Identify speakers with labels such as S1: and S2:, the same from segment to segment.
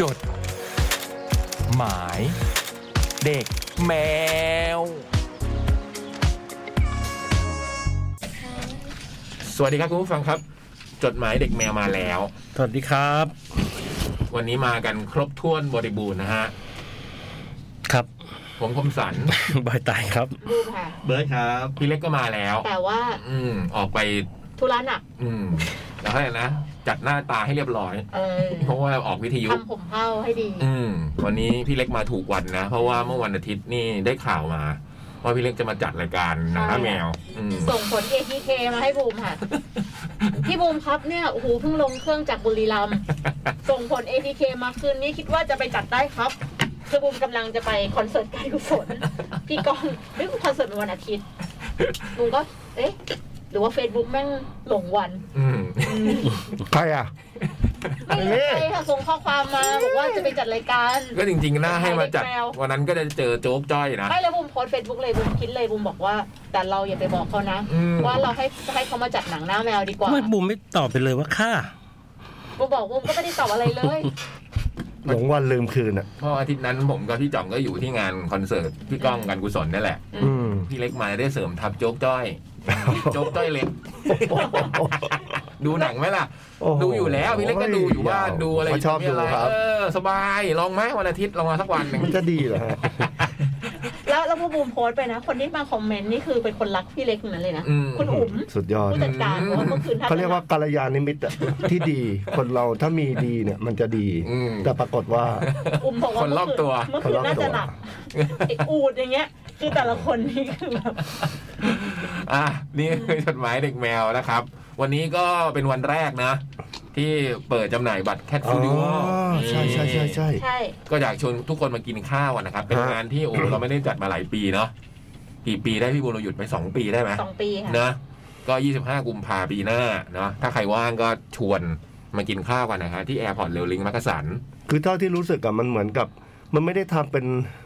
S1: จด หมาย เด็กแมว สวัสดีครับคุณผู้ฟังครับ จดหมายเด็กแมวมาแล้ว
S2: สวัสดีครับ
S1: วันนี้มากันครบถ้วนบริบูรณ์นะฮะ
S2: ครับ
S1: ผมคมสัน
S2: บอยตายครับ
S3: บูมค่ะ
S4: เบิร์ดครับ
S1: พี่เล็กก็มาแล้ว
S3: แต่ว่า
S1: อืม ออกไป
S3: ธุระหนัก
S1: อืม แล้วให้นะ จัดหน้าตาให้เรียบร้อย
S3: เออ
S1: เพราะว่าออกวิทยุ
S3: ทำผมเผ้าให้ดี
S1: อืม วันนี้พี่เล็กมาถูกวันนะ เพราะว่าเมื่อวันอาทิตย์นี่ได้ข่าวมา ว่าพี่เล็กจะมาจัดรายการหนะ
S3: ใช่
S1: แมว อืม
S3: ส่งผล ATK มาให้บูมค่ะ พี่บูมครับเนี่ยโอ้โหเพิ่งลงเครื่องจากบุรีรัมย์ส่งผล ATK มาคืนนี้คิดว่าจะไปจัดได้ครับ คือบูมกำลังจะไปคอนเสิร์ตการกุศลพี่กองนึกว่าคอนเสิร์ตเป็นวันอาทิตย์บูมก็ เอ๊ะ หรือว่า Facebook แม่งหลงวัน
S1: อืม
S5: ใครอ่ะ
S3: ไม่ใช่ค่ะส่งข้อความมาบอกว่าจะไปจัดรายการ
S1: ก็จริงๆน่าให้มาจัด
S3: แมว
S1: วันนั้นก็จะเจอโจ๊กจ้อยนะ
S3: ไม่แล้วบุมโพสเฟซบุ๊กเลยบุมคิดเลยบุมบอกว่า แต่เราอย่าไปบอกเขานะ
S1: อืม
S3: ว่าเราให้ให้เขามาจัดหนังหน้าแมวดีกว่า
S2: ไม่บูมไม่ตอบไปเลยว่าค่ะ
S3: บุมบอกบุมก็ไม่ได้ตอบอะไรเลย
S5: หลงวันลืมคืนอ่ะ
S1: เพราะอาทิตย์นั้นผมกับพี่จ่องก็อยู่ที่งานคอนเสิร์ตพี่ก้องกันกุศลนั่นแหละ
S5: อืม
S1: พี่เล็กมาได้เสริมทับโจ๊กจ้อย โจ๊กจ้อยเล็ก ดูหนังไหมล่ะ
S5: โอ้ โห
S1: ดูอยู่แล้วพี่เล็กก็ดูอยู่ว่านดูอะไร
S5: ผมก็ชอบ
S1: มีะไ
S5: ดูครับ
S1: เออสบายลองไหมวันอาทิตย์ลองมาสักวันหนึ่ง
S5: มันจะดีเหรอฮะ
S3: แล้วแล้วพอบุมโพสไปนะ คนที่มาคอมเมนต์นี่คือเป็นคนรักพี่เล็กเหมือนเลยนะ
S1: อืม
S3: คุณอุ๋ม
S5: สุดยอด
S3: ผู้จัดการบอกว่าเมื่อคืนท่าน
S5: เขาเรียกว่ากัลยาณมิตร อะที่ดี คนเราถ้ามีดีเนี่ย มันจะดี
S1: อืม
S5: แต่ปรากฏว่า
S3: อุ๋มบอกว่า
S1: คนรอบตัว
S3: เมื่อคืนเมื่อคืนน่าจะหลับไอ้อูดอย่างเงี้ย คือแต่ละคนนี่คือแบบ
S1: อ่ะนี่คือจดหมายเด็กแมวนะครับ วันนี้ก็เป็นวันแรกนะ ที่เปิดจำหน่ายบัตรแคท
S5: อ๋
S1: ฟู
S5: อ
S1: ดิโอ
S5: ใช่ใช่ใช่ใช่
S3: ใช่
S1: ก็อยากชวนทุกคนมากินข้าวอะนะครับ เป็น
S5: ฮะ
S1: งานที่โอ้โหเราไม่ได้จัดมาหลายปีเนาะกี่ปีได้พี่บุญเราหยุดไปสองปีได้ไหม
S3: สองปีค่ะ
S1: นะก็ 25 กุมภาปีหน้าเนาะถ้าใครว่างก็ชวนมากินข้าวกันนะฮะที่แอร์พอร์ตเรลลิงมักกะสัน
S5: คือเท่าที่รู้สึกอะมันเหมือนกับ มันไม่ได้ทำเป็น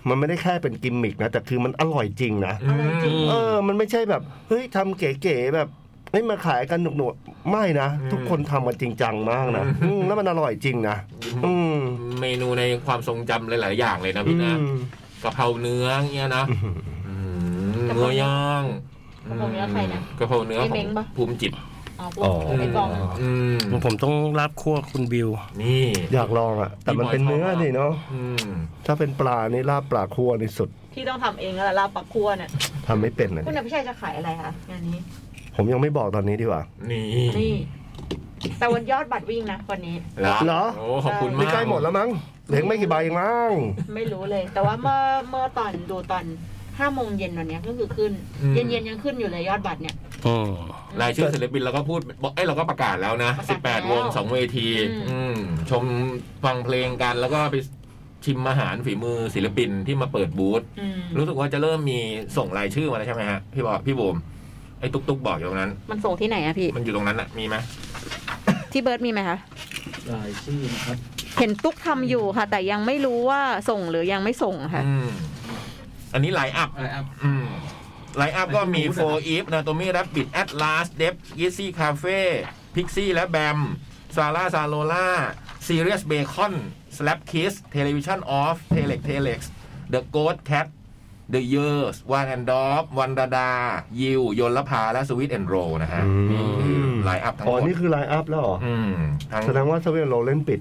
S5: มันไม่ได้แค่เป็นกิมมิกนะแต่คือมันอร่อยจริงนะ
S3: อร่อยจริง
S2: อืม
S5: เออ มันไม่ใช่แบบเฮ้ยทำเก๋ๆแบบเฮ้ยมาขายกันหนุกๆไม่นะ
S1: อืม
S5: ทุกคนทำกันจริงจังมากนะ
S1: อืม
S5: อืมแล้วมันอร่อยจริงนะอืม
S1: เมนูในความทรงจำหลาย ๆ อย่างเลยนะพี่นะ
S5: อืม
S1: กะเพราเนื้อเนี่ยนะอืมเนื้อย่าง
S3: กะเพราเนื้อใครนะ
S1: กะเพราเนื้อ
S3: ไอ้
S1: ขอ
S3: เม้
S1: ง
S3: งปะ
S1: ภูมิจิต
S3: อ๋อบูมไอ้กอง
S1: อืม
S2: ผมต้องรับครัวคุณบิว
S1: นี่
S5: อยากลองอะแต่มัน
S1: พี่บอย
S5: เป็นเนื้อ
S1: ชอบมาก
S5: นี่เนาะ
S1: อืม
S5: ถ้าเป็นปลานี่ลาบปลาคั่วนี่สุด
S3: ที่ต้องทำเองแล้วล่ะลาบปักคั่วเนี่ย
S5: ทำไม่เป็นเลย
S3: คุณอภิชัยจะขายอะไรคะงานนี้
S5: ผมยังไม่บอกตอนนี้ดีกว่า
S1: นี่
S3: นี่ แต่วันยอดบัตรวิ่งนะวันนี้
S5: เหรอ
S1: โอ้ขอบคุณ
S5: ไม่
S1: มาก
S5: ใกล้หมดแล้วมั้งเหลืออกไม่กี่ใบเองมั้ง
S3: ไม่รู้เลย แต่ว่าเมื่อเมื่อตอนดูตอนห้าโมงเย็นวันเนี้ยก็คือขึ้น เย็นเย็นๆยังขึ้นอยู่เลยยอดบัตรเนี่ย
S2: อืม
S1: รายชื่อศิลปินเราก็พูดบอกเอ้ยเราก็ประกาศแล้วนะ
S3: ประกาศแล้ว
S1: 18 วง 2 เวที
S3: อืม
S1: อืม ชมฟังเพลงกันแล้วก็ไปชิมอาหารฝีมือศิลปินที่มาเปิดบูธ
S3: อืม
S1: รู้สึกว่าจะเริ่มมีส่งรายชื่อมาแล้วใช่ไหมฮะ พี่บอกพี่บูมไอ้ตุ๊กตุ๊กบอกอยู่ตรงนั้น
S3: มันส่งที่ไหนอะพี่
S1: มันอยู่ตรงนั้นอะมีไหม
S3: ที่เบิร์ดมีไหมคะ
S4: รายชื่อนะครับ
S3: เห็นตุ๊กทำอยู่ค่ะ แต่ยังไม่รู้ว่าส่งหรือยังไม่ส่งค่ะ
S1: อืม อันนี้ไลน์อัพ
S4: อะไรครับ
S1: อืม ไลน์อัพก็มี
S4: ไม่รู้
S1: f o r e v e n a t o m y Rabbit Atlas Dep Easy Cafe Pixie และ Bam Sara Salola Serious Bacon Slap Kiss Television Off Telex Telex The Ghost Cat The Years One and Dog วันดาดา ยิว ยนลภา และ Sweet and Roll นะฮะนี่คือไลน์อัพทั้งห
S5: อ๋
S1: ม
S5: อ
S1: ด
S5: นี่คือไลน์อัพแล้วเหรอ
S1: อืมทั้ง
S5: แสดงว่าเซเว่นโรเล่นปิด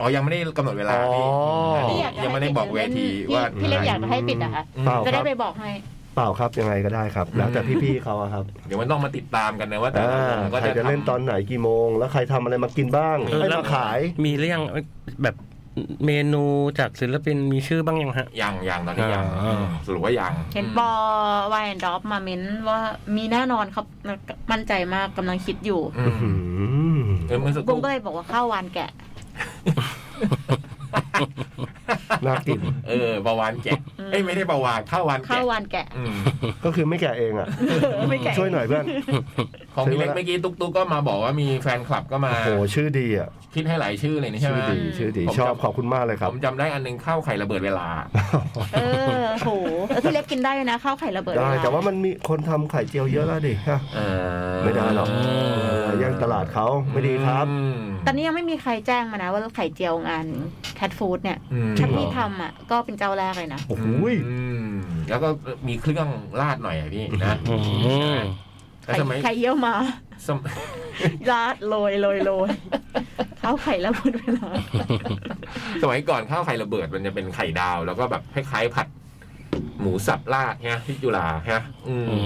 S1: อ๋อ ยังไม่ได้กำหนดเวลาพี่
S5: อ๋อ
S1: นี่ยังไม่ได้บอกเวทีว่า
S3: พี่เล็กอยากจะให้ปิดอะคะ
S5: เปล่า
S3: จะ
S5: ค
S3: ได้
S5: รับ
S3: ไปบอกให้
S5: เปล่าครับยังไงก็ได้ครับ แล้วแต่พี่ๆเขาอะครับ
S1: เดี๋ยวมันต้องมาติดตามกันนะว่าแต่
S5: อ่า
S1: ละวงก็
S5: ใคร
S1: จะ
S5: จะเล่นตอนไหนกี่โมง แล้วใครทำอะไรมากินบ้าง
S2: เออ
S5: ให้
S2: แล้ว
S5: มาขาย
S2: มีเรื่องแบบเมนูจากศิลปินมีชื่อบ้างยังฮะ
S1: ยังยังตอนนี้ยัง
S2: อ่า
S1: สรุปว่ายัง
S3: เห็นปอวายแอนด์ดอฟมาเม้นว่ามีแน่นอนครับ มั่นใจมากกำลังคิดอยู่
S1: อืม
S5: อืม
S1: เออเมื่อสักค
S3: บุ้
S1: รู่
S3: งก็เลยบอกว่าข้าววานแกะ
S5: น่ากิน
S1: เออประวานแกะเอ้ยไม่ได้ประวานข้าววาน
S3: ข้า
S1: แกะ
S3: ววานแกะ
S1: อืม
S5: ก็คือไม่แกะเองอ่ะ
S3: ไม่แกะ
S5: ช่วยหน่อยเพื่อน
S1: ของพี่เล็ก
S5: ซื้อมาละ
S1: เมื่อกี้ตุ๊กตุ๊กก็มาบอกว่ามีแฟนคลับก็มา
S5: โอ้ชื่อดีอ่ะ
S1: คิดให้หลายชื่อเลยนี่ใช่
S5: ชื่
S1: ไห
S5: อ
S1: ม
S5: ดี ชื่อดี
S1: ผม
S5: ชอบ
S1: จำ
S5: ขอบคุณมากเลยครั
S1: ผ
S5: บ
S1: มจำได้อันหนึงข้าวไข่ระเบิดเวลา
S3: เออโหแล้วพี่เล็กกินได้นะข้าวไข่ระเบิด
S5: ได้
S3: เวล
S5: แต่ว่ามันมีคนทำไข่เจียวเยอะแล้วดิฮะ
S1: เออ
S5: ไม่ได้หรอก
S1: เออ
S5: จะแย่งตลาดเขาไม่ดีครับ
S1: อืม
S3: ตอนนี้ยังไม่มีใครแจ้งมานะว่าไข่เจียวงานแคทฟู้ดเนี่ย
S1: อืม
S5: จริ
S3: ถ้าง
S5: เหรอ
S3: พี่ทำอ่ะก็เป็นเจ้าแรกเลยนะ
S5: โอ้โห
S1: อืมแล้วก็มีเครื่องลาดหน่อยอะพี่นะ
S2: อืม
S1: แล้ว
S3: ไข่
S1: สมัย
S3: ไข่เยี่ยวมา
S1: สม
S3: ลาดโรยโรยโรยเข้าไข่แล้วหมดเวลา
S1: สมัยก่อนข้าวไข่ระเบิดมันจะเป็นไข่ดาว แล้วก็แบบคล้ายๆผัด หมูสับลาดฮะที่จุฬาฮะอืม
S2: อื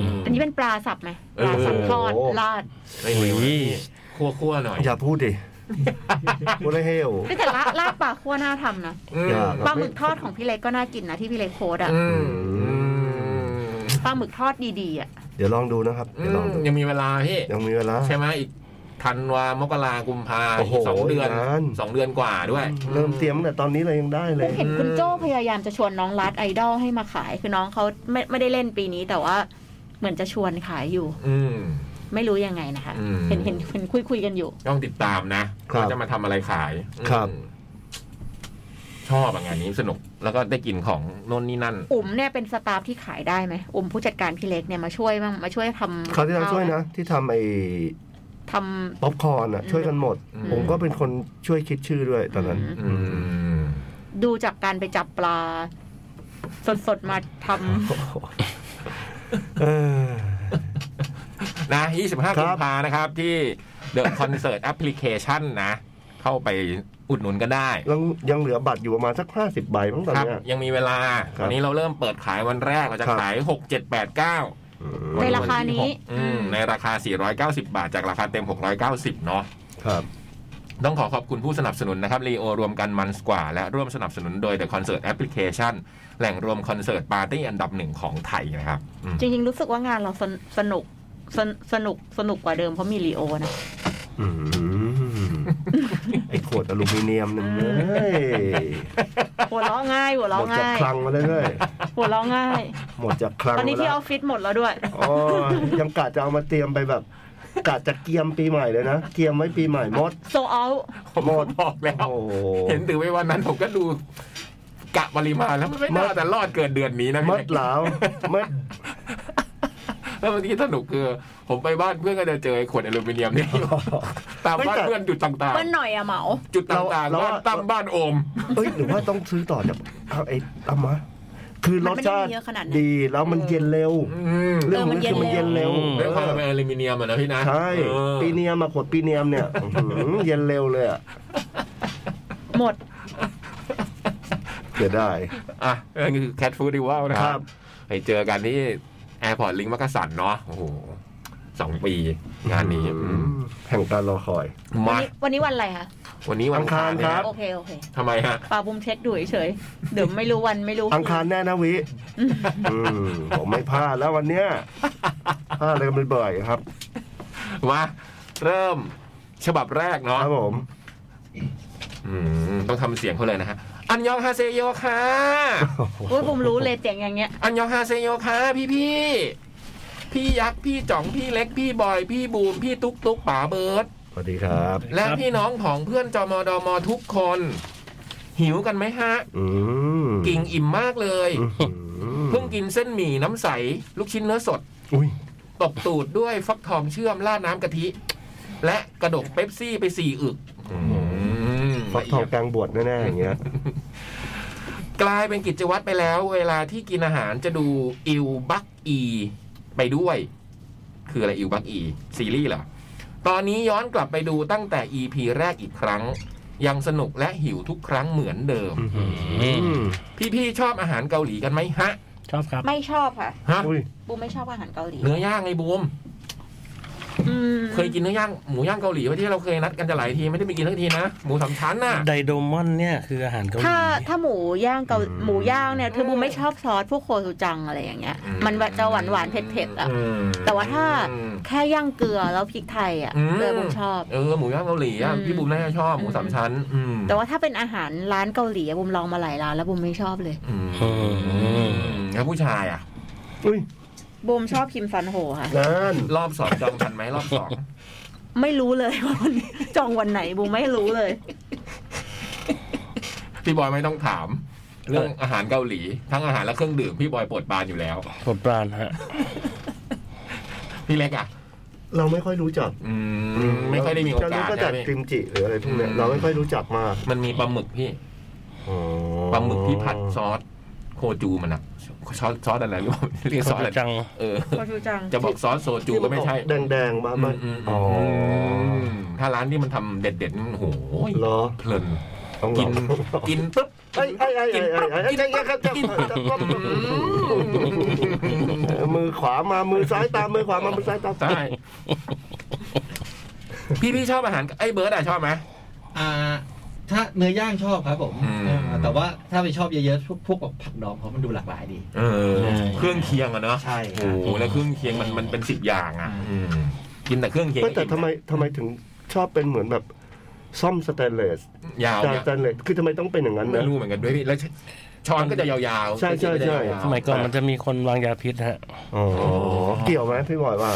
S2: ม
S3: อันนี้เป็นปลาสับไหมปลาสับทอดลาด
S1: ไอ้เหวนี่คั่วคั่วๆหน่อย
S5: อย่าพูดดิพูดได้เฮว
S3: แต่ลาดลาดปลาคั่วน่าทำนะ
S1: อืม
S5: อย่าค
S3: ป
S5: รับ
S3: ลาหมึกทอดของพี่เล็กก็น่ากินนะที่พี่เล็กโพสต์อ่ะ
S1: อืม
S3: ปลาหมึกทอดดีๆอ่ะ
S5: เดี๋ยวลองดูนะครับ
S1: อื
S5: เดี๋ยวลอง
S1: ม
S5: ดู
S1: ยังมีเวลาพี่
S5: ยังมีเวลา
S1: ใช่ไหมอีกธันวามกรากุมภา
S5: โอ้โห
S1: อีกสองเดือน
S5: นาน
S1: สองเดือนกว่าด้วย
S5: เริ่มเตรียมตั้งแต่ตอนนี้เลยยังได้เล
S3: ผ
S5: ย
S3: มเห็นคุณโจ้พยายามจะชวนน้องรัดไอดอลให้มาขาย คือน้องเขาไม่ไม่ได้เล่นปีนี้แต่ว่าเหมือนจะชวนขายอยู่
S1: อืม
S3: ไม่รู้ยังไงนะคะ
S1: อืม
S3: เห็นเห็นเห็นคุยคุยกันอยู่
S1: ต้องติดตามนะครับ ว่าจะมาทำอะไรขาย
S5: ครับ
S1: อืมชอบอะงานนี้สนุก แล้วก็ได้กินของโน่นนี่นั่น
S3: อุ๋มเนี่ยเป็นสตาฟที่ขายได้ไหมอุ๋มผู้จัดการพี่เล็กเนี่ยมาช่วยบ้างมาช่วยทำ
S5: คราวที่เรา
S3: ข้
S5: ช่วยนะ ที่ทำไอ้
S3: ทำ
S5: ป๊อปคอร์นอ่ะ ช่วยกันหมด
S1: อืม
S5: ผมก็เป็นคนช่วยคิดชื่อด้วยตอนนั้น
S1: อืม
S3: ดูจากการไปจับปลา สดๆมาท
S5: เออ
S1: นะ25
S5: ครั
S1: กุ
S5: บ
S1: มภานะครับ ที่ The Concert Application นะ เข้าไปอุดหนุนก็ได้
S5: ยังยังเหลือบัตรอยู่ประมาณสักห้าสิบใบมั้งตอน
S1: ครับ
S5: เนี้ย
S1: ยังมีเวลา
S5: ครับ
S1: วันนี้เราเริ่มเปิดขายวันแรกเราจะ
S5: ครับ
S1: ขาย 6 7 8 9
S5: อืม
S3: ำในราคานี้
S1: อืมในราคา 490 บาทจากราคาเต็ม 690 เนาะ
S5: ครับ
S1: ต้องขอขอบคุณผู้สนับสนุนนะครับรีโอรวมกันมันสกว่า และร่วมสนับสนุนโดย The Concert Application แหล่งรวมคอนเสิร์ตปาร์ตี้อันดับหนึ่งของไทยนะครับอืม
S3: จริงๆ รู้สึกว่างานเราสนสนุกสนสนุกสนุกกว่าเดิมเพราะมีลีโอนะ
S5: อืมไอ้ขวดอลูมิเนียมเนี่ยเอ้ย
S3: หัวเราะง่ายหัว
S5: ห
S3: เราะ
S5: มดจาก
S3: ง่าย
S5: คลังมาเลยเว้ย
S3: หัวเราะง่าย
S5: หมดจากคลัง
S3: ตอนนี้
S5: มา
S3: ที่อ
S5: แล้
S3: อ
S5: ว
S3: ฟฟิศหมดแล้วด้วย
S5: อ๋อยังกะจะเอามาเตรียมไปแบบกะจะเกียมปีใหม่เลยนะเกียมไว้ปีใหม่หมด
S3: โซเอา
S1: ผม
S5: หมด
S1: บอกแล้ว
S5: โอ้โห
S1: เห็นถือไว้วันนั้นผมก็ดูกะปริมาณแล้วมันไม่น่า
S5: มัด
S1: จะรอดเกินเดือนนี้นะ
S5: หม
S1: พี่
S5: ดหลาวหมด
S1: แล้ววันที่สนุกคือ ผมไปบ้านเพื่อนก็จะเจอไอ้ขวดอลูมิเนียมเนี่ยอยู่ตามบ้าน
S5: ไม่แต่
S1: เพื่อนจุดต่างๆ
S3: เปิ้ลหน่อยอะเหมา
S1: จุดต่างๆ
S5: เรา
S1: บ้า
S5: เรา
S1: นตั้มบ้านโอม
S5: เอ้ยหรือว่าต้องซื้อต่อจากเอาไอ้ตามมาคือรสชา
S3: มัน
S5: ติ
S3: ไม่ได้มีเยอะขนาดนั้น
S5: ดีแล้วมันเย็นเร็ว เรื่องของเรื่องคือมันเย็นเร็ว
S2: เออมันเย็นเร็ว
S1: ด้วยความเป็นอลูมิเนียมอะนะพี่นะ
S5: ใช่
S1: เออ
S5: ปีเนียมมาขวดปีเนียมเนี่ยอื้อหือเย็นเร็วเลยอะ
S3: หมด
S5: เสียดาย
S1: อ่ะนี่คือแคทฟูดดิวัลนะค
S5: ครั
S1: รับบ ไปเจอกันที่แอร์พอร์ตลิงก์มักกะสันเนาะโอ้โหสองปีงานนี้อืม
S5: แห่งการรอคอย
S3: วัน
S1: มา
S3: นี้วันนี้วันอะไรคะ
S1: วันนี้วัน
S5: อังคาร
S1: นะ
S5: ครั บ
S3: โอเคโอเค
S1: ทำไมฮะ
S3: ปลาบุมเช็คดูเฉยๆเดี๋ยวไม่รู้วันไม่รู้
S5: อังคารแน่นะวิอืมผมไม่พลาดแล้ววันเนี้ยพลาดอะไรกันบ่อยๆครับ
S1: มาเริ่มฉบับแรก
S5: ค
S1: เนาะ
S5: รับผม
S1: อืมต้องทำเสียงเขาเลยนะฮะ อันยองฮาเซโยค่ะ
S3: โอ้ยบุมรู้เลยเสียงอย่างเงี้ย
S1: อันยองฮาเซโยค่ะพี่พี่ๆพี่ยักษ์พี่จ่องพี่เล็กพี่บอย พี่บูมพี่ตุ๊กตุ๊กป๋าเบิร์ด
S5: สวัสดีครับ
S1: และ
S2: ครับ
S1: พี่น้องของเพื่อนจมดมทุกคน หิวกันไหมฮะ
S5: อืม
S1: กิ่งอิ่มมากเลย
S5: อื้อหื
S1: เพิ่งกินเส้นหมี่น้ำใส ลูกชิ้นเนื้อสด
S5: อุ้ย
S1: ตบตูดด้วยฟักทองเชื่อมราดน้ำกะทิ และกระดกเป๊ปซี่ไปสี่อึก
S5: ฟักทองกลางบวชแน่ๆอย่างเงี้ย
S1: กลายเป็นกิจวัตรไปแล้ว เวลาที่กินอาหารจะดูอิวบักอี ไปด้วย คืออะไรอิวบักอี ซีรีส์เหรอ ตอนนี้ย้อนกลับไปดูตั้งแต่ EP แรกอีกครั้ง ยังสนุกและหิวทุกครั้งเหมือนเดิม
S5: อืม
S1: พี่ๆชอบอาหารเกาหลีกันไหมฮะ
S2: ชอบครับ
S3: ไม่ชอบค่ะ
S1: ฮะ
S5: อุ้ย
S3: บูมไม่ชอบอาหารเกาหลี
S1: เนื้อย่างไงบูม
S3: อืม
S1: เคยกินเนื้อย่างหมูย่างเกาหลีไว้ที่เราเคยนัดกันจะหลายทีไม่ได้ไปกินสักทีนะ หมูสามชั้นน่ะ
S2: ไดโดมอนเนี่ยคืออาหารเกาหลี
S3: ถ้าถ้าหมูย่างเกาหมูย่างเนี่ยคือบูมไม่ชอบซอสพวกโคชูจังอะไรอย่างเงี้ย
S1: อืม
S3: มันจะหวานหวานๆเผ็ดๆอ่ะ
S1: อืม
S3: แต่ว่าถ้า แค่ย่างเกลือแล้วพริกไทยอ่ะ
S1: อืม
S3: เลยบูมชอบ
S1: เออหมูย่างเกาหลีอ่ะ
S3: อืม
S1: พี่บูมน่าจะชอบหมูสามชั้น อืม
S3: แต่ว่าถ้าเป็นอาหารร้านเกาหลีอะบูมลองมาหลายร้านแล้วบูมไม่ชอบเลย
S1: อืม
S2: อืม
S1: แล้วผู้ชายอ่ะ
S5: อุ้ย
S3: บูมชอบคิมซันโฮค่ะ
S5: นั่น
S1: รอบสองจองทันไหมรอบสอง
S3: ไม่รู้เลย ว่าวันนี้จองวันไหนบูมไม่รู้เลย
S1: พี่บอยไม่ต้องถาม เรื่องอาหารเกาหลี ทั้งอาหารและเครื่องดื่มพี่บอยโปวดปรานอยู่แล้ว
S2: ปวดปรานฮะ
S1: พี่เล็กอ่ะ
S5: เราไม่ค่อยรู้จัก
S1: อืมไม่ค่อยได้มีโอกาส
S5: จะรู้ก็จาก
S1: นะ
S5: กิ
S1: พี่
S5: มจิหรืออะไรพวกเนี้ย
S1: อืม
S5: เราไม่ค่อยรู้จักมาก
S1: มันมีปลาหมึกพี่ปลาหมึกที่ผัดซอสโคจูมันอะซอสซอสอะไรหรือเปล่าเรียกซอสอะไร
S2: จัง
S1: เออ
S6: โคชูจัง
S1: จะบอกซอสโซจูก็ไม่ใช่
S5: แดงแดงๆบ้าง
S1: อืมอืม
S5: อ๋อ
S1: มถ้าร้านที่มันทำเด็ดๆนี่โอ้โห
S5: เหรอ
S1: เพลิน
S5: ต้อง
S1: กิน
S5: ลอง
S1: กินปุ๊บ
S5: ไอ้ไอ้ไอ้ไอ้ไอ้ไอ้ไอ้ไอ้ไอ้ไอ้มือขวามา มือซ้ายตามมือขวามา มือซ้ายตาม
S1: ใช่ พี่พี่ชอบอาหารไอ้ยเบิร์ดอะชอบไหม
S4: อ่า ถ้าเนื้อย่างชอบครับผม
S1: อืม
S4: อ่าแต่ว่าถ้าไปชอบเยอะๆพวกพวกแบบผักดองเขามันดูหลากหลายดี
S1: เออ เครื่องเคียงอะเนาะ
S4: ใช่ค
S1: โอ้โห
S4: รับ
S1: แล้วเครื่องเคียงมันมันเป็นสิบอย่างอะอืมกินแต่เครื่องเคียง
S5: ไม่แต่ทำไมทำไมถึงชอบเป็นเหมือนแบบซ่อมสแตนเลส
S1: ยาว
S5: จานสแตนเลสคือทำไมต้องเป็นอย่างนั้น
S1: ไม่
S5: นะ
S1: รู้เหมือนกันด้วยพี่แล้วชช้อนก็จะยาวๆ
S5: ใช่ใช่ใช่
S2: สมัยก่อนมันจะมีคนวางยาพิษฮะ
S5: อ๋อเกี่ยวไหมพี่บอยว่า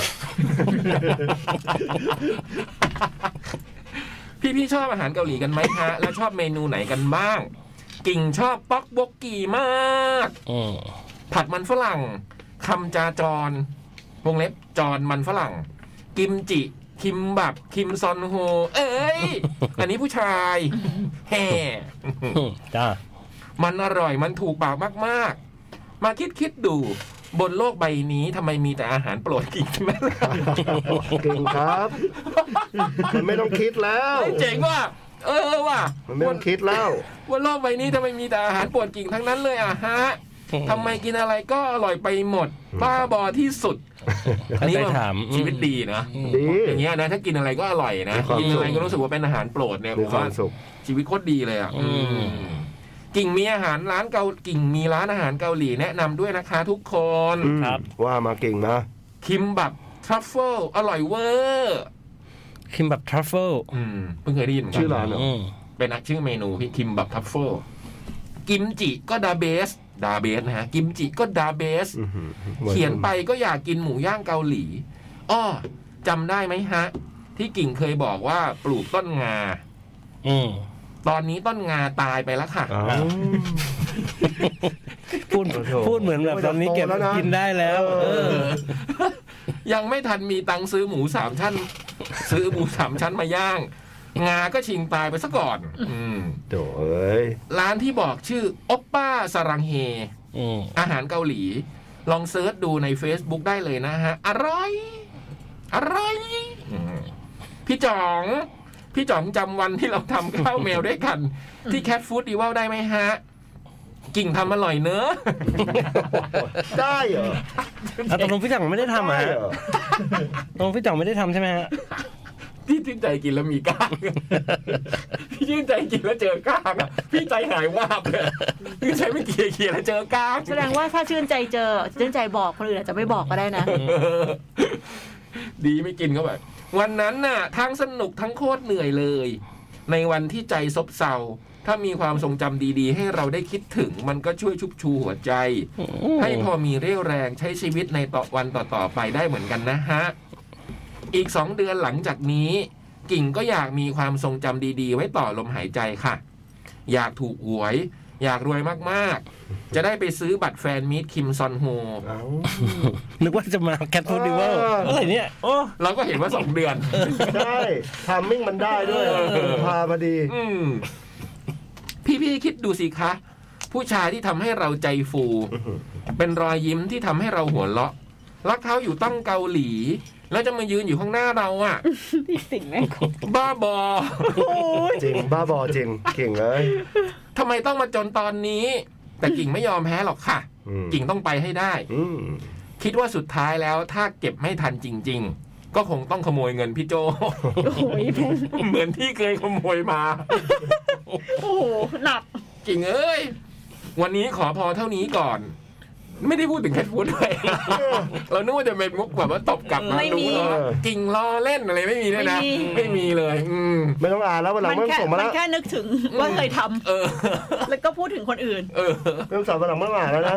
S1: พี่พี่ชอบอาหารเกาหลีกันไหมคะแล้วชอบเมนูไหนกันบ้าง กิ่งชอบป๊อกบกกีมาก
S2: อืม
S1: ผัดมันฝรั่งคำจาจร วงเล็บจรมันฝรั่ง กิมจิ คิมบับ คิมซอนโฮ เอ้ย อันนี้ผู้ชายแห่
S2: จ้า
S1: มันอร่อยมันถูกปากมาก ๆ มาคิดคิดดู บนโลกใบนี้ทำไมมีแต่อาหารโปรดกินทั้งนั้นเลย
S5: เก่งครับ มันไม่ต้องคิดแล้ว
S1: เฮ้ยเจ๋งว่ะเออว่ะ
S5: มันไม่
S1: บ
S5: ต้
S1: น
S5: องคิดแล้ว
S1: บนโลกใบนี้ทำไมมีแต่อาหารโปรดกินทั้งนั้นเลยอ่ะฮะทำไมกินอะไรก็อร่อยไปหมดบ้าบอที่สุด
S2: เข้าใจถาม
S1: ชีวิตดีนะ
S5: ดี
S1: อย่างเงี้ยนะถ้ากินอะไรก็อร่อยนะ
S5: มี
S1: กิ
S5: ความ
S1: นอะไร
S5: สุข
S1: ก็รู้สึกว่าเป็นอาหารโปรดเนี่ยผ
S5: มี
S1: ม
S5: ควา
S1: ว่าม
S5: สุข
S1: ชีวิตโคตรดีเลยอ่ะ
S2: อืม
S1: อืมกิ่งมีอาหารร้านเกากิ่งมีร้านอาหารเกาหลีแนะนำด้วยนะคะทุกคน
S2: ครับ
S5: ว่ามาเก่งนะ
S1: คิมบับทรัฟเฟิลอร่อยเวอร์
S2: คิมบับทรัฟเฟิล
S1: อืมเพิ่งเคยได้ยินเหมืกั
S5: ชื่อร้านเหร
S2: อืม
S1: เป็นอ่ะชื่อเมนูพี่คิมบับทรัฟเฟิลกิมจิก็ดาเบส ดาเบสนะฮะ กิมจิก็ดาเบส
S5: อื้อหือ
S1: เขียนไปก็อยากกินหมูย่างเกาหลีอ้อจำได้ไหมฮะ ที่กิ่งเคยบอกว่าปลูกต้นงา
S2: อืม
S1: ตอนนี้ต้นงาตายไปแล้วค่ะ
S5: อ้าว
S2: พูด
S5: โอ้โห
S2: พูดเหมือนแบบตอนนี้เก็บ
S5: โตแล้วนะ
S2: กินได้แล้ว เออ
S1: ยังไม่ทันมีตังค์ซื้อหมูสามชั้น ซื้อหมูสามชั้นมาย่าง งาก็ชิงตายไปซะก่อน อืม
S5: โถ่เอ้ย
S1: ร้านที่บอกชื่ออ p ป้าสรังเฮ
S2: อืม
S1: อาหารเกาหลี ลองเซิร์ชดูใน Facebook ได้เลยนะฮะ อร่อย อร่อยอืมพี่จ๋อง พี่จ๋องจำวันที่เราทำข้าวแมวด้วยกัน ที่แคทฟู้ดดีว่าได้ไหมฮะ กิ่งทำอร่อยเนอะ
S5: ได้เหรอ
S2: แล้วตรงพี่จังไม่ได้ทำอะ
S5: ได้
S2: ฮะ
S5: เหรอ
S2: ตรงพี่จังไม่ได้ทำใช่ไหมฮะ
S1: พี่ชื่นใจกินแล้วมีกล้าง พี่ชื่นใจกินแล้วเจอกล้างอะพี่ใจหายวาบเลยพี่ใจไม่เกลียเกลียแล้วเจอกล้าง
S6: แสดงว่าถ้าชื่นใจเจอ ชื่นใจบอกคนอื่นอาจจะไม่บอกก็ได้นะ
S1: เออดีไม่กินก็แบบวันนั้นน่ะ ทั้งสนุกทั้งโคตรเหนื่อยเลย ในวันที่ใจซบเซา ถ้ามีความทรงจำดีๆ ให้เราได้คิดถึง มันก็ช่วยชุบชูหัวใจ ให้พอมีเรี่ยวแรงใช้ชีวิตในต่อวันต่อๆไปได้เหมือนกันนะฮะ อีกสองเดือนหลังจากนี้ กิ่งก็อยากมีความทรงจำดีๆ ไว้ต่อลมหายใจค่ะ อยากถูกหวย อยากรวยมากๆ จะได้ไปซื้อบัตรแฟนมีตคิมซอนโฮ
S2: นึกว่าจะมาแคทฟูดิเวล
S5: เอออ
S2: อะไรเนี่ย โอ้
S1: เราก็เห็นว่าสองเดือน
S5: ได้ทามมิ่งมันได้ด้วยอะ
S1: เออ
S5: พาพอดี
S1: อืมพี่ๆคิดดูสิคะ ผู้ชายที่ทำให้เราใจฟู เป็นรอยยิ้มที่ทำให้เราหัวเราะรักเขาอยู่ตั้งเกาหลี แล้วจะมายืนอยู่ข้างหน้าเราอะ
S6: ที่สิ่งแม่ง
S1: บ้าบอ
S5: จริง บ้าบอจริง เก่งเลย
S1: ทำไมต้องมาจนตอนนี้ แต่กิ่งไม่ยอมแพ้หรอกค่ะ
S5: อืม
S1: กิ่งต้องไปให้ได้
S5: อืม
S1: คิดว่าสุดท้ายแล้วถ้าเก็บไม่ทันจริง ๆ ก็คงต้องข โมยเงินพี่โจ
S6: โอ้โหแพง
S1: เหมือนที่เคยขโมยมา
S6: โอ้โห หนัก
S1: กิ่งเอ้ย วันนี้ขอพอเท่านี้ก่อน ไม่ได้พูดถึงแคทฟูดด้วย เรานึกว่าจะเป็นมุกแบบว่าตบกลับมา
S6: ไม่มี
S1: ดูแล้วกิ่งล้อเล่นอะไรไม่มีด้วยนะ
S6: ไม่มี
S1: ไม่มีเลย อืม
S5: ไม่ต้องอ่านแล้ววันหลัง
S6: มัน
S5: ไม่ต้อง
S6: แค่
S5: ส่งมา
S6: มั
S5: แล้
S6: น
S5: ว
S6: แค่นึกถึงว่าเคยทำ
S1: เออ
S6: แล้วก็พูดถึงคนอื่น
S1: เออ
S5: ไม่ต้องส่งวันหลังไม่ต้องอ่านแล้วนะ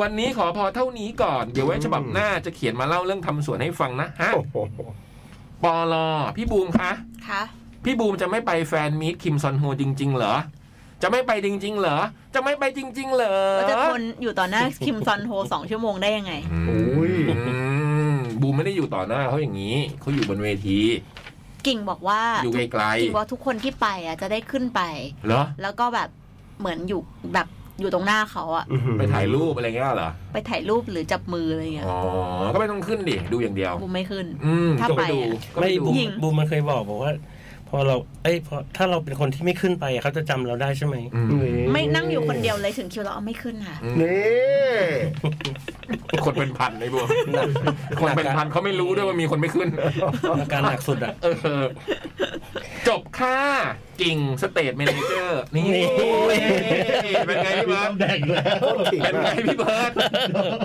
S1: วันนี้ขอพอเท่านี้ก่อน เดี๋ยวไว้ฉบับหน้าจะเขียนมาเล่าเรื่องทำสวนให้ฟังนะฮะ
S5: โอ้โห
S1: ปอลอพี่บูมคะ
S6: ค่ะ
S1: พี่บูมจะไม่ไปแฟนมีตคิมซอนโฮจริง ๆ เหรอ จะไม่ไปจริง ๆ เหรอ จะไม่ไปจริง ๆ เหรอ
S6: เราจะทนอยู่ต่อหน้าคิมซอนโฮสองชั่วโมงได้ยังไง
S1: อืม บูมไม่ได้อยู่ต่อหน้าเขาอย่างนี้ เขาอยู่บนเวที
S3: กิ่งบอกว่า
S1: อยู่ไกล
S3: กิ่งบอกว่าทุกคนที่ไปอ่ะจะได้ขึ้นไป
S1: ๆเหรอ
S3: แล้วก็แบบเหมือนอยู่แบบอยู่ตรงหน้าเขาอ่ะ
S5: อื้อหือ
S1: ไปถ่ายรูปอะไรเงี้ยเหรอ
S3: ไปถ่ายรูปหรือจับมืออะไรเงี้ย
S1: อ๋อ ก็ไม่ต้องขึ้นดิ ดูอย่างเดียว
S3: บูมไม่ขึ้น
S1: อืม
S3: ถ้า
S1: ก็ไป
S3: ไป
S1: ดู
S3: อะ
S1: ก็
S2: ไม่
S1: ไม่ดู
S2: บูม
S3: ยิง
S2: บูมมันเคยบอกบอกว่า พอเราเอ้ยพอถ้าเราเป็นคนที่ไม่ขึ้นไปอะเขาจะจำเราได้ใช่ไหม
S1: อืม
S5: นี่
S3: ไม่นั่งอยู่คนเดียวเลยถึงคิวเราเอาไม่ขึ้นค่ะ
S5: นี่
S1: คนเป็นพันไอ้บัว คนเป็นพันเขาไม่รู้ด้วยว่ามีคนไม่ขึ้น
S2: อาการหนักสุดอ่ะ
S1: เออ จบค่ะกิ่งสเตทเมนเจอร์ นี่
S2: นี่
S1: เป็นไงพี่เบิร์ด
S4: แดงแล้ว
S1: เป็นไงพี่เบิร์ด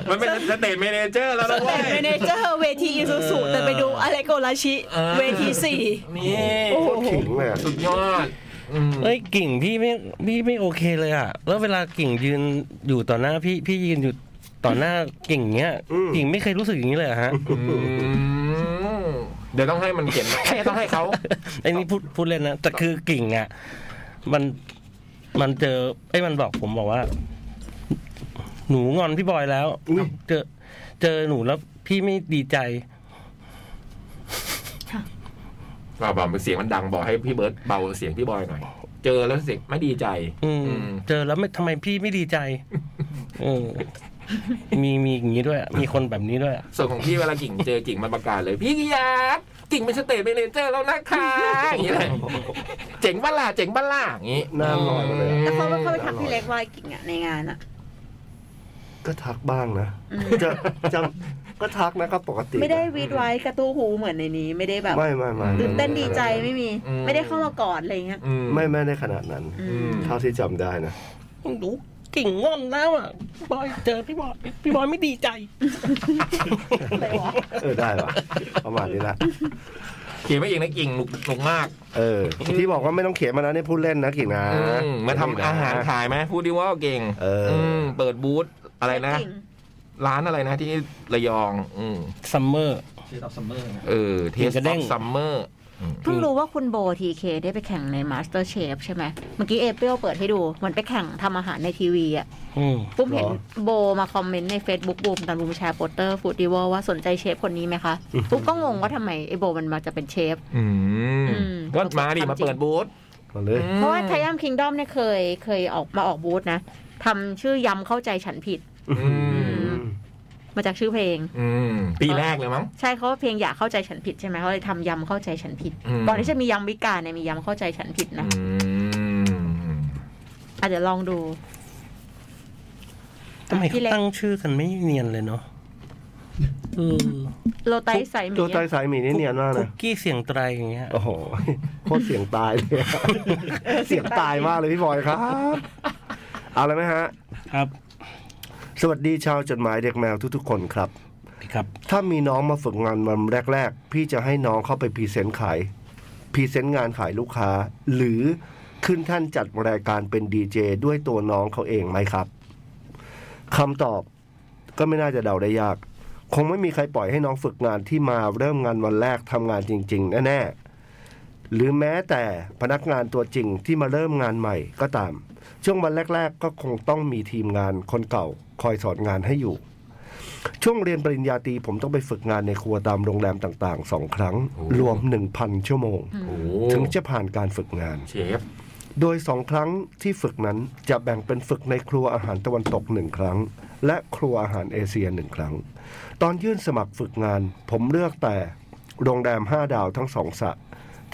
S1: มันเป็นสเตทเมนเจอร์แล้วนะเว้
S3: แต่เมเน
S1: ย
S3: เจอร์เวทีอิซูซุแต่ไปดูอะไรโกราชิ
S1: เออ
S3: เวทีสี่
S1: นี่
S5: โคตรขิงเลยอะ
S1: สุดยอดอืม
S2: เอ้ยกิ่งพี่ไม่พี่ไม่โอเคเลยอ่ะ แล้วเวลากิ่งยืนอยู่ต่อหน้าพี่พี่ยืนอยู่ต่อหน้ากิ่งเนี้ย
S5: อืม
S2: กิ่งไม่เคยรู้สึกอย่างนี้เลยเหรอฮะ
S1: อืมเดี๋ยวต้องให้มันเขียนแค่ต้อง ให้เขา
S2: ไอ้นี่พูดพูดเล่นนะแต่คือกิ่งอ่ะมันมันเจอไอ้ยมันบอกผมบอกว่า หนูงอนพี่บอยแล้วเจอเจอหนูแล้วพี่ไม่ดีใจ
S1: เราบอกเสียงมันดังบอกให้พี่เบิร์ตเบาเสียงพี่บอยหน่อย เจอแล้วเสียงไม่ดีใจ
S2: อืม
S1: อืม
S2: เจอแล้วไม่ทำไมพี่ไม่ดี ใจเออมีมีอย่างนี้ด้วย มีคนแบบนี้ด้วย
S1: ส่วนของพี่เวลากิ่งเจอกิ่งมันประกาศเลย พี่กิยาร์ดกิ่งเป็นสเตทเมเนเจอร์แล้วนะคะอย่างนี้เลยเจ๋งบ้าล่ะเจ๋งบ้าล่ะอย่างนี้
S5: น่าอร่อยเลย
S3: แล้วเขาก็เข้าไปทักพี่เล็กว่ากิ่งอ่ะในงานอ่ะ
S5: ก็ทักบ้างนะจะจะก็ทักนะครับปกติ
S3: ไม่ได้วีดไว้กระตู้หูเหมือนในนี้ ไม่ได้แบบ
S5: ไม่ไม่ไม่
S3: ตื่นเต้นดีใจไม่มี ไม่ได้เข้ามากอดอะไรเงี้ย
S1: อืม
S5: ไม่ไม่ได้ขนาดนั้น
S3: อื
S1: อื
S3: ม
S1: ม
S5: เท่าที่จำได้นะ
S2: หนูกิ่งงอนแล้วอ่ะบอยเจอพี่บอยพี่บอยไม่ดีใจ
S5: เออได้ว่ะประมาณนี้ละ
S1: เขียนไม่เองนะกิ่งหนุกหนุกมาก
S5: เออที่บอกว่าไม่ต้องเขียนมานะนี่พูดเล่นนะกิ่งนะ
S1: อืมมาทำอาหารขายไหมพูดดิว่าเก่ง
S5: เออ
S1: มเปิดบูธอะไรนะ ร้านอะไรนะที่ระยอง อืม
S2: ซัมเมอร์
S4: ชื่อตอบซัมเมอร์นะ
S1: เออเทส
S2: กิน
S1: ต์
S2: กระเด้
S1: อง ฟซัมเมอร์
S3: เพิ่งรู้ว่าคุณโบทีเคได้ไปแข่งใน Master Chef ใช่ไหม เมื่อกี้เอเปิลเปิดให้ดู มันไปแข่งทำอาหารในทีวีอ่ะ
S2: อืม
S3: ปุ๊บเห็นโบมาคอมเมนต์ใน Facebook บูมตอนบูมแชร์โปสเตอร์ฟูดดีวอว่าสนใจเชฟคนนี้ไหมคะ ปุ๊บก็งงว่าทำไมไอโบมันมาจะเป็นเชฟ
S1: อืม
S3: อืม
S1: ก็มาดิมาเปิดบูธ
S5: มาเลย
S3: เพราะว่าไทย m มคิงดอมเนี่ยเคยเคยออกมาออกบูธนะทำชื่อยำเข้าใจฉันผิด
S1: อืม
S3: มาจากชื่อเพลง
S1: อืมปีแรกเลยมั้ง
S3: ใช่เขาว่าเพลงอยากเข้าใจฉันผิดใช่ไหมเขาเลยทำยำเข้าใจฉันผิด
S1: อืม
S3: ก่อนที่จะมียำวิกาลเนี่ยมียำเข้าใจฉันผิดนะ
S1: อืม
S3: อาจจะลองดู
S2: ทำไมเขา
S3: พี่เล็ก
S2: ตั้งชื่อกันไม่เนียนเลยเนาะเออ
S3: โรไตใส่หมี
S5: ตัวใจสายหมีนี่เนียนมาก
S2: คุ
S5: นะ
S2: กกี้เสียงไตรอย่างเงี้ย
S5: โอ้โหโคตรเสียงตายเลยอะเสียงตายมากเลยพี่บอยครับ เอาแล้วไหมฮะ
S2: ครับ
S5: สวัสดีชาวจดหมายเด็กแมวทุกๆคนครับ
S2: พี่ครับ
S5: ถ้ามีน้องมาฝึกงานวันแรก ๆ พี่จะให้น้องเข้าไปพรีเซนต์ขายพรีเซนต์งานขายลูกค้า หรือขึ้นท่านจัดรายการเป็นดีเจด้วยตัวน้องเขาเองไหมครับคำตอบก็ไม่น่าจะเดาได้ยาก คงไม่มีใครปล่อยให้น้องฝึกงานที่มาเริ่มงานวันแรกทำงานจริง ๆ แน่ๆหรือแม้แต่พนักงานตัวจริงที่มาเริ่มงานใหม่ก็ตาม ช่วงวันแรก ๆ ก็คงต้องมีทีมงานคนเก่า คอยสอนงานให้อยู่ ช่วงเรียนปริญญาตรีผมต้องไปฝึกงานในครัวตามโรงแรมต่างๆสองครั้ง รวม 1,000 ชั่วโมง
S1: โอ้
S5: ถึงจะผ่านการฝึกงาน
S1: เชฟ
S5: โดยสองครั้งที่ฝึกนั้นจะแบ่งเป็นฝึกในครัวอาหารตะวันตกหนึ่งครั้ง และครัวอาหารเอเชียหนึ่งครั้ง ตอนยื่นสมัครฝึกงาน ผมเลือกแต่โรงแรม 5 ดาวทั้งสองสระ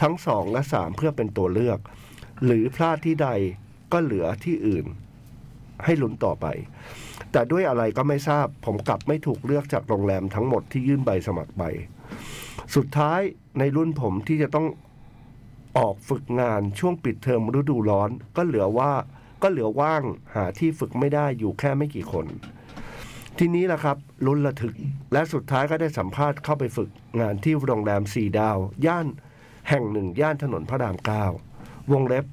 S5: ทั้งสองและสามเพื่อเป็นตัวเลือก หรือพลาดที่ใดก็เหลือที่อื่น ให้ลุ้นต่อไป แต่ด้วยอะไรก็ไม่ทราบ ผมกลับไม่ถูกเลือกจากโรงแรมทั้งหมดที่ยื่นใบสมัครไป สุดท้ายในรุ่นผมที่จะต้อง ออกฝึกงานช่วงปิดเทอมฤดูร้อนก็เหลือว่าก็เหลือว่างหาที่ฝึกไม่ได้อยู่แค่ไม่กี่คน ทีนี้ล่ะครับลุ้นระทึก และสุดท้ายก็ได้สัมภาษณ์เข้าไปฝึกงานที่โรงแรมสี่ดาว ย่านแห่งหนึ่ง ย่านถนนพระรามเก้าวงเล็บ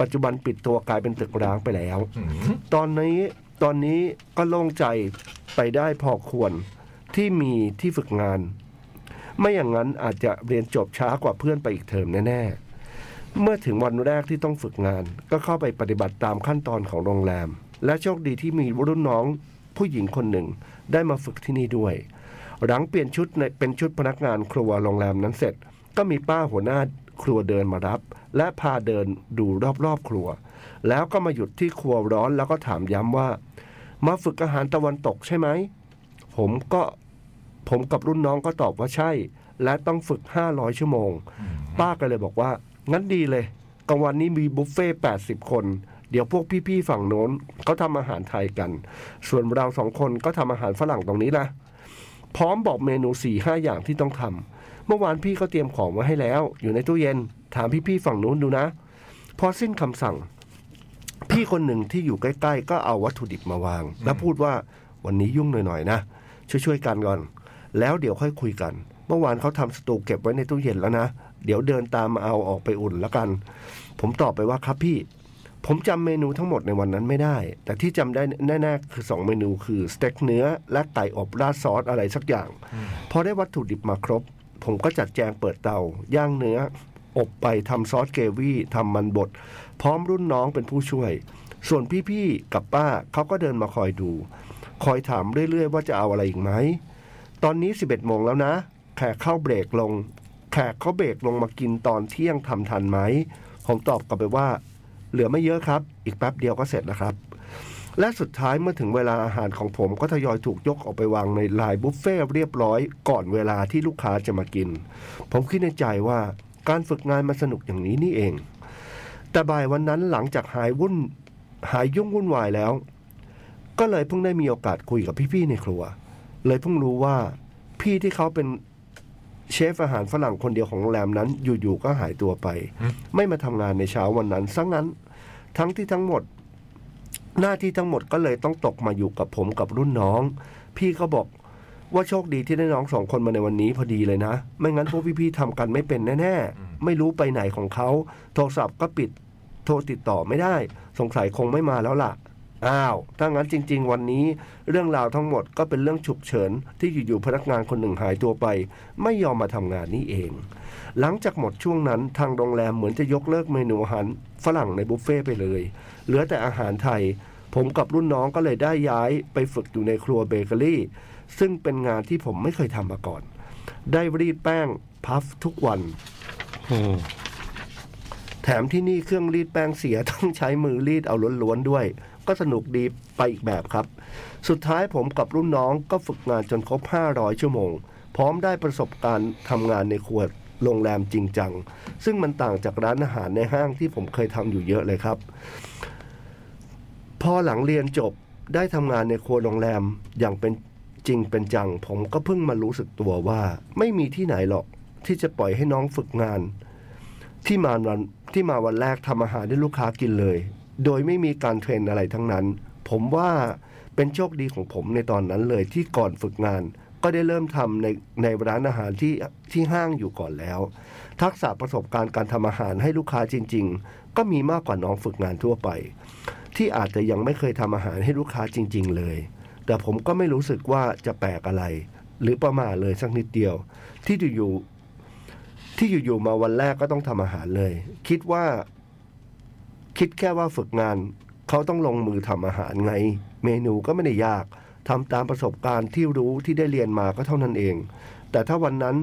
S5: ปัจจุบันปิดตัวกลายเป็นตึกร้างไปแล้ว
S1: อืม
S5: ตอนนี้ตอนนี้ก็โล่งใจไปได้พอควรที่มีที่ฝึกงาน ไม่อย่างนั้นอาจจะเรียนจบช้ากว่าเพื่อนไปอีกเทอมแน่ๆ เมื่อถึงวันแรกที่ต้องฝึกงาน ก็เข้าไปปฏิบัติตามขั้นตอนของโรงแรม และโชคดีที่มีรุ่นน้องผู้หญิงคนหนึ่งได้มาฝึกที่นี่ด้วย หลังเปลี่ยนชุดในเป็นชุดพนักงานครัวโรงแรมนั้นเสร็จ ก็มีป้าหัวหน้าครัวเดินมารับ และพาเดินดูรอบๆครัว แล้วก็มาหยุดที่ครัวร้อนแล้วก็ถามย้ำว่า มาฝึกอาหารตะวันตกใช่ไหม ผมก็ผมกับรุ่นน้องก็ตอบว่าใช่ และต้องฝึก 500 ชั่วโมง ป้าก็เลยบอกว่า งั้นดีเลยกลางวันนี้มีบุฟเฟ่ต์80 คน เดี๋ยวพวกพี่ๆฝั่งโน้นเขาทำอาหารไทยกัน ส่วนเราสองคนก็ทำอาหารฝรั่งตรงนี้ละพร้อมบอกเมนู4ี่ห้าอย่างที่ต้องทำเมื่อวานพี่ก็เตรียมของไว้ให้แล้ว อยู่ในตู้เย็น ถามพี่ๆฝั่งโน้นดูนะ พอสิ้นคำสั่ง พี่คนหนึ่งที่อยู่ใกล้ ๆ ก็เอาวัตถุดิบมาวาง แล้วพูดว่าวันนี้ยุ่งหน่อยๆนะ ช่วยๆกันก่อน แล้วเดี๋ยวค่อยคุยกัน เมื่อวานเขาทำสตูเก็บไว้ในตู้เย็นแล้วนะ เดี๋ยวเดินตามมาเอาออกไปอุ่นแล้วกัน ผมตอบไปว่าครับพี่ ผมจำเมนูทั้งหมดในวันนั้นไม่ได้ แต่ที่จำได้แน่ๆคือ 2 เมนูคือสเต็กเนื้อและไก่อบราดซอสอะไรสักอย่าง พอได้วัตถุดิบมาครบ ผมก็จัดแจงเปิดเตา ย่างเนื้อ อบไปทำซอสเกรวี่ทำมันบด พร้อมรุ่นน้องเป็นผู้ช่วย ส่วนพี่ๆกับป้าเขาก็เดินมาคอยดู คอยถามเรื่อยๆว่าจะเอาอะไรอีกไหม ตอนนี้ 11 โมงแล้วนะ แขกเข้าเบรกลง แขกเขาเบรกลงมากินตอนเที่ยงทำทันไหม ผมตอบกลับไปว่า เหลือไม่เยอะครับ อีกแป๊บเดียวก็เสร็จแล้วครับ และสุดท้ายเมื่อถึงเวลาอาหารของผมก็ทยอยถูกยกออกไปวางในลายบุฟเฟ่ต์เรียบร้อย ก่อนเวลาที่ลูกค้าจะมากิน ผมคิดในใจว่าการฝึกงานมันสนุกอย่างนี้นี่เอง แต่บ่ายวันนั้นหลังจากหายวุ่นหายยุ่งวุ่นวายแล้ว ก็เลยเพิ่งได้มีโอกาสคุยกับพี่ๆในครัว เลยเพิ่งรู้ว่าพี่ที่เขาเป็นเชฟอาหารฝรั่งคนเดียวของโรงแรมนั้น อยู่ๆก็หายตัวไป
S1: อืม
S5: ไม่มาทำงานในเช้าวันนั้นซะงั้น ทั้งที่ทั้งหมด หน้าที่ทั้งหมดก็เลยต้องตกมาอยู่กับผมกับรุ่นน้อง พี่ก็บอกว่าโชคดีที่ได้น้องสองคนมาในวันนี้พอดีเลยนะ ไม่งั้นพวกพี่ๆทำกันไม่เป็นแน่
S1: อืม
S5: ๆ ไม่รู้ไปไหนของเขา โทรศัพท์ก็ปิด โทรติดต่อไม่ได้ สงสัยคงไม่มาแล้วล่ะ อ้าว ถ้างั้นจริง ๆ วันนี้ เรื่องราวทั้งหมดก็เป็นเรื่องฉุกเฉิน ที่อยู่ๆพนักงานคนหนึ่งหายตัวไป ไม่ยอมมาทำงานนี่เอง หลังจากหมดช่วงนั้นทางโรงแรมเหมือนจะยกเลิกเมนูอาหารฝรั่งในบุฟเฟ่ต์ไปเลย เหลือแต่อาหารไทย ผมกับรุ่นน้องก็เลยได้ย้ายไปฝึกอยู่ในครัวเบเกอรี่ ซึ่งเป็นงานที่ผมไม่เคยทำมาก่อน ได้รีดแป้งพัฟทุกวัน
S2: อืม
S5: แถมที่นี่เครื่องรีดแป้งเสีย ต้องใช้มือรีดเอาล้วนๆด้วย ก็สนุกดีไปอีกแบบครับ สุดท้ายผมกับรุ่นน้องก็ฝึกงานจนครบ 500 ชั่วโมง พร้อมได้ประสบการณ์ทำงานในครัวโรงแรมจริงจัง ซึ่งมันต่างจากร้านอาหารในห้างที่ผมเคยทำอยู่เยอะเลยครับ พอหลังเรียนจบได้ทำงานในครัวโรงแรมอย่างเป็นจริงเป็นจัง ผมก็เพิ่งมารู้สึกตัวว่า ไม่มีที่ไหนหรอกที่จะปล่อยให้น้องฝึกงาน ที่มาวันที่มาวันแรกทำอาหารให้ลูกค้ากินเลย โดยไม่มีการเทรนอะไรทั้งนั้น ผมว่าเป็นโชคดีของผมในตอนนั้นเลยที่ก่อนฝึกงาน ก็ได้เริ่มทำในในร้านอาหารที่ที่ห้างอยู่ก่อนแล้ว ทักษะประสบการณ์การทำอาหารให้ลูกค้าจริง ๆ ก็มีมากกว่าน้องฝึกงานทั่วไป ที่อาจจะยังไม่เคยทำอาหารให้ลูกค้าจริง ๆ เลย แต่ผมก็ไม่รู้สึกว่าจะแปลกอะไร หรือประมาทเลยสักนิดเดียว ที่อยู่ๆ ที่อยู่ๆมาวันแรกก็ต้องทำอาหารเลย คิดว่า คิดแค่ว่าฝึกงาน เขาต้องลงมือทำอาหารไง เมนูก็ไม่ได้ยากทำตามประสบการณ์ที่รู้ที่ได้เรียนมาก็เท่านั้นเอง แต่ถ้าวันนั้น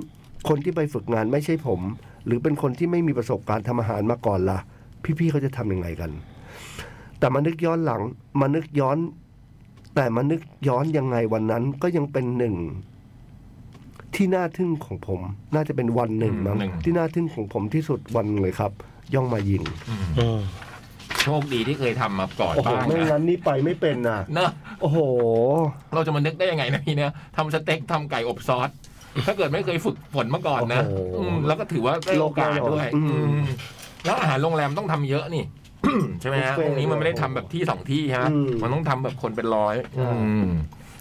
S5: คนที่ไปฝึกงานไม่ใช่ผม หรือเป็นคนที่ไม่มีประสบการณ์ทำอาหารมาก่อนล่ะ พี่ๆเขาจะทำยังไงกัน แต่มานึกย้อนหลังมานึกย้อน แต่มานึกย้อนยังไงวันนั้นก็ยังเป็นหนึ่ง ที่น่าทึ่งของผม น่าจะเป็นวันหนึ่งมั้ง
S1: หนึ่ง
S5: ที่น่าทึ่งของผมที่สุดวันเลยครับ ย่องมายิง
S2: อืม
S1: โชคดีที่เคยทำมาก่อน
S5: โอ้โห
S1: บ้าง
S5: ไม่
S1: นะ
S5: งั้นนี่ไปไม่เป็นนะ
S1: เนอะ
S5: โอ้โห
S1: เราจะมานึกได้ยังไงนะพี่เนี่ยทำสเต็กทำไก่อบซอส ถ้าเกิดไม่เคยฝึกฝนมาก่อนนะ
S5: โอ้โห
S1: อืมแล้วก็ถือว่าได้โอกาสด้วย
S5: อืม
S1: อืมแล้วอาหารโรงแรมต้องทำเยอะนี่ ใช่ไหมฮะ
S5: บุฟเฟ่ต์
S1: ตรงนี้มันไม่ได้ทำแบบที่สองที่ฮะ
S5: อืม
S1: มันต้องทำแบบคนเป็นร้อย
S5: ใช่
S1: อืม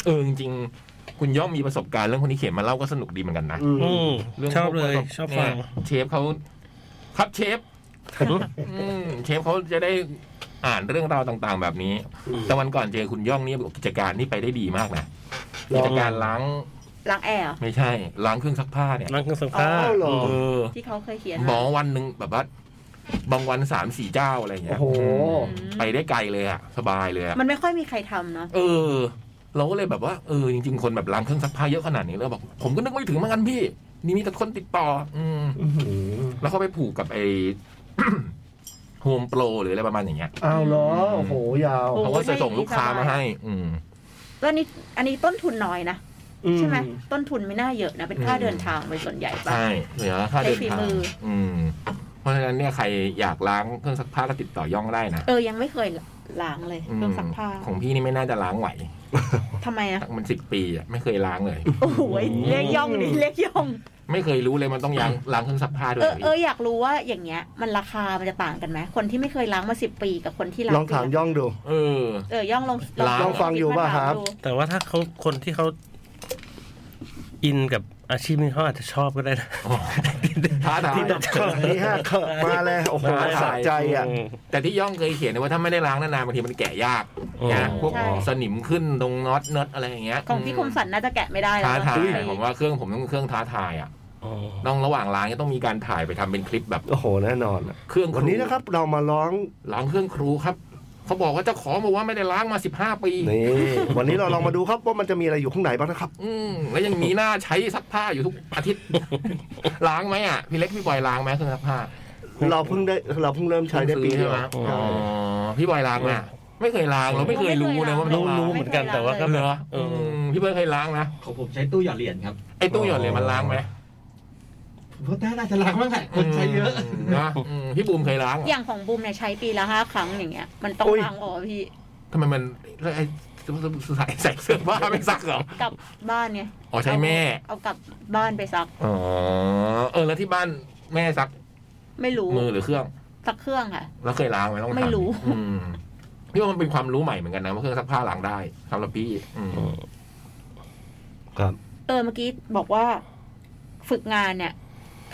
S1: เออจริงๆคุณย่อมมีประสบการณ์เรื่องคนที่เขียนมาเล่าก็สนุกดีเหมือนกันนะ
S5: อืม
S2: อืม
S1: รื่อง
S2: ชอบเลย
S1: พวก
S2: ชอบฟัง
S1: เนี่ยเชฟเขาครับเชฟอืมเชฟเขาจะได้อ่านเรื่องราวต่าง ๆ แบบนี้ แต่วันก่อนเจอคุณย่องนี่กิจการนี่ไปได้ดีมากนะ
S2: ล
S1: กิ
S2: อง
S1: จการล้าง
S3: ล้างแอร์เหรอ
S1: ไม่ใช่ ล้างเครื่องซักผ้าเนี่ย
S2: นั่งเครื่องซักผ้า
S5: อ้าวเหรอ
S1: เออ
S3: ที่เขาเคยเขียน
S1: หมอวันหนึ่งแบบว่าบางวันสามสี่เจ้าอะไรอย่างเงี้ย
S5: โอ้โห
S1: อืม
S3: อืม
S1: ไปได้ไกลเลยอะสบายเลยอะ
S3: มันไม่ค่อยมีใครทำเนาะ
S1: เออ เราก็เลยแบบว่าเออจริง ๆ คนแบบร้านเครื่องซักผ้าเยอะขนาดนี้แล้วบอก ผมก็นึกไม่ถึงเหมือนกันพี่ นี่มีแต่คนติดต่อ อืม
S4: อื้อหือ
S1: แล้วเขาไปผูกกับไอ้ โฮมโปรหรืออะไรประมาณอย่างเงี้ย
S5: อ้าวเหรอโอ้โหยาว
S1: เขาก็จะส่งลูกค้ามาให้ อืม
S3: แล้วนี่อันนี้ต้นทุนน้อยนะ ใช่ไหม
S4: อื
S3: ต้นทุนไม่น่าเยอะนะ เป็นค่า
S1: อืม
S3: เดินทางเป็นส่วนใหญ่ปะ
S1: ใช่เหลือค่าเดิน
S3: ใช้ฝี
S1: ทาง
S3: มือ
S1: อืม เพราะฉะนั้นเนี่ยใครอยากล้างเครื่องซักผ้าก็ติดต่อย่องได้นะ
S3: เออ ยังไม่เคยล้างเลยเครื่องซักผ้า
S1: อืมของพี่นี่ไม่น่าจะล้างไหว
S3: ทำไมอ่ะ
S1: มันสิบปีอะไม่เคยล้างเลย
S3: โอ้โหยเรียกย่องดิ เรียกย่อง
S1: ไม่เคยรู้เลยมันต้องล้างล้างเครื่องซักผ้าด้ว
S3: เอย อเอออยากรู้ว่าอย่างเงี้ย มันราคามันจะต่างกันไหมคนที่ไม่เคยล้างมาสิบปีกับคนที่ล้าง
S5: ลองถาม
S3: ปีละ
S5: ย่องดู
S1: เออ
S3: เออย่องลอง
S1: ลองฟัง
S5: อยู่ป่ะครับ
S3: ดู
S2: แต่ว่าถ้าเขาคนที่เขาอินกับอาชีพนี้เขาอาจจะชอบก็ได้นะ
S1: อ๋อท้าทาย
S5: ที่แบบเขินนี่ฮะเขินมาเลยโอ้โห
S1: มาเลย
S5: สะใจอ่ะ
S2: อืม
S1: แต่ที่ย่องเคยเขียนว่าถ้าไม่ได้ล้างนานๆบางทีมันแกะยาก
S2: อ๋อ
S1: นะพวกสนิมขึ้นตรงน็อตเน็ตอะไรอย่างเงี้ย
S3: ของพี่คมสันน่าจะแกะไม่ได้แล้
S1: ท้าวทาย
S3: เออ
S1: ผมว่าเครื่องผมต้องเครื่องท้าทายอ่ะ
S2: อ๋อ
S1: ต้องระหว่างล้างจะต้องมีการถ่ายไปทำเป็นคลิปแบบ
S5: โอ้โหแน่นอนอะ
S1: เครื่อง
S5: วันนี้นะครับเรามาร้อง
S1: ล้างเครื่องครูครับเขาบอกว่าเจ้าของบอกว่าไม่ได้ล้างมาสิบห้าปี
S5: นี่วันนี้เราลองมาดูครับว่ามันจะมีอะไรอยู่ข้างในบ้างนะครับ
S1: อืมแล้วยังมีหน้าใช้ซักผ้าอยู่ทุกอาทิตย์ ล้างไหมอ่ะพี่เล็กพี่บอยล้างไหมเครื่องซักผ้า
S5: เราเพิ่งได้เราเพิ่งเริ่มใช้ได้ปี
S1: ซื้อ
S5: เดี
S1: ใช่
S5: ยว
S1: ไหม
S5: ใช่
S1: อ๋อพี่บอยล้างไหมไม่เคยล้างเราไม่เคยรู้นะว่ามัน
S2: รู้
S1: ต้องล้าง
S2: รู้เหมือนกันแต่ว่าก็
S1: เหรอ
S2: เอ
S1: อื
S2: อ
S1: มพี่เบิร์ดเคยล้างนะ
S4: ของผมใช้ตู้หยอดเหรียญครับ
S1: ไอ้ตู้หยอดเหรียญมันล้างไหม
S4: ผมก็น่าจะล้างบ้างแหละคนใช้เยอะ
S1: นะอืมพี่บูมเคยล้างเหร
S3: อ
S1: อย่าง
S3: ของบูมเนี่ยใช้ปีละห้าครั้งอย่างเงี้ย มันต้องล้างออกอะพี่
S1: ทำไมมันแล้วไอ้ใส่ใส่เสื้อผ้าไม่ซักเหรอก
S3: ลับบ้านไง
S1: อ๋อใช่แม่
S3: เอากลับบ้านไปซัก
S1: อ๋อเออแล้วที่บ้านแม่ซัก
S3: ไม่รู้
S1: มือหรือเครื่อง
S3: ซักเครื่องค่ะ
S1: แล้วเคยล้างไหมต้องถา
S3: ไม่รู้
S1: อืมพี่ว่ามันเป็นความรู้ใหม่เหมือนกันนะว่าเครื่องซักผ้าล้างได้สำหรับพี่อืม
S2: อืม
S5: ครับ
S3: เออเมื่อกี้บอกว่าฝึกงานเนี่ย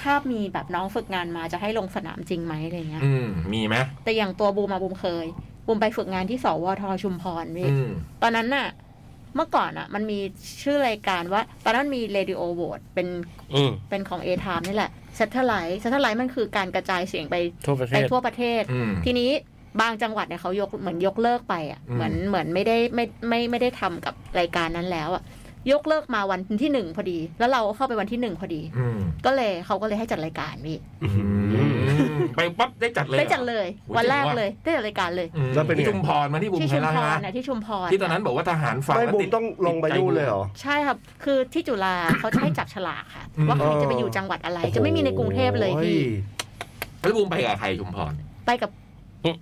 S3: ถ้ามีแบบน้องฝึกงานมาจะให้ลงสนามจริงไหมอะไรเงี้ย
S1: อืมมีไหม
S3: แต่อย่างตัวบูมอะบูมเคย บูมไปฝึกงานที่สวทชุมพรพี่
S1: อืม
S3: ตอนนั้นน่ะ เมื่อก่อนน่ะ มันมีชื่อรายการว่า ตอนนั้นมีเรดิโอโหวตเป็น
S2: อืม
S3: เป็นของเอทามนี่แหละเซทเทอร์ไลท์เซทเทอร์ไลท์มันคือการกระจายเสียงไป
S2: ทั่วประเท
S3: ไป
S2: ศ
S3: ทั่วประเทศ
S1: อืม
S3: ทีนี้บางจังหวัดเนี่ยเขายกเหมือนยกเลิกไปอ่ะ
S1: อืม
S3: เหมือนเหมือนไม่ได้ไม่ไม่ไม่ได้ทำกับรายการนั้นแล้วอ่ะยกเลิกมาวันที่หนึ่งพอดี แล้วเราก็เข้าไปวันที่หนึ่งพอดี
S1: อืม
S3: ก็เลยเขาก็เลยให้จัดรายการพี่
S1: อืมไปปั๊บได้จัดเลยหร
S3: ได้
S1: อ
S3: จัดเลย
S1: โอ้ย
S3: วันแรก
S1: เจ๋งว่ะ
S3: เลยได้จัดรายการเลย
S1: อืม
S5: แล้วเป็นไง
S1: ที่ชุมพรมาที่บูม
S3: ที่
S1: เค
S3: ชุ
S1: ย
S3: ม
S1: ล้าง
S3: พ
S1: ใช่
S3: ร
S1: ไหม
S3: นะที่ชุมพร
S1: ที่ตอนนั้นบอกว่าทหารฝั่ง
S5: ไม่
S1: แล้ว
S5: บุม
S1: ด
S5: ต้องลงไปนู่นเลยเหรอ
S3: ใช่ครับ คือที่จุฬา เขาจะให้จับฉลากค่ะ ว่าใครจะไปอยู่จังหวัดอะไร จะไม่มีในกรุงเทพเลยพี่
S1: แล้วบูมไปกับใครชุมพร
S3: ไปกับ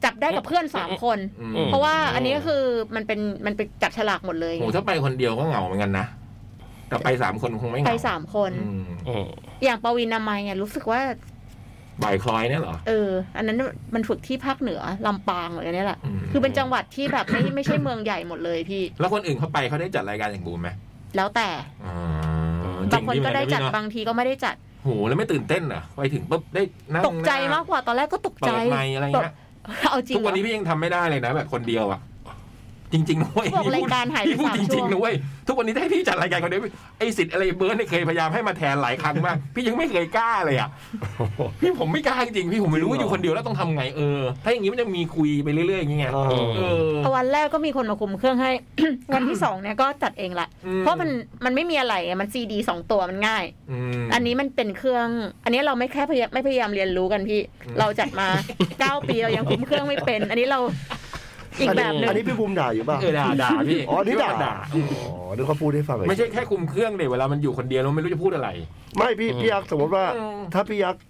S3: จับได้กับเพื่อนสามคน
S1: อืม
S3: เพราะว่าอันนี้ก็คือมันเป็นมันเป็นจับฉลากหมดเลย
S1: โหถ้าไปคนเดียวก็เหงาเหมือนกันนะ แต่ไปสามคนคงไม่เหงา
S3: ไปสามคน
S1: อืม
S2: อืม
S3: อย่างปวีนาไมยเนี่ยรู้สึกว่า
S1: บ่ายคลอยเนี่ยเหรอ
S3: เออ อันนั้นมันฝึกที่ภาคเหนือลำปางเลยเนี่ยแหละ
S1: ม
S3: คือเป็นจังหวัดที่แบบ ไม่ไม่ใช่เมืองใหญ่หมดเลยพี่
S1: แล้วคนอื่นเขาไปเขาได้จัดรายการอย่างบูมไหม
S3: แล้วแต่
S1: อ๋อบ
S3: างคนก็ได้จัด
S1: เงเหมือบ
S3: างทีก็ไม่ได้จัด
S1: โหแล้วไม่ตื่นเต้นเหรอไปถึงปุ๊บได้นั่ง
S3: ตกใจมากกว่าตอนแรกก็ตกใจ
S1: เปิดไมค์อะไรเงี้ย
S3: เอาจริง
S1: ทุกวันนี้พี่ยังทำไม่ได้เลยนะแบบคนเดียวอะจริงๆนะเว้ย
S3: บอกรายการหายไป
S1: พี่พูด
S3: สาม
S1: จ
S3: ช่
S1: ริ
S3: ว
S1: ง
S3: ง
S1: ๆนะเว้ยทุกวันนี้ถ้าให้พี่จัดรายการคนเดียวไอสิทธิ์อะไรเบิร์ดเนี่ยเคยพยายามให้มาแทนหลายครั้งมากพี่ยังไม่เคยกล้าเลยอะพี่ผมไม่กล้าจริงๆพี่ผมไม่รู้ว่าอยู่คนเดียวแล้วต้องทำไงเออถ้าอย่างนี้มันจะมีคุยไปเรื่อยๆอย่างเงี้ย
S5: เออ
S1: เออ
S3: พอวันแรกก็มีคนมาคุมเครื่องให้ วันที่สองเนี่ยก็จัดเองละ
S1: อืม
S3: เพราะมันมันไม่มีอะไรไงมันซีดีสองตัวมันง่าย
S1: ม
S3: อันนี้มันเป็นเครื่อง อันนี้เราไม่แค่พยายามไม่พยายามเรียนรู้กันพี่
S1: อืม
S3: เราจัดมา เก้าปีเรายังคุมเครื่องไม่เป็น อันนี้เราอีกแบบหนึ่
S5: อั
S3: ง
S5: นนี้พี่ภูมิด่าอยู่ป่ะ
S1: เออด่าด่าพี่
S5: อ๋อนี่ด่า
S1: ด่า
S5: อ๋อนึกว่าพูดให้ฟังเลย
S1: ไม่ใช่แค่คุมเครื่องเดี๋ยเวลามันอยู่คนเดียวแล้วไม่รู้จะพูดอะไร
S5: ไม่พี่พี่ยักษ์สมมติว่า
S1: อืม
S5: ถ้าพี่ยักษ์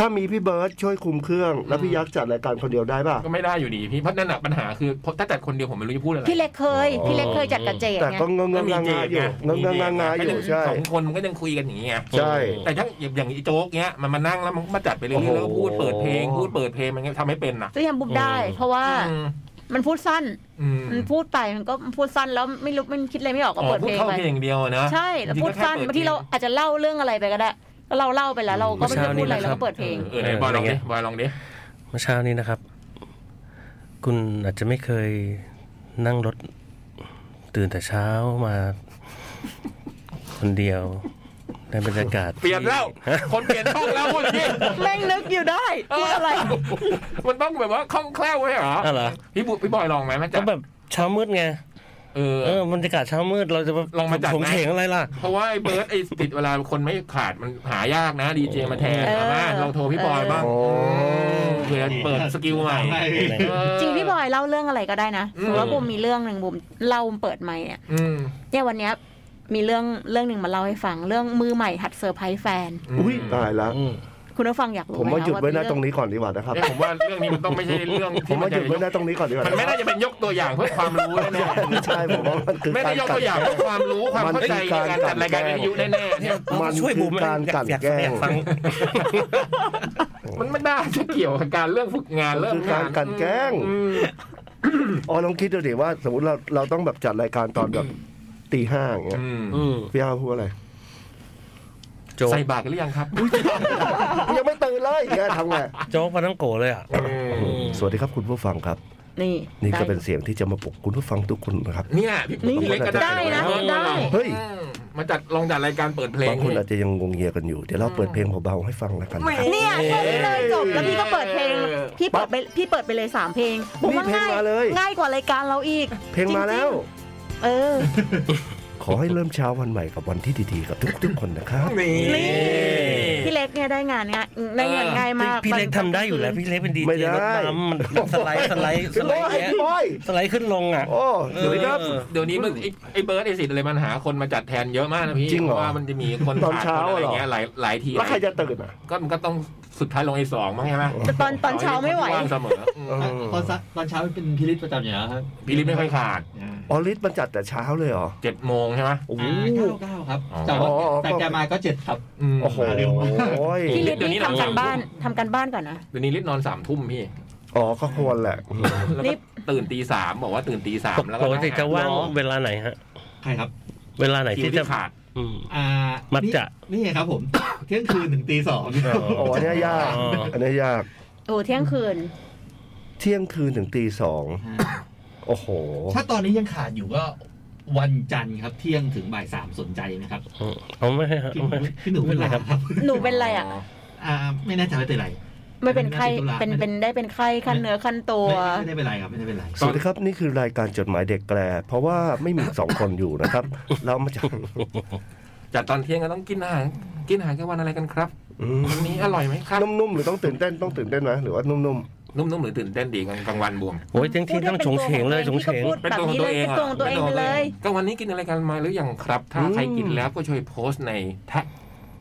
S5: ถ้ามีพี่เบิร์ดช่วยคุมเครื่อง แล้วพี่ยักษ์จัดรายการคนเดียวได้ป่ะ
S1: ก็ไม่ได้อยู่ดีพี่เพราะนั่นแหะปัญหาคือเพราะถ้าจัดคนเดียวผมไม่รู้จะพูดอะไร
S3: พี่เล็กเคย
S5: อ๋อ
S3: พี่เล็กเคยจัดกระเจด
S5: แต่
S3: ไง
S5: ก็เงง
S1: ก็
S5: งงงาอยู่เงงงงาอยู่ใช่
S1: สองคนมันก็ยังคุยกันอย่างเงี้ย
S5: ใช่
S1: แต่ถ้าอย่างอย่างอีโจ๊กเงี้ยมันมานั่งแล้วมันก็มาจัดไปเรื่อยๆแล้วก็พูดเปิดเพลงพูดเปิดเพลงมันเงี้ยทำให้เป็นนะ
S3: ก็ยังบุมได้ เพราะว่า
S1: อืม
S3: มันพูดสั้น
S1: อืม
S3: มันพูดไปมันก็พูดสั้นแล้วไม่รู้มันคิดอะไรไม่ออกก็
S1: อ๋อ
S3: เปิด
S1: พูด
S3: เพลง
S1: เข้า
S3: ไป
S1: เพลงอย่างเดียวอะนะ
S3: ใช่แล้ว
S1: จริ
S3: พู
S1: ๆ
S3: ด
S1: ก็แค่
S3: สั้นบางทีเราอาจจะเล่าเรื่องอะไรไปก็ได้ก็เราเล่าไปแล้วเราก็ไม่ได้พูดอะไรแล้วก็เปิดเพลง
S1: เออไหนบอยลองดิบอยลองดิ
S2: เมื่อเช้านี้นะครับ คุณอาจจะไม่เคยนั่งรถ ตื่นแต่เช้ามา คนเดียวในบรรยากาศ
S1: เปลี่ยนแล้วคนเปลี่ยนช่องแล้วเมื่อกี้
S3: แม่งนึกอยู่ได้พูดอะไร
S1: มันต้องแบบว่าคล่องแคล่วไว้เหรอ
S2: อ้าวเหรอ
S1: พี่บุพี่บอยลองไหมแม่จั
S2: ก็
S1: ด
S2: แบบเช้ามืดไง
S1: เออ
S2: เออบรรยากาศเช้ามืดเราจะ
S1: ลองมาจัด
S2: ผม
S1: นะ
S2: เฉงอะไรล่ะ
S1: เพราะว่าไอ้เบิร์ดไอ้ติดเวลาคนไม่ขาดมันหายากนะดีเจมาแทน
S3: เออ
S1: สามารถลองโทรพี่บอยบ้าง
S5: โอ้
S1: มเผื่อเปิดสกิลใหม่เออ
S3: จริงพี่บอยเล่าเรื่องอะไรก็ได้นะ
S1: อื
S3: ส
S1: ม
S3: มมติว่าบุมมีเรื่องหนึ่งบุมเล่าเปิดใหม่เนี่ย
S1: อืม
S3: เนี่ยวันเนี้ยมีเรื่องเรื่องหนึ่งมาเล่าให้ฟัง เรื่องมือใหม่หัดเซอร์ไพรส์แฟน
S5: อุ้ยตายแล้ว
S2: อืม
S3: คุณผู้ฟังอยากรู้
S5: ผมว่าหยุดไว้นะ
S3: เป็
S5: ตรงนี้ก่อนดีกว่านะครับ
S1: เนี่ยผมว่าเรื่องนี้มันต้องไม่ใช่เรื่อง
S5: ผมว่าห
S1: จะ
S5: ยุดไว้นะตรงนี้ก่อนดีกว่า
S1: มัน
S5: นะค
S1: ไม่
S5: รับ
S1: น่าจะเป็นยกตัวอย่างเพื่อความรู้แน่
S5: ไม่ใช่ผมว่ามันคือ
S1: ๆไม่
S5: กา
S1: ได้
S5: ร
S1: ยกตั
S5: ตัด
S1: วอย่างเพื่อความรู้ความเข้าใจในการจัดรายการวิทยุแน่ๆเนี่ย
S5: มัน
S2: ช่วยบูม
S5: คือการกลั่น
S2: อย
S5: แกล้ง
S2: อยาฟัง
S1: มันไม่น่าจะเกี่ยวกับการเรื่องฝึกงาน
S5: มัน
S1: เรื่อ
S5: คือ
S1: งาก
S5: งานรกลั่นแกล้ง
S1: อืม
S5: อ๋อลองคิดดูดิว่า สมมติเราเราต้องแบบจัดรายการตอนแบบตีห้าอย่างเงี้ย
S1: อืม
S2: อืม
S5: พี่อาพูดอะไร
S2: โจ๊ก
S1: ใส่บาตรกันหรือยังครับ
S5: ยังไม่ตื่นเลยแกทำไง
S2: โจ๊กปาทั้งโกะเลยอ่ะ
S1: อืม
S5: สวัสดีครับคุณผู้ฟังครับ
S3: นี่
S5: นี่ก็เป็น
S3: ได้
S5: เสียงที่จะมาปลุกคุณผู้ฟังทุกคนนะครับ
S1: เนี่ยพี่
S3: นี่
S1: พี่เล็กก็ได้
S3: ได้นะได้
S5: เฮ้ย
S1: อืมมาจัดลองจัดรายการเปิดเพลง
S5: บางคนอาจจะยังงงเงียกันอยู่ เดี๋ยวเราเปิดเพลงเบาๆให้ฟังแล้วกันนะครับ
S3: เนี่ยแค่นี้เลยจบแล้วพี่ก็เปิดเพลงพี่เปิดไปพี่เปิดไปเลยสามเพลงผมว่า
S5: นี่เพลง
S3: ง่าย
S5: มาเลย
S3: ง่ายกว่ารายการเราอีก
S5: เพลงมาแล้ว
S3: เออ
S5: ขอให้เริ่มเช้าวันใหม่กับวันที่ดีๆกับทุกๆคนนะครับ
S1: นี่
S3: นี่ พี่เล็กเนี่ยได้งานง่ายได้เงินง่ายมาก
S2: พี่เล็กทำได้อยู่แล้ว พี่เล็กเป็นดี
S5: ไม่
S2: เจ
S5: ได้
S2: รถน้ำมันสไลด์สไลด์สไลด์แยะ
S5: โอ้ย
S2: สไลด์ขึ้นลงอ่ะ
S5: โอ้ยสวัสดีครับ
S2: เออ
S1: เดี๋ยวนี้มันไอ้ไอ้เบิร์ดไอ้สิทธิ์อะไรมันหาคนมาจัดแทนเยอะมากนะพี่
S5: จริงเหรอ
S1: พาะว่ามันจะมีคน
S5: ตอนเช้า
S1: ขาดค
S5: เหร
S1: นอะไร
S5: อ
S1: เงี้ยหลายหลายที
S5: แล้วใครจะตื่นอ่ะ
S1: ก็มันก็ต้องสุดท้ายลงไอ้สองมั้งใช่ไหม
S3: แต่ตอนตอนเช้าไม่ไหว
S1: งเสมออืม
S5: เออ
S4: ตอนสักตอนเช้าเป็นพิริตประจำอยู่แล้วครับ
S1: พี่ลิฟไม่ค่อยขาด
S5: ออลิสมันจัดแต่เช้าเลยเหรอ
S1: เจ็ดโมงใช่ไหม
S5: โอ้โห
S4: อ่าเก้าเก้าครับ
S1: อ๋อ
S4: แต่ว่า
S5: อ๋อ
S4: แต่แกมาก็เจ็ดครับ
S1: อืม
S5: โอ้โหโอ้ย
S3: พี่เล็ก
S1: เดี๋ยวนี้
S3: นี่ทำกัน
S1: เรา
S3: บ้านทำกันบ้านก่อนนะ
S1: เดี๋ยวนี้ลิฟนอนสามทุ่มพี่
S5: อ๋อก็ควรแหละ
S1: แล้ว
S3: ลิ
S1: ก็
S3: ฟ
S1: ตื่นตีสามบอกว่าตื่นตีสามแล้วก็
S2: ปกติจะว่าง
S4: เหรอ
S2: เวลาไหนฮะ
S4: ใครครับ
S2: เวลาไหน
S1: คิว
S2: ที่จะ
S1: ที่ขาด
S2: อืม
S4: อ่า
S2: มั
S4: มั
S2: จจะ
S4: นี่ไงครับผม เที่ยงคืนถึงตีสอง
S5: อ๋ออันเนี้ยยาก อันเนี้ยยาก
S3: โอ้เที่ยงคืน
S5: เที่ยงคืนถึงตีสอง โอ้โห
S4: ถ้าตอนนี้ยังขาดอยู่ก็วันจันทร์ครับเที่ยงถึงบ่ายสามสนใจนะครับ
S2: อืมเอาไม่ให้ฮะ
S4: พี่
S2: เอาไม่
S4: พี่หนูเป็นไรครับ
S3: หนูเป็นไรอ่ะ
S4: อ่าไม่แน่ใจว่าเป็นไร
S3: ไม่เป็นไข้
S4: ไม่ได้
S3: เป็น
S4: ไม่ได้
S3: เป็นได้เป็นไข้ขั้นเนื้อขั้นตัว
S4: ไม่ไม่ได้เป็นไรครับไม่ได้เป็นไร
S5: สวัสดีครับ นี่คือรายการจดหมายเด็กแกลเพราะว่าไม่มีสองคนอยู่ นะครับ เรามาจาก
S1: จัดตอนเที่ยงก็ต้องกินอาหารกินอาหารกลางวันอะไรกันครับ
S5: อืม
S1: วันนี้อร่อยไหมครับ
S5: นุ่มๆหรือต้องตื่นเต้นต้องตื่นเต้นไหมหรือว่านุ่ม
S1: นุ่มๆหรือตื่นเต้นดีกลางวันบวง
S2: โอ้ยเที่ยงที่ต้องชงเฉงเลยชงเฉง
S3: พี่ก็พูด
S1: เป็นตัวของตัวเอง
S3: แบบนี้เลยเป็นตัวของตัวเองไปเลย
S1: ก็วันนี้กินอะไรกันมาหรือยังครับ ถ้าใครกินแล้วก็ช่วยโพสต์ในแท็ก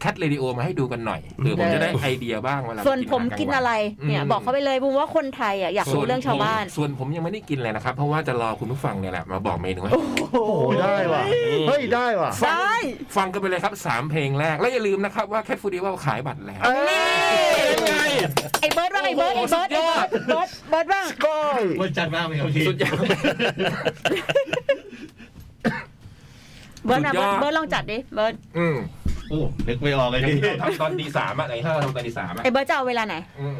S1: แคทเรดิโอมาให้ดูกันหน่อยเผื่อผมจะได้ไอเดียบ้างเวลา
S3: ส่วนผมกินอะไรเนี่ย
S1: ม
S3: บอกเขาไปเลยบุมว่าคนไทยอ่ะอยาก
S1: ส่
S3: รู้เรื่องชาวบ้าน
S1: ผมส่วนผมยังไม่ได้กินเลยนะครับ เพราะว่าจะรอคุณผู้ฟังเนี่ยแหละมาบอกเมนูให้
S5: ๆ โอ้โห ได้ว่ะ เฮ้ย ได้ว่ะ
S3: ได้
S1: ฟังกันไปเลยครับสามเพลงแรกและอย่าลืมนะครับว่าแคทฟูดีว่าขายบัตรแล้ว
S5: เอ้ย
S3: ไอ้เบิร์ดบ้างไอ้เบิร์ดไอ้เบิร์ดไอ้เบิร์ดเบิร์ดเบิร์ดบ้าง
S5: ก้อย
S4: วันจันทร์มากไหมครับพี่
S1: สุดยอด
S3: เบิร์ดนะ
S1: สุดยอด
S3: เบิร์ดลองจัดดิเบิร์ด
S1: อืม
S4: โอ้นึกไม่ออกเลย
S1: อย่าง
S4: พี่
S1: ที่เราทำตอนตีสามอะไหนห้าเราทำตอนตีสามอะ
S3: ไอ้เบิร์ดจะเอาเวลาไหน
S1: อืม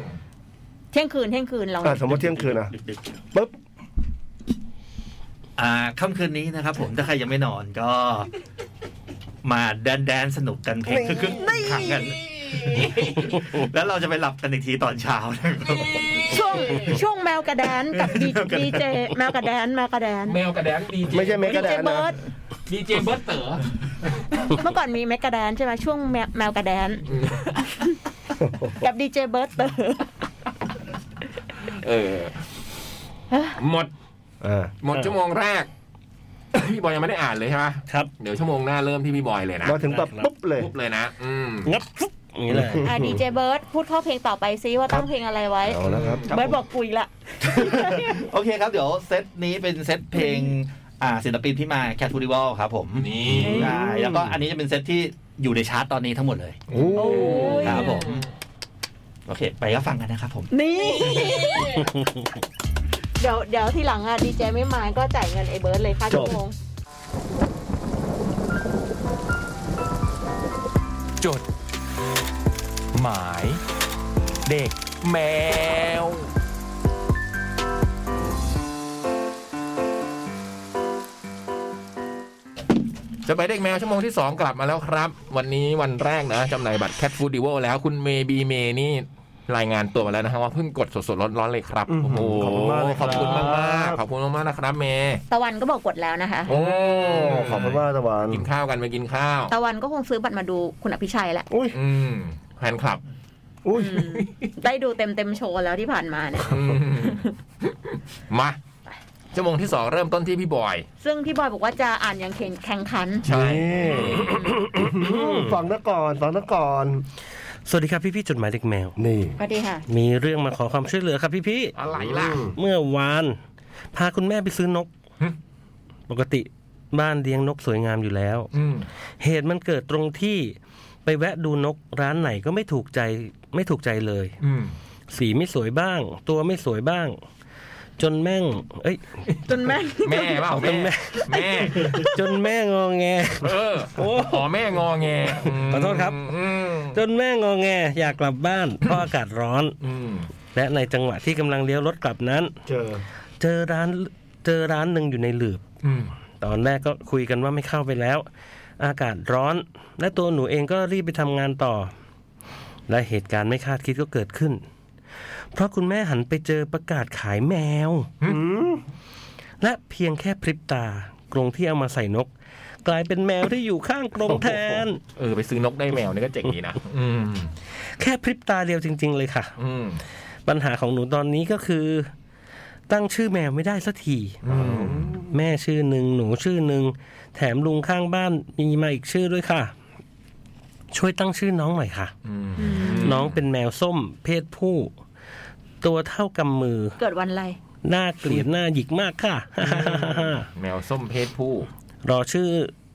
S3: เที่ยงคืนเที่ยงคืนลอง
S5: อ่ะสมมติเที่ยงคืนอ่ะปุ๊บ
S7: อ่าค่ำคืนนี้นะครับผมถ้าใครยังไม่นอนก็ มาแดนแดนสนุกกันเพลงคือขังกัน แล้วเราจะไปหลับกันอีกทีตอนเช้านะครับ
S3: ช่วงช่วงแมวกระแดนกับดี
S7: แมวกระแดน
S3: ดีเจแมวกระแดนแมวกระแดน
S1: แมวกระแดนดีเจ
S5: ไม่ใช่แมวกระแด
S3: เจ
S5: นนะ
S3: เบิร์ด
S1: ดีเจเบิร์ดเต๋อ
S3: เมื่อก่อนมีแมวกระแดนใช่ไหมช่วงแมวแมวกระแดน
S1: อืม
S3: กับดีเจเบิร์ดเตอร์
S1: เออ หมด
S5: อ่า
S1: หมดชั่วโมงแรก พี่บอยยังไม่ได้อ่านเลยใช่ไหม
S2: ครับ
S1: เดี๋ยวชั่วโมงหน้าเริ่มที่พี่บอยเลยนะ
S5: มาถึงแบบปุ๊บเลย
S1: ปุ๊บเลยนะ อืม
S2: งับปุ๊บอย่างนี้เลย
S3: อ่ะดีเจเบิร์ดพูดเข้าเพลงต่อไปซิว่าตั้งเพลงอะไรไว้
S5: เอาแล้วครับ
S3: เบิร์ดบอกกุยละ
S7: โอเคครับเดี๋ยวเซตนี้เป็นเซตเพลงอ่าศิลปินที่มาแคทฟูดิวัลครับผม
S1: นี่
S7: ได้แล้วก็อันนี้จะเป็นเซตที่อยู่ในชาร์ตตอนนี้ทั้งหมดเลย
S5: โอ้
S3: โอ้ย
S7: ครับผม โอเค ไปก็ฟังกันนะครับผม
S3: นี่ เดี๋ยวเดี๋ยวทีหลังอ่ะดีเจไม่มาก็จ่ายเงินไอ้เบิร์ดเลยค่าชั่วโมง
S1: จด หมาย เด็กแมว จะไปเด็กแมวชั่วโมงที่ 2 กลับมาแล้วครับ วันนี้วันแรกนะจำหน่ายบัตรแคทฟูด d ิโวแล้วคุณเมบีเมนี่ รายงานตัวมาแล้วนะฮะว่าเพิ่งกดสดๆร้อนๆเลยครับ
S5: อืม
S1: โอ้โห
S5: ขอบคุณมากเลย
S1: ขอบคุณ
S5: ครับ
S1: มากๆขอบคุณมากๆนะครับเมย์
S3: ตะวันก็บอกกดแล้วนะคะ
S1: โอ้
S5: ขอบคุณมากตะวัน
S1: กินข้าวกันไปกินข้าว
S3: ตะวันก็คงซื้อบัตรมาดูคุณอภิชัยแหละ
S5: อุ้ย
S1: อืมแฟนคลับ
S5: อุ้ย
S3: อืมได้ดูเต็มเต็มๆโชว์แล้วที่ผ่านมาเนี่ย
S1: อืมมาชั่วโมงที่สองเริ่มต้นที่พี่บอย
S3: ซึ่งพี่บอยบอกว่าจะอ่านอย่างแข่งแข่งขัน
S1: ใช่
S5: นี่ฟังนะก่อนฟังนะก่อน
S2: สวัสดีครับพี่พี่ๆจดหมายเด็กแมว
S5: นี่
S3: สวัสดีค่ะ
S2: มีเรื่องมาขอความช่วยเหลือครับพี่พี่
S1: อะไรล่ะ
S2: ๆเมื่อวาน พาคุณแม่ไปซื้อนก
S1: หึ
S2: ปกติบ้านเลี้ยงนกสวยงามอยู่แล้ว
S1: อืม
S2: เหตุมันเกิดตรงที่ไปแวะดูนกร้านไหนก็ไม่ถูกใจไม่ถูกใจเลย
S1: อืม
S2: สีไม่สวยบ้าง ตัวไม่สวยบ้าง จนแม่ง เอ้ย
S3: จนแม่ง
S1: แม่เปล่า
S2: เอาเป็
S1: แม่
S2: นแม่
S1: แม่
S2: จนแม่งอแง
S1: เออ
S2: โอ้
S1: ขอแม่งอแงม
S2: ขอโทษครับ
S1: อืม
S2: จนแม่งอแง อยากกลับบ้านเพราะอากาศร้อน
S1: อืม
S2: และในจังหวะที่กำลังเลี้ยวรถกลับนั้น
S5: เจอ
S2: เจอร้านเจอร้านหนึ่งอยู่ในหลืบ
S1: อืม
S2: ตอนแรกก็คุยกันว่าไม่เข้าไปแล้ว อากาศร้อน และตัวหนูเองก็รีบไปทำงานต่อ และเหตุการณ์ไม่คาดคิดก็เกิดขึ้น เพราะคุณแม่หันไปเจอประกาศขายแมว
S5: อืม
S2: และเพียงแค่พริบตากรงที่เอามาใส่นก กลายเป็นแมวที่อยู่ข้างกรงแทน
S1: เออไปซื้อนกได้แมวนี่ก็เจ๋งดีนะอืม
S2: แค่พริบตาเดียวจริง ๆ เลยค่ะ
S1: อืม
S2: ปัญหาของหนูตอนนี้ก็คือ ตั้งชื่อแมวไม่ได้สักที
S1: อืม
S2: แม่ชื่อหนึ่งหนูชื่อหนึ่งแถมลุงข้างบ้านมีมาอีกชื่อด้วยค่ะ ช่วยตั้งชื่อน้องหน่อยค่ะ
S1: อืม
S2: น้องเป็นแมวส้ม เพศผู้ ตัวเท่ากำมือ
S3: เกิดวันอะไร
S2: หน้าเกลียดหน้าหยิกมากค่ะ
S1: แมวส้มเพศผู้
S2: รอชื่อ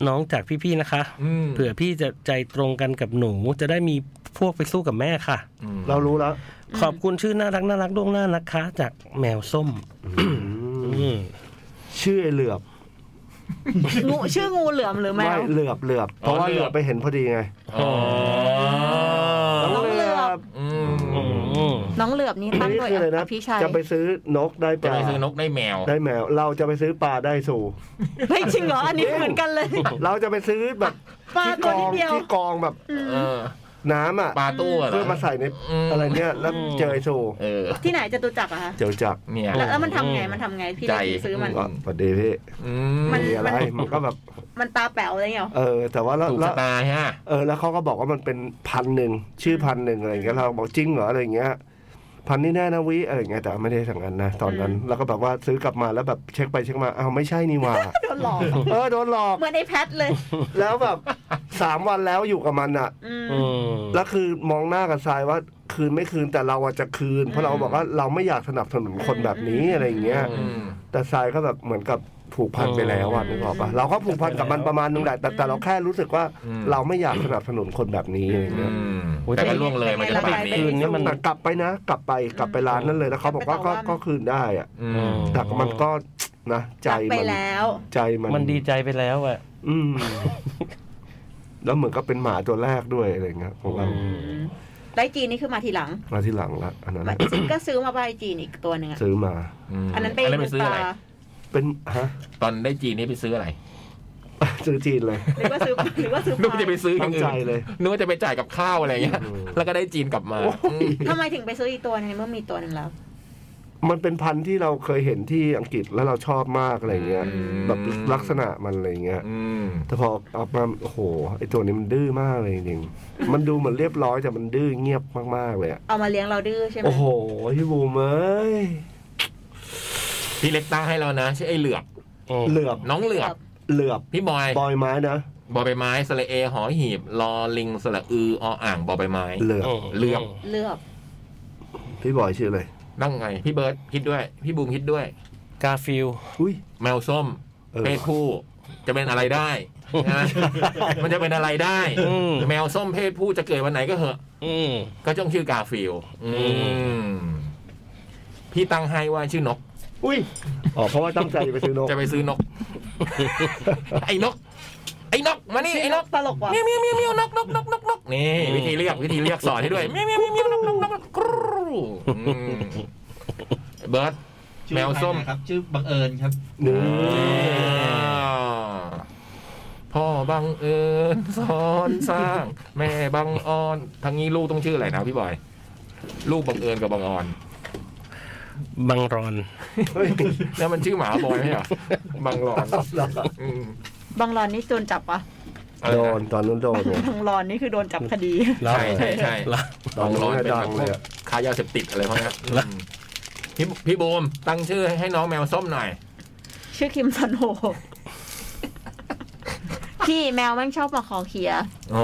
S2: น้องจากพี่ๆนะคะ
S1: อืม
S2: เผื่อพี่จะใจตรงกันกับหนูจะได้มีพวกไปสู้กับแม่ค่ะ
S1: ม
S5: เรารู้แล้ว
S2: ขอบคุณชื่อน่ารักน่ารักล่วงหน้านะคะ จากแมวส้ม อืม
S5: ชื่อไอ้เหลือบ
S3: งูชื่องูเหลือมหรือแม
S5: ไม่
S3: ว
S5: เหลือบเหลือบ เพราะว่าเหลือบไปเห็นพอดีไง
S1: อ๋อ
S3: น้องเหลือบ
S1: อืม
S2: อืม
S3: น้องเหลือบนี่ตั้ง
S5: นี่
S3: โดย
S5: คืออะไรนะ
S3: อภิชัย
S5: จะไปซื้อนกได้ป
S1: จะ
S5: ลา
S1: ไปซื้อนกได้แมว
S5: ได้แมว เราจะไปซื้อปลาได้สู
S3: เฮ้ยจริงเหรอ อันนี้เหมือนกันเลย
S5: เราจะไปซื้อแบบ
S3: ปลา
S5: ที่
S3: ตั
S5: ก
S3: ว
S5: อ
S3: นิด
S5: ง
S3: เดียว
S5: ที่กองแบบ
S1: เออ
S5: น้ำอ่ะ
S1: ปลาตู้เหรอ
S5: เพื่อมาใส่ในอะไรเนี่ย แล้วเจอไอ้สู
S1: เออ
S3: ที่ไหนจะตุจักรอะคะ
S5: เจอจักร
S1: เนี่ย
S3: แล้วแล้วมันทำไง
S2: อืม
S3: มันทำไงพี่
S1: ใจ
S3: เล็กซื้อมัน
S5: ก็พอดีพี่
S1: อื
S3: มั
S1: มัน น
S5: มีอะไรมันก็แบบ
S3: มันตาแป๋วอะไรอย่างเงี้ยเหรอ
S5: เออ แต่ว่าแล้ว
S1: ถูก
S5: แล้
S1: ชะ
S5: ว
S1: ตาฮะ
S5: เออแล้วเขาก็บอกว่ามันเป็นพันหนึ่งชื่อพันหนึ่งอะไรอย่างเงี้ยเราบอกจริงเหรออะไรอย่างเงี้ยพันนี่แน่นะวิอะไรอย่างเงี้ยแต่ไม่ได้สั่งนั้นนะตอนนั้นแล้วก็แบบว่าซื้อกลับมาแล้วแบบเช็คไปเช็คมาอ้าวไม่ใช่นี่ หว่า
S3: โดนหลอก
S5: เออโดนหลอก
S3: เหมือนไอ้แพทเลย
S5: แล้วแบบสามวันแล้วอยู่กับมันอะ
S3: อืม
S2: อืม
S5: แล้วคือมองหน้ากับทรายว่าคืนไม่คืนแต่เราอะจะคืน เพราะเราบอกว่าเราไม่อยากสนับสนุนคนแบบนี้อะไรอย่างเงี้ย
S1: อืม
S5: แต่ทรายก็แบบเหมือนกับผูกพันไปแล้วอะนึกออกปะเราก็ผูกพันกับมันประมาณนึงแหละแต่แต่เราแค่รู้สึกว่าเราไม่อยากสนับสนุนคนแบบนี้อะไรอย่าง
S1: อื
S5: เงี้ย
S1: ม
S2: โอ้ย
S1: แต่ก็ล่วงเลยมาจนป่านนี้
S2: คืนนี้มัน
S5: แต่กลับไปนะ กลับไปกลับไปร้านนั้นเลยแล้วเขาบอกว่าก็
S3: ไปต่อว่า
S5: ก็คืนได้อะ
S1: อื
S2: อื
S1: ม
S2: ม
S5: แต่มันก็นะใจ
S3: จับไป
S5: มัน
S3: แล้ว
S5: ใจมัน
S2: มันดีใจไปแล้วอะ
S5: อืมแล้วเหมือนก็เป็นหมาตัวแรกด้วยอะไรเงี้ยของเรา
S3: ได้จีนนี่คือมาทีหลัง
S5: มาที่หลังละอันนั้น
S3: มันก็ซื้อมาใบจีนอีกตัวหนึ่งอะ
S5: ซื้อมา
S3: อันนั้นไป
S1: อันนั้นไปซื้ออะไร
S5: เป็นฮะ
S1: ตอนได้จีนนี่ไปซื้ออะไร
S5: ซื้อจีนเลย
S3: หรือว่าซื้อหรือว่าซื้อป
S1: นึกว่า
S3: ลา
S1: จะไปซื้ออย่างอื่
S5: ตั้
S1: น
S5: งใจเลย
S1: นึกว่าจะไปจ่ายกับข้าวอะไรอย่างเงี้ย แล้วก็ได้จีนกลับมาอืม
S3: ทำไมถึงไปซื้ออีกตัวหนึงในเมื่อมีตัวหนึ่งแล้ว
S5: มันเป็นพันธุ์ที่เราเคยเห็นที่อังกฤษแล้วเราชอบมากอะไรเงี้ย
S1: อืม
S5: แบบลักษณะมันอะไรเงี้ย
S1: อืม
S5: แต่พอออกมาโอ้โหไอตัวนี้มันดื้อมากเลยจริงๆมันดูเหมือนเรียบร้อยแต่มันดื้อเงียบมากๆเลยอะ
S3: เอามาเลี้ยงเราดื้อใช่ไหม
S5: โอ้โห พี่บูมเอ้ย
S1: พี่เล็กตั้งให้แล้วนะชื่อไอ้เหลือบ
S5: เหลือบ
S1: น้องเหลือบ
S5: เหลือบ
S1: พี่บอย
S5: บอยไม้นะ
S1: บอใบไม้สระเอ หอหีบลอลิงสระอือออ่างบอใบไม้
S5: เหลือบ
S1: เหลือบ
S3: เลือก
S5: พี่บอยชื่ออะไร
S1: นั่งไง พี่เบิร์ดคิดด้วย พี่บูมคิดด้วย
S2: กาฟิล
S5: อุ้ย
S1: แมวส้ม
S5: เออ
S1: เพศผู้จะเป็นอะไรได้นะมันจะเป็นอะไรได้ แมวส้มเพศผู้จะเกิดวันไหนก็เหอะ
S2: อืม
S1: ก็จ้องชื่อกาฟิลด์อืมพี่ตั้งให้ว่าชื่อนก
S5: อุ้ยอ๋อเพราะว่าตั้งใจจะไปซื้อนก
S1: จะไปซื้อนก ไอ้นก ไอ้นกมานี่ไอ้นก
S3: ตลกว่ะ
S1: เมียวเมียวเมียวเมียวนกนกนกนกนกนี่
S2: อืม
S1: วิธีเรียกวิธีเรียกสอนให้ด้วยเมียวเมียวเมียวเมียวนกนกนกนกกรูอืมเบิร์ด
S4: ชื่อ
S1: แมวส้ม
S4: ใครนะครับ ชื่อบังเอิญครับ
S5: นี่
S1: พ่อบังเอิญสอนสร้าง แม่บังออนทางนี้ลูกต้องชื่ออะไรนะพี่บอย ลูกบังเอิญกับบังออน
S2: บังรอน
S5: เฮ้ย
S1: แล้วมันชื่อหมาบอยไหมเหรอบังรอนอืม
S3: บังรอนนี่โดนจับปะ
S1: อะไร
S5: โด
S1: นะ
S5: นตอนนู้นโดนเลย
S3: บังรอนนี่คือโดนจับคดี
S2: แล้ว
S1: ใช่ใช่ใช่
S2: แล้ว
S5: ตอนนู้นก็ดังเลยอะ
S1: ค้ายาเสพติดอะไรพวกเนี้ยอืมพี่พี่บูมตั้งชื่อให้น้องแมวส้มหน่อย
S3: ชื่อคิมซอนโฮพี่แมวแม่งชอบมาขอเคลียร์
S1: อ๋อ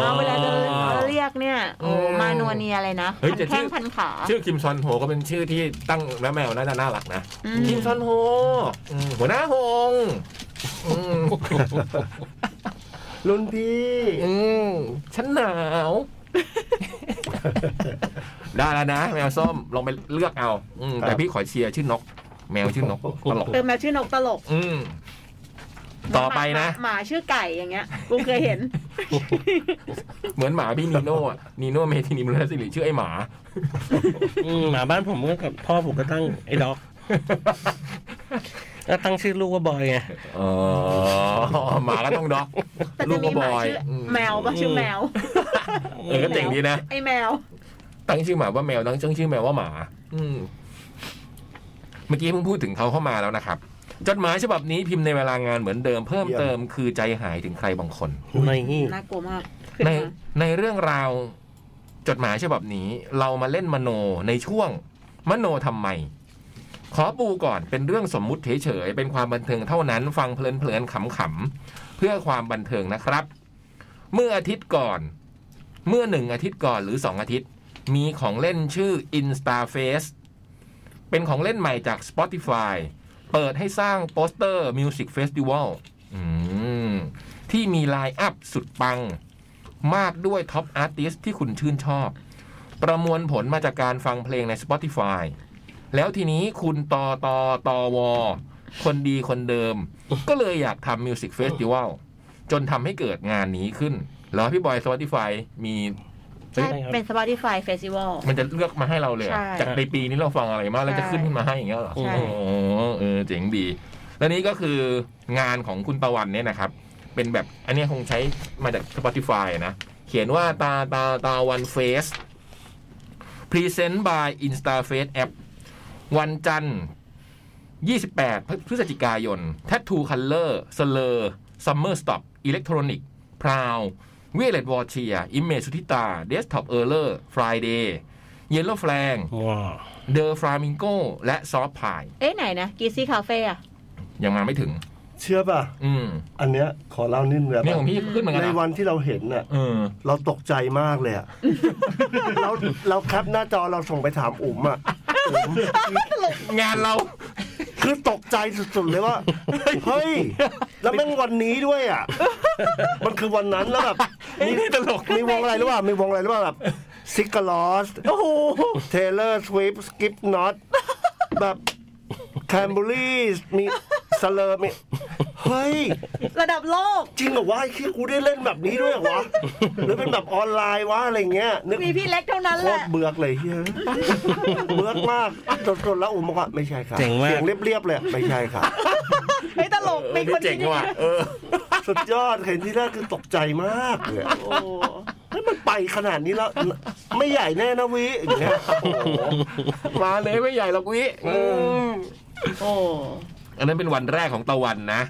S3: เอาเวลาเดินเรียกเนี่ยโอ้
S1: อืม
S3: มานัวเนียเลยนะ
S1: เฮ้ย
S3: พัน
S1: แต่
S3: แข้
S1: ชื่
S3: ง
S1: อ
S3: พันขา
S1: ชื่อคิมซอนโฮก็เป็นชื่อที่ตั้งแล้วแมวน่าจะน่ารักนะ
S3: อืม
S1: คิมซอนโฮอืมหัวหน้าหงอืม
S5: รุ่นพี่
S1: อืมฉันหนาว ได้แล้วนะ แมวส้มลองไปเลือกเอาอืมแต่พี่ขอเชียร์ชื่อนก แมวชื่อนกตลก
S3: เออแมวชื่อนกตลก
S1: อืมต่อไปนะ
S3: หมาหมาชื่อไก่อย่างเงี้ยกูเคยเห็น
S1: เหมือนหมาพี่นีโน่อะนีโน่เมทินีมูลสิริชื่อไอหมา
S2: อืมหมาบ้านผมก็กับพ่อผมก็ตั้งไอ้ด็อกก็ตั้งชื่อลูกว่าบอยไง
S1: อ๋อหมาก็ต้องด็อก
S3: แต่
S1: ลู
S3: จะ
S1: ก
S3: มี
S1: ก็
S3: ห
S1: บ
S3: มา
S1: อย
S3: ชื่ออ
S1: ม
S3: แมวก็ชื่อแมว
S1: เออก็เจ๋งดีนะ
S3: ไอแมว
S1: ตั้งชื่อหมาว่าแมวตั้งชื่อแมวว่าหมา อืม เมื่อกี้เพิ่งพูดถึงเขาเข้ามาแล้วนะครับ จดหมายฉบับนี้พิมพ์ในเวลางานเหมือนเดิมเพิ่มเติมคือใจหายถึงใครบางคน
S2: ไม่
S3: น่ากลัวมาก
S1: ในในเรื่องราวจดหมายฉบับนี้ เรามาเล่นมโนในช่วง มโนทำไม ขอปูก่อนเป็นเรื่องสมมุติเฉยๆเป็นความบันเทิงเท่านั้นฟังเพลินๆขำๆเพื่อความบันเทิงนะครับ เมื่ออาทิตย์ก่อน เมื่อหนึ่งอาทิตย์ก่อนหรือสองอาทิตย์ มีของเล่นชื่อ InstaFace เป็นของเล่นใหม่จาก Spotify เปิดให้สร้างโปสเตอร์ Music Festival อืมที่มีไลน์อัพสุดปัง มากด้วยท็อปอาร์ติสที่คุณชื่นชอบ ประมวลผลมาจากการฟังเพลงใน Spotify แล้วทีนี้คุณตอตอตอวอ คนดีคนเดิม ก็เลยอยากทำมิวสิกเฟสติวัลจนทำให้เกิดงานนี้ขึ้น แล้วพี่บอย Spotify มี
S3: ใช่เป็น Spotify Festival
S1: มันจะเลือกมาให้เราเลยเหรอ
S3: ใช่
S1: จากในปีนี้เราฟังอะไรมางแล้วจะขึ้นขึ้นมาให้อย่างเงี้ยเหรอ
S3: ใช่
S1: โอ้เออเจ๋งดี และนี่ก็คืองานของคุณตะวันเนี่ยนะครับ เป็นแบบอันเนี้ยคงใช้มาจาก Spotify นะ เขียนว่าตาตาตาวันเฟส Present by InstaFace App วันจันทร์ 28 พฤศจิกายน Tattoo Color s l u r Summer Stop Electronic Proud v i l l e t w a t c h e r Image สุทธิตา Desktop Error Friday Yellow Flag
S2: ว้า
S1: The Flamingo และ Soft Pie
S3: เอ๊ะไหนนะกีซี่คาเฟ่อะ
S1: ยังมาไม่ถึง
S5: เชื่อป่ะ
S1: อืม
S5: อันเนี้ยขอเล่านิดนึงนะ
S1: เนี่ยของพี่ขึ้นเหมือนกัน
S5: ใน
S1: นะ
S5: วันที่เราเห็นน่ะ
S1: เออ
S5: เราตกใจมาก เลยอะ เราเราแคปหน้าจอเราส่งไปถามอุ๋มอะอุ๋ม
S1: งานเรา
S5: คือตกใจสุดๆเลยว่า เฮ้ย แล้วแม่งวันนี้ด้วยอะ มันคือวันนั้นแล้วแบบ
S1: ไอ้
S5: มี
S1: นี่ตลก
S5: มีวงอะไรหรือเปล่า มีวงอะไรหรือเปล่าแบบซิกลอสเทเลอร์สวิฟสกิปน็อตแบบแคนเบอรีมีสเลอร์มีเฮ้ย
S3: ระดับโลก
S5: จริงเหรอวะไอ้เคียกูได้เล่นแบบนี้ด้วยเหรอวะ หรือเป็นแบบออนไลน์วะอะไรเงี้ยนึก
S3: มีพี่เล็กเท่านั้น
S5: โค
S3: แห
S5: ต
S3: ละ
S5: รเบือกเลยเฮีย เบือกมากจนๆแล้วอุ้มบอกว่าไม่ใช่ค่ะ
S2: เจ๋งมาก
S5: สียงเรียบๆเลยไม่ใช่ค่ะ
S3: เฮ้ยตลกมีคน
S1: เจ๋ง
S3: ดี
S1: ว่ะ เออ
S5: สุดยอดเห็นที่แรกคือตกใจมากเลย
S3: ๆโอ้โห
S5: เฮ้ยมันไปขนาดนี้แล้ว ไม่ใหญ่แน่นะวิอย่างเงี้ย โอ้โห
S1: มาเลยไม่ใหญ่หรอกวิ
S5: เออ
S3: โอ้โห
S1: อันนั้นเป็นวันแรกของตะวันนะ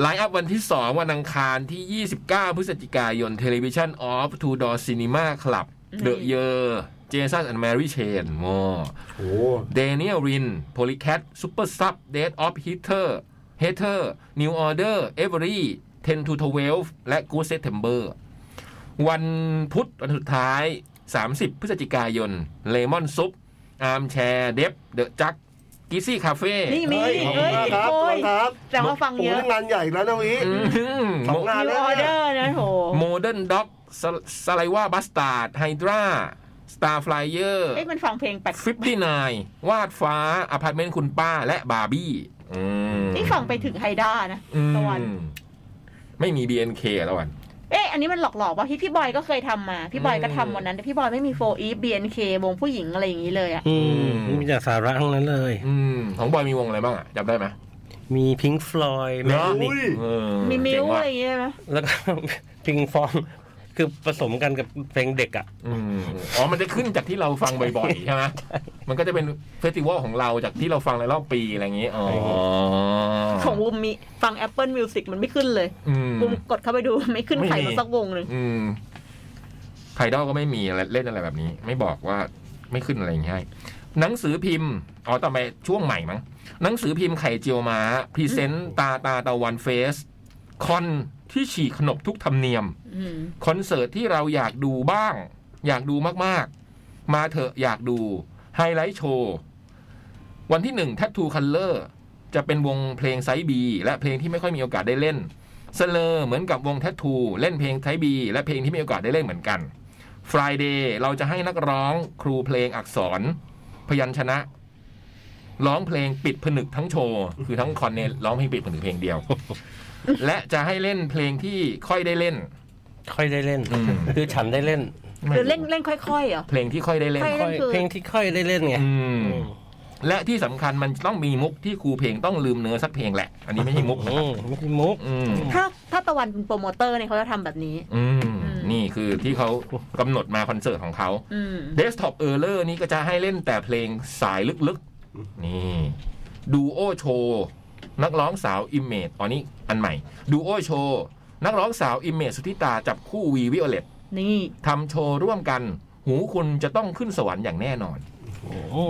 S1: ไลน์อัพวันที่ 2 วันอังคารที่ 29 พฤศจิกายน Television of Two Door Cinema Club The Year Jason and Mary Chain โม
S5: โอ้โห
S1: Daniel Rin Polycat Super Sub Dead of Hater Hater New Order Every 10 to 12 และ Good September วันพุธวันสุดท้าย 30 พฤศจิกายน Lemon Soup Arm Chair Dep The Jack Gizzy Cafe
S3: นี่มี
S5: เฮ้ยขอบ
S3: เฮ้ย
S5: คุณมากครับขอบ
S3: โอ้
S5: คุ
S3: ย
S5: ณครับ
S3: แต่ว่าฟังเยอะ
S5: โโหงานใหญ่แล้วนะวิ สองงาน
S3: มีออเดอร์นะโห
S1: โมเดิร์นด็อกสไลว่าบัสตาร์ดไฮดราสตาร์ฟลายเออร์
S3: เอ้ยมันฟังเพลงแปลก
S1: 59 วาดฟ้าอพาร์ตเมนต์คุณป้าและบาร์บี้อืม
S3: นี่ฟังไปถึงไฮด้านะ
S1: อืม
S3: ตะวัน
S1: ไม่มี BNK ตะวัน
S3: เอ๊ะอันนี้มันหลอกๆว่าพี่พี่บอยก็เคยทำมา พี่บอยก็ทำวันนั้นแต่พี่บอยไม่มีโฟอีฟบีเอ็นเควงผู้หญิงอะไรอย่างนี้เลยอะ
S2: อืมมีแต่สาระทั้งนั้นเลย
S1: อืม ของบอยมีวงอะไรบ้างอ่ะจำได้ไหม
S2: มีพิงฟลอยด์แม
S1: เนาะ
S2: นิก
S1: เออ
S3: มีมิ
S1: เจ๋
S3: ว
S1: ง
S3: อะ
S1: ว่ะ
S3: ไรอย่างเงี้ยไหม
S2: แล้วก็ พิงฟอง คือผสมกันกับเพลงเด็กอ่ะ
S1: อืมอ๋อ มันจะขึ้นจากที่เราฟังบ่อยๆ ใช่ไหมมันก็จะเป็นเฟสติวัลของเราจากที่เราฟังในรอบปีอะไรอย่างนี้ อ๋อ
S3: ของบูมมีฟัง Apple Music มันไม่ขึ้นเลย
S1: อืม
S3: บูมกดเข้าไปดูไม่ขึ้น
S1: ไม่
S3: ใคร
S1: มี
S3: มาสักวงหนึ่ง
S1: อืมไทดอลก็ไม่มีอะไรเล่นอะไรแบบนี้ ไม่บอกว่าไม่ขึ้นอะไรอย่างนี้ให้หนังสือพิมพ์อ๋อต่อไปช่วงใหม่มั้งหนังสือพิมพ์ไข่เจียวม้าพรีเซนต์ตาตาตะวันเฟส คอนที่ฉีกขนบทุกธรรมเนียม
S3: อืม
S1: คอนเสิร์ตที่เราอยากดูบ้าง อยากดูมากๆ มาเถอะอยากดูไฮไลท์โชว์ วันที่หนึ่ง Tattoo Color จะเป็นวงเพลงไซส์บีและเพลงที่ไม่ค่อยมีโอกาสได้เล่นเสลอเหมือนกับวง Tattoo เล่นเพลงไซส์บีและเพลงที่มีโอกาสได้เล่นเหมือนกัน Friday เราจะให้นักร้องครูเพลงอักษร พยัญชนะ ร้องเพลงปิดผนึกทั้งโชว์คือทั้งคอนเนี่ยร้องเพลงปิดผนึกเพลงเดียว และจะให้เล่นเพลงที่ค่อยได้เล่น
S2: ค่อยได้เล่น
S1: อืม
S2: คือฉันได้เล่น
S3: หรือเล่นเล่นค่อยๆเหรอ
S1: เพลงที่ค่อยได้เล่น
S3: ค่อย
S2: ค่อย
S3: คือ
S2: เพลงที่ค่อยได้เล่นไง
S1: อืม
S2: อืม
S1: และที่สำคัญมันต้องมีมุกที่ครูเพลงต้องลืมเนื้อสักเพลงแหละ อันนี้ไม่ใช่มุกนะ
S2: อืมไม่ใช่มุก
S1: อืม
S3: ถ้าถ้าตะวันเป็นโปรโมเตอร์เนี่ยเขาจะทำแบบนี้
S1: อืมนี่คือที่เขากำหนดมาคอนเสิร์ตของเขา
S3: อืม
S1: Desktop e r r o r นี่ก็จะให้เล่นแต่เพลงสายลึกๆ นี่ดูโอโชว์นักร้องสาวอิมเมจอันนี้อันใหม่ดูโอโชว์นักร้องสาวอิมเมจสุทธิตาจับคู่วีวิโอเลต
S3: นี่
S1: ทำโชว์ร่วมกัน หูคุณจะต้องขึ้นสวรรค์อย่างแน่นอน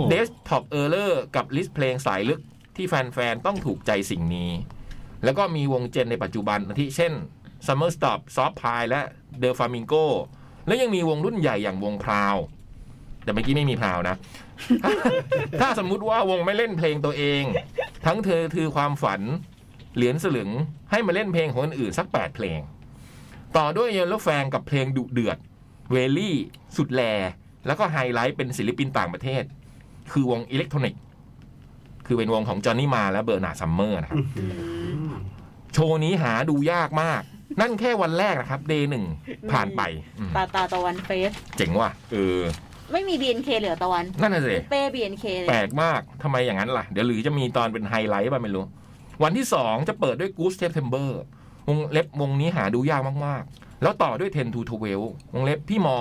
S1: เดส k ท็อปเออร์เลอร์กับลิสต์เพลงสายลึกที่แฟน ๆ ต้องถูกใจสิ่งนี้ แล้วก็มีวงเจนในปัจจุบันอาที่เช่น Summer Stop Soft Pie และ The Flamingo และยังมีวงรุ่นใหญ่อย่างวงพราว แต่เมื่อกี้ไม่มีพราวนะ ถ้าสมมุติว่าวงไม่เล่นเพลงตัวเอง ทั้งเธอคือความฝัน เหรียญสลึงให้มาเล่นเพลงของคนอื่นสัก 8 เพลง ต่อด้วยเยลโลแฟงกับเพลงดุเดือดเวลี่ สุดแล แล้วก็ไฮไลท์เป็นศิลปินต่างประเทศ คือวงอิเล็กทรอนิกส์ คือเป็นวงของจอห์นนี่มาและเบอร์นาร์ดซัมเมอร์นะครับ โชว์นี้หาดูยากมาก นั่นแค่วันแรกนะครับ เดย์หนึ่งผ่านไปอืม
S3: ตาตาตะวันเฟส
S1: เจ๋งว่ะ เออ
S3: ไม่มี BNK เหลือตะวัน
S1: นั่นน่ะสิ
S3: เป้ BNK เลย
S1: แปลกมาก ทำไมอย่างนั้นล่ะ เดี๋ยวหรือจะมีตอนเป็นไฮไลท์ป่ะไม่รู้ วันที่สองจะเปิดด้วย Goose September วงเล็บวงนี้หาดูยากมาก ๆ แล้วต่อด้วย10 to 12วงเล็บพี่มอ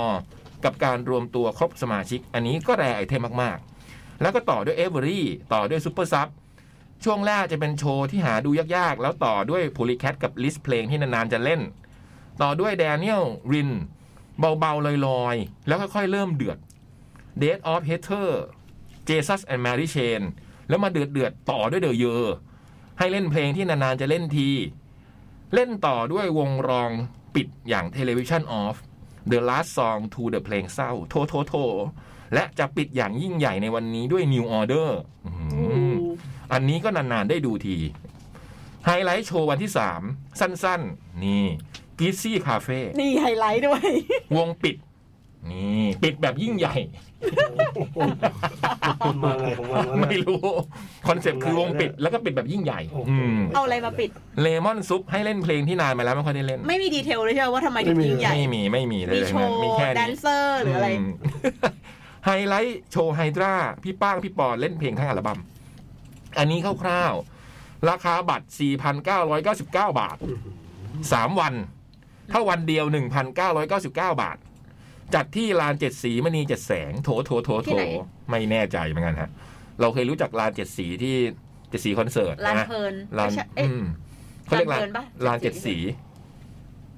S1: กับการรวมตัวครบสมาชิก อันนี้ก็แรไอเทมมาก ๆ แล้วก็ต่อด้วย Every ต่อด้วย Super Sub ช่วงแรกจะเป็นโชว์ที่หาดูยาก ๆ แล้วต่อด้วย Polycat กับ List เพลงที่นาน ๆ จะเล่น ต่อด้วย Daniel Rin เบา ๆ ลอย ๆ แล้วค่อย ๆ เริ่มเดือด Date of Hater เจสัสแอนด์แมรี่เชนแล้วมาเดือดเดือดๆต่อด้วยเดอะเยอให้เล่นเพลงที่นาน ๆ จะเล่นที เล่นต่อด้วยวงรองปิดอย่าง Television Off The Last Song to the เพลงเศร้า โทโทโท และจะปิดอย่างยิ่งใหญ่ในวันนี้ด้วย New Order อืมอันนี้ก็นาน ๆ ได้ดูที ไฮไลท์โชว์วันที่ 3 สั้น ๆ นี่กิซซี่คาเฟ่
S3: นี่ไฮไลท์ด้วย
S1: วงปิด นี่ปิดแบบยิ่งใหญ่
S5: มาอะไรของมันวะ
S1: ไม่
S5: เนี่ย
S1: รู้ คอนเซ็ปต์คือวงปิดแล้วก็ปิดแบบยิ่งใหญ่
S5: โอ้โห
S3: เอาอะไรมาปิด
S1: เลมอนซุปให้เล่นเพลงที่นานมาแล้วไม่ค่อยได้เล่น
S3: ไม่มีดีเทลเลยใช่ไหมว่าทำไมถึง
S5: ไม่มี
S3: ยิ่งใหญ่
S1: ไม่มีไม่มีเลย
S3: มีโชว์
S1: มีแค่
S3: แดน
S1: นี้
S3: เซอร์หรืออะไร
S1: มไฮไลท์โชว์ไฮดราพี่ป้างพี่ปอนเล่นเพลงทั้งอัลบั้มอันนี้คร่าวๆ ราคาบัตร 4,999 บาท 3 วัน ถ้าวันเดียว 1,999 บาท จัดที่ลานเจ็ดสีมณีเจ็ดแสง โถโถโถ
S3: ที่
S1: โถ
S3: ไหน
S1: ไม่แน่ใจเหมือนกันฮะ เราเคยรู้จักลานเจ็ดสีที่เจ็ดสีคอนเสิร์ต
S3: ลาน
S1: นะ
S3: เพลิน
S1: ลาน
S3: ไม่ใช่เอ๊ะ
S1: อืมเขาเรียกลา
S3: ลานเพลิ
S1: น
S3: นปะ
S1: ลานเจ็ดสี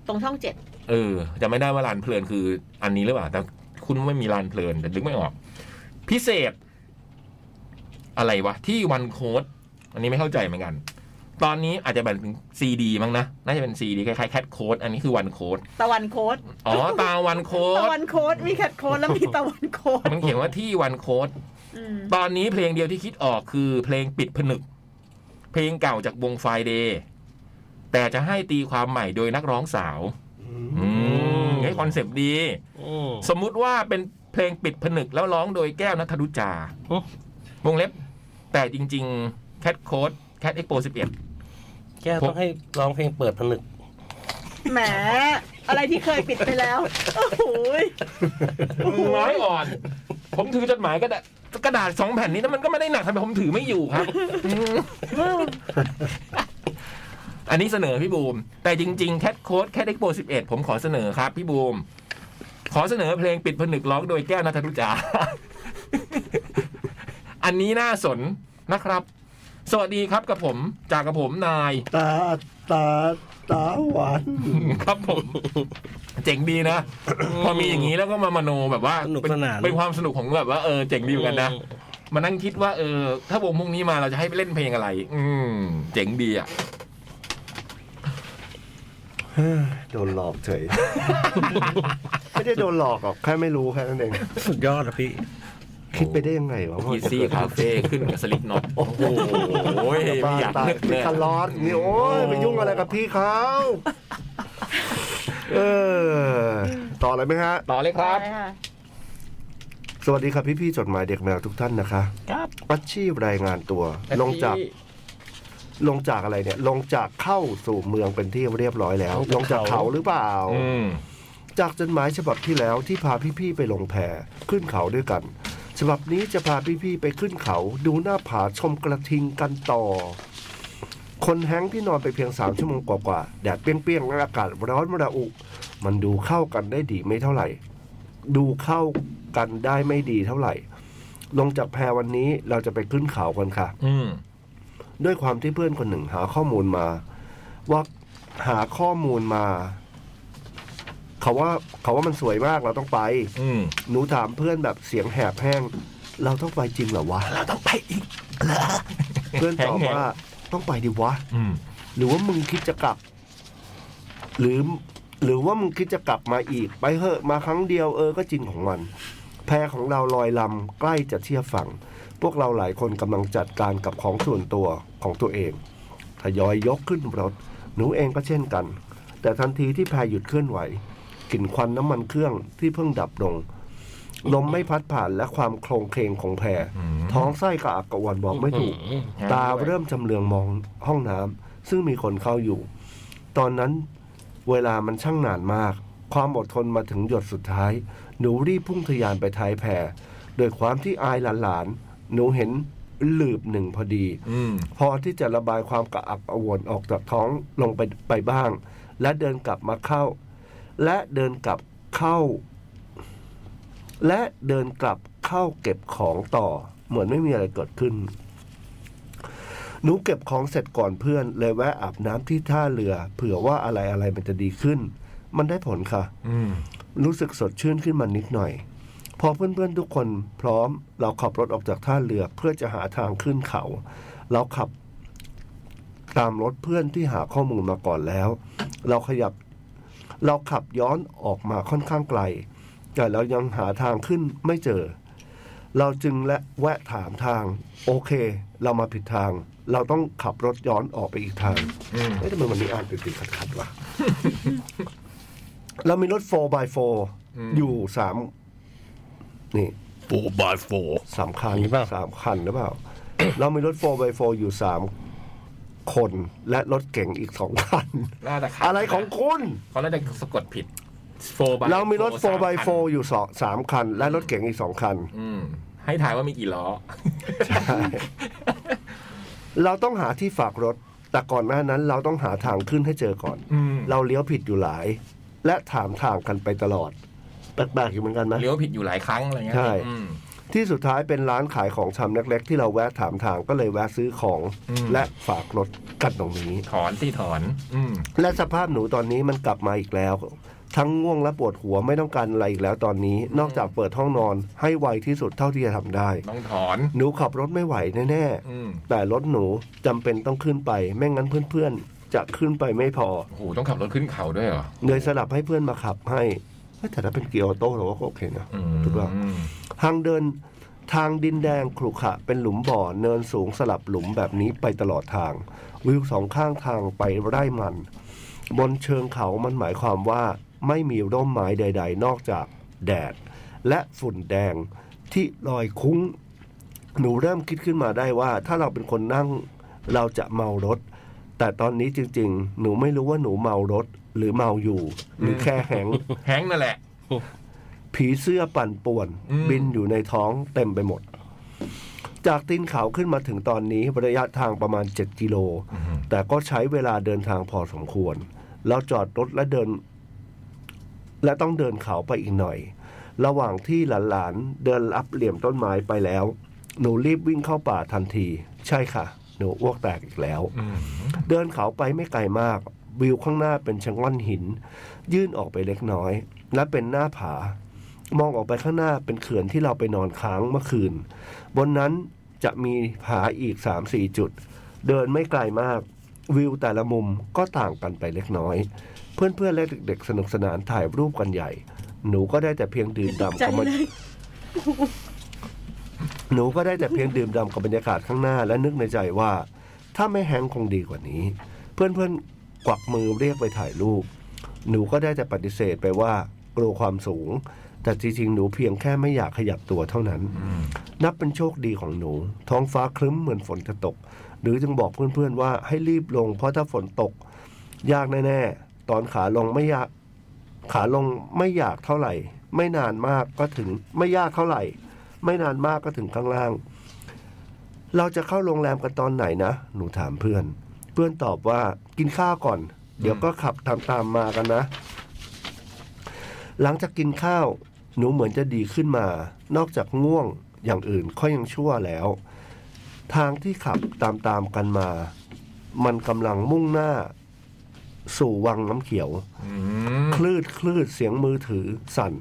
S3: ตรงช่องเจ็ด
S1: เออจะไม่ได้ว่าลานเพลินคืออันนี้หรือเปล่า แต่คุณไม่มีลานเพลินแต่นึกไม่ออก พิเศษ อะไรวะ ที่วันโค้ดอันนี้ไม่เข้าใจเหมือนกัน ตอนนี้อาจจะแบบซีดีมั้งนะ น่าจะเป็นซีดีคล้ายๆแคทโค้ดอันนี้คือวันโค้ด
S3: ตะวันโค้ด
S1: อ๋อ ตาวันโค้ด
S3: ตะวันโค้ดมีแคทโค้ดแล้วมีตะวันโค้ด
S1: มันเขียนว่าที่วันโค้ด
S3: อืม
S1: ตอนนี้เพลงเดียวที่คิดออกคือเพลงปิดผนึก เพลงเก่าจากวงไฟเดย์แต่จะให้ตีความใหม่โดยนักร้องสาว อืมให้คอนเซปต์ดี
S2: อืม
S1: สมมุติว่าเป็นเพลงปิดผนึกแล้วร้องโดยแก้วนัทธนุจา
S2: โอ้
S1: วงเล็บ แต่จริงๆแคทโค้ดแคทเอ็กโปสิบเอ็ด
S2: แกต้องให้ร้องเพลงเปิดผนึก
S3: แหมอะไรที่เคยปิดไปแล้ว โอ้โหย
S1: ไม้อ่อน ผมถือจดหมายกระดาษกระดาษสองแผ่นนี้นะมันก็ไม่ได้หนักทำไมผมถือไม่อยู่ครับอืม อันนี้เสนอพี่บูม แต่จริงๆแคทโค้ดแคทเอ็กโป11 ผมขอเสนอครับพี่บูม ขอเสนอเพลงปิดผนึกร้องโดยแก้วนัทรุจา อันนี้น่าสนนะครับ สวัสดีครับกับผมจากกับผมนาย
S5: ตาตาตาหวาน
S1: ครับผม เจ๋งดีนะ พอมีอย่างนี้แล้วก็มามโนแบบว่า
S2: สนุก
S1: เป็
S2: สนาน
S1: เป็นความสนุกของแบบว่าเออเจ๋งดีเหมือนกันนะ มานั่งคิดว่าเออ ถ้าวงพวกนี้มาเราจะให้ไปเล่นเพลงอะไร อืม เจ๋งดีอ่ะ
S5: โดนหลอกเฉย ไม่ได้โดนหลอกหรอกแค่ไม่รู้แค่นั้นเอง
S2: สุดยอดอะพี่
S5: คิดไปได้ยังไงวะ
S1: อีซี่คาเฟ่ขึ้นกับสลิปน็อตโอ้โหไม่
S5: บ้า
S1: อยาก
S5: ตาย
S1: นึก
S5: พี่
S1: เลย
S5: คาร์ลอสนี่โอ้ยไปยุ่งอะไรกับพี่เขาเออต่อเลยไหมฮะ
S1: ต่อเลยครับ
S6: ไปะ
S5: สวัสดีครับพี่ๆจดหมายเด็กแมวทุกท่านนะคะ
S1: ครับ
S5: ปัชชีพรายงานตัว ลงจากลงจากอะไรเนี่ย ลงจากเข้าสู่เมืองเป็นที่เรียบร้อยแล้ว ลงจากเขาหรือเปล่า
S1: อืม
S5: จากจดหมายฉบับที่แล้วที่พาพี่ๆไปลงแพขึ้นเขาด้วยกัน ฉบับนี้จะพาพี่ๆไปขึ้นเขา ดูหน้าผาชมกระทิงกันต่อ คนแฮงค์ที่นอนไปเพียงสามชั่วโมงกว่าๆแดดเปรี้ยงๆและอากาศร้อนระอุ มันดูเข้ากันได้ดีไม่เท่าไหร่ ดูเข้ากันได้ไม่ดีเท่าไหร่ ลงจากแพวันนี้เราจะไปขึ้นเขากันค่ะ
S1: อืม
S5: ด้วยความที่เพื่อนคนหนึ่งหาข้อมูลมา ว่าหาข้อมูลมา เขาว่าเขาว่ามันสวยมากเราต้องไป
S1: อืม
S5: หนูถามเพื่อนแบบเสียงแหบแห้ง เราต้องไปจริงเหรอวะ
S1: เราต้องไปอีก
S5: เพื่อนตอบ
S1: แห้งๆ
S5: ว่าต้องไปดิวะ
S1: อืม
S5: หรือว่ามึงคิดจะกลับ หรือ หรือว่ามึงคิดจะกลับมาอีก ไปเหอะมาครั้งเดียวเออก็จริงของมัน แพของเราลอยลำใกล้จะเทียบฝั่ง พวกเราหลายคนกำลังจัดการกับของส่วนตัวของตัวเองทยอยยกขึ้นรถ หนูเองก็เช่นกัน แต่ทันทีที่แพหยุดเคลื่อนไหวกลิ่นควันน้ำมันเครื่องที่เพิ่งดับลง ลมไม่พัดผ่านและความโครงเคลงของแพ
S1: อืม
S5: ท้องไส้กระอักกระอ่วนบอกไม่ถูก ตาเริ่มจำเลืองมองห้องน้ำซึ่งมีคนเข้าอยู่ ตอนนั้นเวลามันช่างนานมาก ความอดทนมาถึงหยดสุดท้าย หนูรีบพุ่งทะยานไปท้ายแพรโดยความที่อายหลานๆ หนูเห็นหลืบหนึ่งพอดี
S1: อืม
S5: พอที่จะระบายความกระอักกระอ่วนออกจากท้องลงไปไปบ้าง และเดินกลับมาเข้า และเดินกลับเข้า และเดินกลับเข้าเก็บของต่อ เหมือนไม่มีอะไรเกิดขึ้น หนูเก็บของเสร็จก่อนเพื่อน เลยแวะอาบน้ำที่ท่าเรือ เผื่อว่าอะไรอะไรมันจะดีขึ้น มันได้ผลค่ะ
S1: อืม
S5: รู้สึกสดชื่นขึ้นมานิดหน่อย พอเพื่อนๆทุกคนพร้อมเราขับรถออกจากท่าเรือเพื่อจะหาทางขึ้นเขา เราขับตามรถเพื่อนที่หาข้อมูลมาก่อนแล้ว เราขยับเราขับย้อนออกมาค่อนข้างไกล แต่เรายังหาทางขึ้นไม่เจอ เราจึงและแวะถามทาง โอเค เรามาผิดทาง เราต้องขับรถย้อนออกไปอีกทาง
S1: อืม
S5: เฮ้ยทำไมวันนี้อ่านติดติดขัดขัดๆวะ เรามีรถ 4x4
S1: อืม
S5: อยู่สามนี่
S2: 4 by 4
S5: สามคัน
S2: มีเปล่า
S5: สามคันหรือเปล่า เรามีรถ 4x4 อยู่สามคน และรถเก๋งอีกสองคัน
S1: น่าจะขัด
S5: อะไรของคุณ
S1: เขาน่าจะสะกดผิดโฟบ
S5: เรามีรถ 4x4 อยู่สองสามคัน และรถเก๋งอีกสองคัน
S1: อืม ให้ถ่ายว่ามีกี่ล้อ
S5: เราต้องหาที่ฝากรถ แต่ก่อนหน้านั้น เราต้องหาทางขึ้นให้เจอก่อน
S1: อืม
S5: เราเลี้ยวผิดอยู่หลาย และถามทางกันไปตลอดแปลกๆอยู่เหมือนกันไหม
S1: เลี้ยวผิดอยู่หลายครั้งอะไรเงี้ย
S5: ใช่
S1: อืม
S5: ที่สุดท้ายเป็นร้านขายของชำเล็กๆ ที่เราแวะถามทางก็เลยแวะซื้อของ
S1: อืม
S5: และฝากรถกันตรงนี้
S1: ถอนสิถอน อืม
S5: และสภาพหนูตอนนี้มันกลับมาอีกแล้ว ทั้งง่วงและปวดหัวไม่ต้องการอะไรอีกแล้วตอนนี้ นอกจากเปิดห้องนอนให้ไวที่สุดเท่าที่จะทำได้
S1: ต้องถอน
S5: หนูขับรถไม่ไหวแน่
S1: อืม
S5: ๆแต่รถหนูจำเป็นต้องขึ้นไป ไม่งั้นเพื่อนๆ จะขึ้นไปไม่พอ
S1: โอ้โห ต้องขับรถขึ้นเขาด้วยเหรอ
S5: เลยสลับให้เพื่อนมาขับให้เฮ้ยแต่ถ้าเป็นเกียร์ออโต้เราว่าก็โอเคนะ
S1: อืม
S5: ถูกต้อง ทางเดินทางดินแดงขรุขระเป็นหลุมบ่อเนินสูงสลับหลุมแบบนี้ไปตลอดทาง วิวสองข้างทางไปไร่มัน บนเชิงเขามันหมายความว่าไม่มีร่มไม้ใด ๆ นอกจากแดด และฝุ่นแดงที่ลอยคุ้ง หนูเริ่มคิดขึ้นมาได้ว่า ถ้าเราเป็นคนนั่งเราจะเมารถ แต่ตอนนี้จริง ๆ หนูไม่รู้ว่าหนูเมารถหรือเมาอยู่ หรือแค่แหง
S1: แฮงค์นั่นแหละ
S5: ผีเสื้อปั่นป่วน
S1: อืม
S5: บินอยู่ในท้องเต็มไปหมด จากตีนเขาขึ้นมาถึงตอนนี้ระยะทางประมาณ 7 กิโล แต่ก็ใช้เวลาเดินทางพอสมควร เราจอดรถและเดิน และต้องเดินเขาไปอีกหน่อย ระหว่างที่หลานๆ เดินอัพเหลี่ยมต้นไม้ไปแล้ว หนูรีบวิ่งเข้าป่าทันที ใช่ค่ะ หนูอ้วกแตกอีกแล้ว
S1: อืม
S5: เดินเขาไปไม่ไกลมาก วิวข้างหน้าเป็นชะง่อนหิน ยื่นออกไปเล็กน้อย และเป็นหน้าผา มองออกไปข้างหน้าเป็นเขื่อนที่เราไปนอนค้างเมื่อคืน บนนั้นจะมีผาอีก 3-4 จุด เดินไม่ไกลมาก วิวแต่ละมุมก็ต่างกันไปเล็กน้อย เพื่อนๆและเด็กๆ สนุกสนานถ่ายรูปกันใหญ่ หนูก็ได้แต่เพียงดื่มด่ำกับบรรหนูก็ได้แต่เพียงดื่มด่ำกับบรรยากาศข้างหน้าและนึกในใจว่า ถ้าไม่แฮงค์คงดีกว่านี้ เพื่อนๆกวักมือเรียกไปถ่ายรูป หนูก็ได้แต่ปฏิเสธไปว่ากลัวความสูง แต่จริงๆ หนูเพียงแค่ไม่อยากขยับตัวเท่านั้น
S1: อืม
S5: นับเป็นโชคดีของหนู ท้องฟ้าครึ้มเหมือนฝนจะตก หรือจึงบอกเพื่อนๆว่าให้รีบลง เพราะถ้าฝนตก ยากแน่ๆ ตอนขาลงไม่ยาก ขาลงไม่อยากเท่าไหร่ ไม่นานมากก็ถึงไม่ยากเท่าไหร่ ไม่นานมากก็ถึงข้างล่าง เราจะเข้าโรงแรมกันตอนไหนนะ หนูถามเพื่อน เพื่อนตอบว่ากินข้าวก่อน เดี๋ยวก็ขับตามๆมากันนะ หลังจากกินข้าว หนูเหมือนจะดีขึ้นมา นอกจากง่วงอย่างอื่นค่อยยังชั่วแล้ว ทางที่ขับตามๆกันมา มันกำลังมุ่งหน้า สู่วังน้ำเขียว
S1: อืม
S5: คลืดคลืดเสียงมือถือสั่น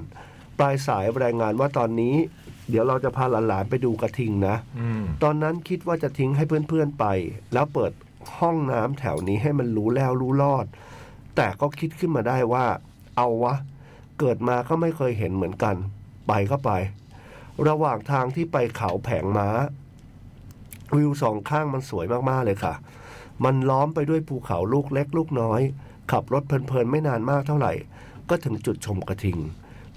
S5: ปลายสายรายงานว่าตอนนี้ เดี๋ยวเราจะพาหลานๆไปดูกระทิงนะ
S1: อืม
S5: ตอนนั้นคิดว่าจะทิ้งให้เพื่อนๆไป แล้วเปิดห้องน้ำแถวนี้ให้มันรู้แล้วรู้รอด แต่ก็คิดขึ้นมาได้ว่า เอาวะ เกิดมาก็ไม่เคยเห็นเหมือนกัน ไปก็ไป ระหว่างทางที่ไปเขาแผงม้า วิวสองข้างมันสวยมากๆเลยค่ะ มันล้อมไปด้วยภูเขาลูกเล็กลูกน้อย ขับรถเพลินๆไม่นานมากเท่าไหร่ ก็ถึงจุดชมกระทิง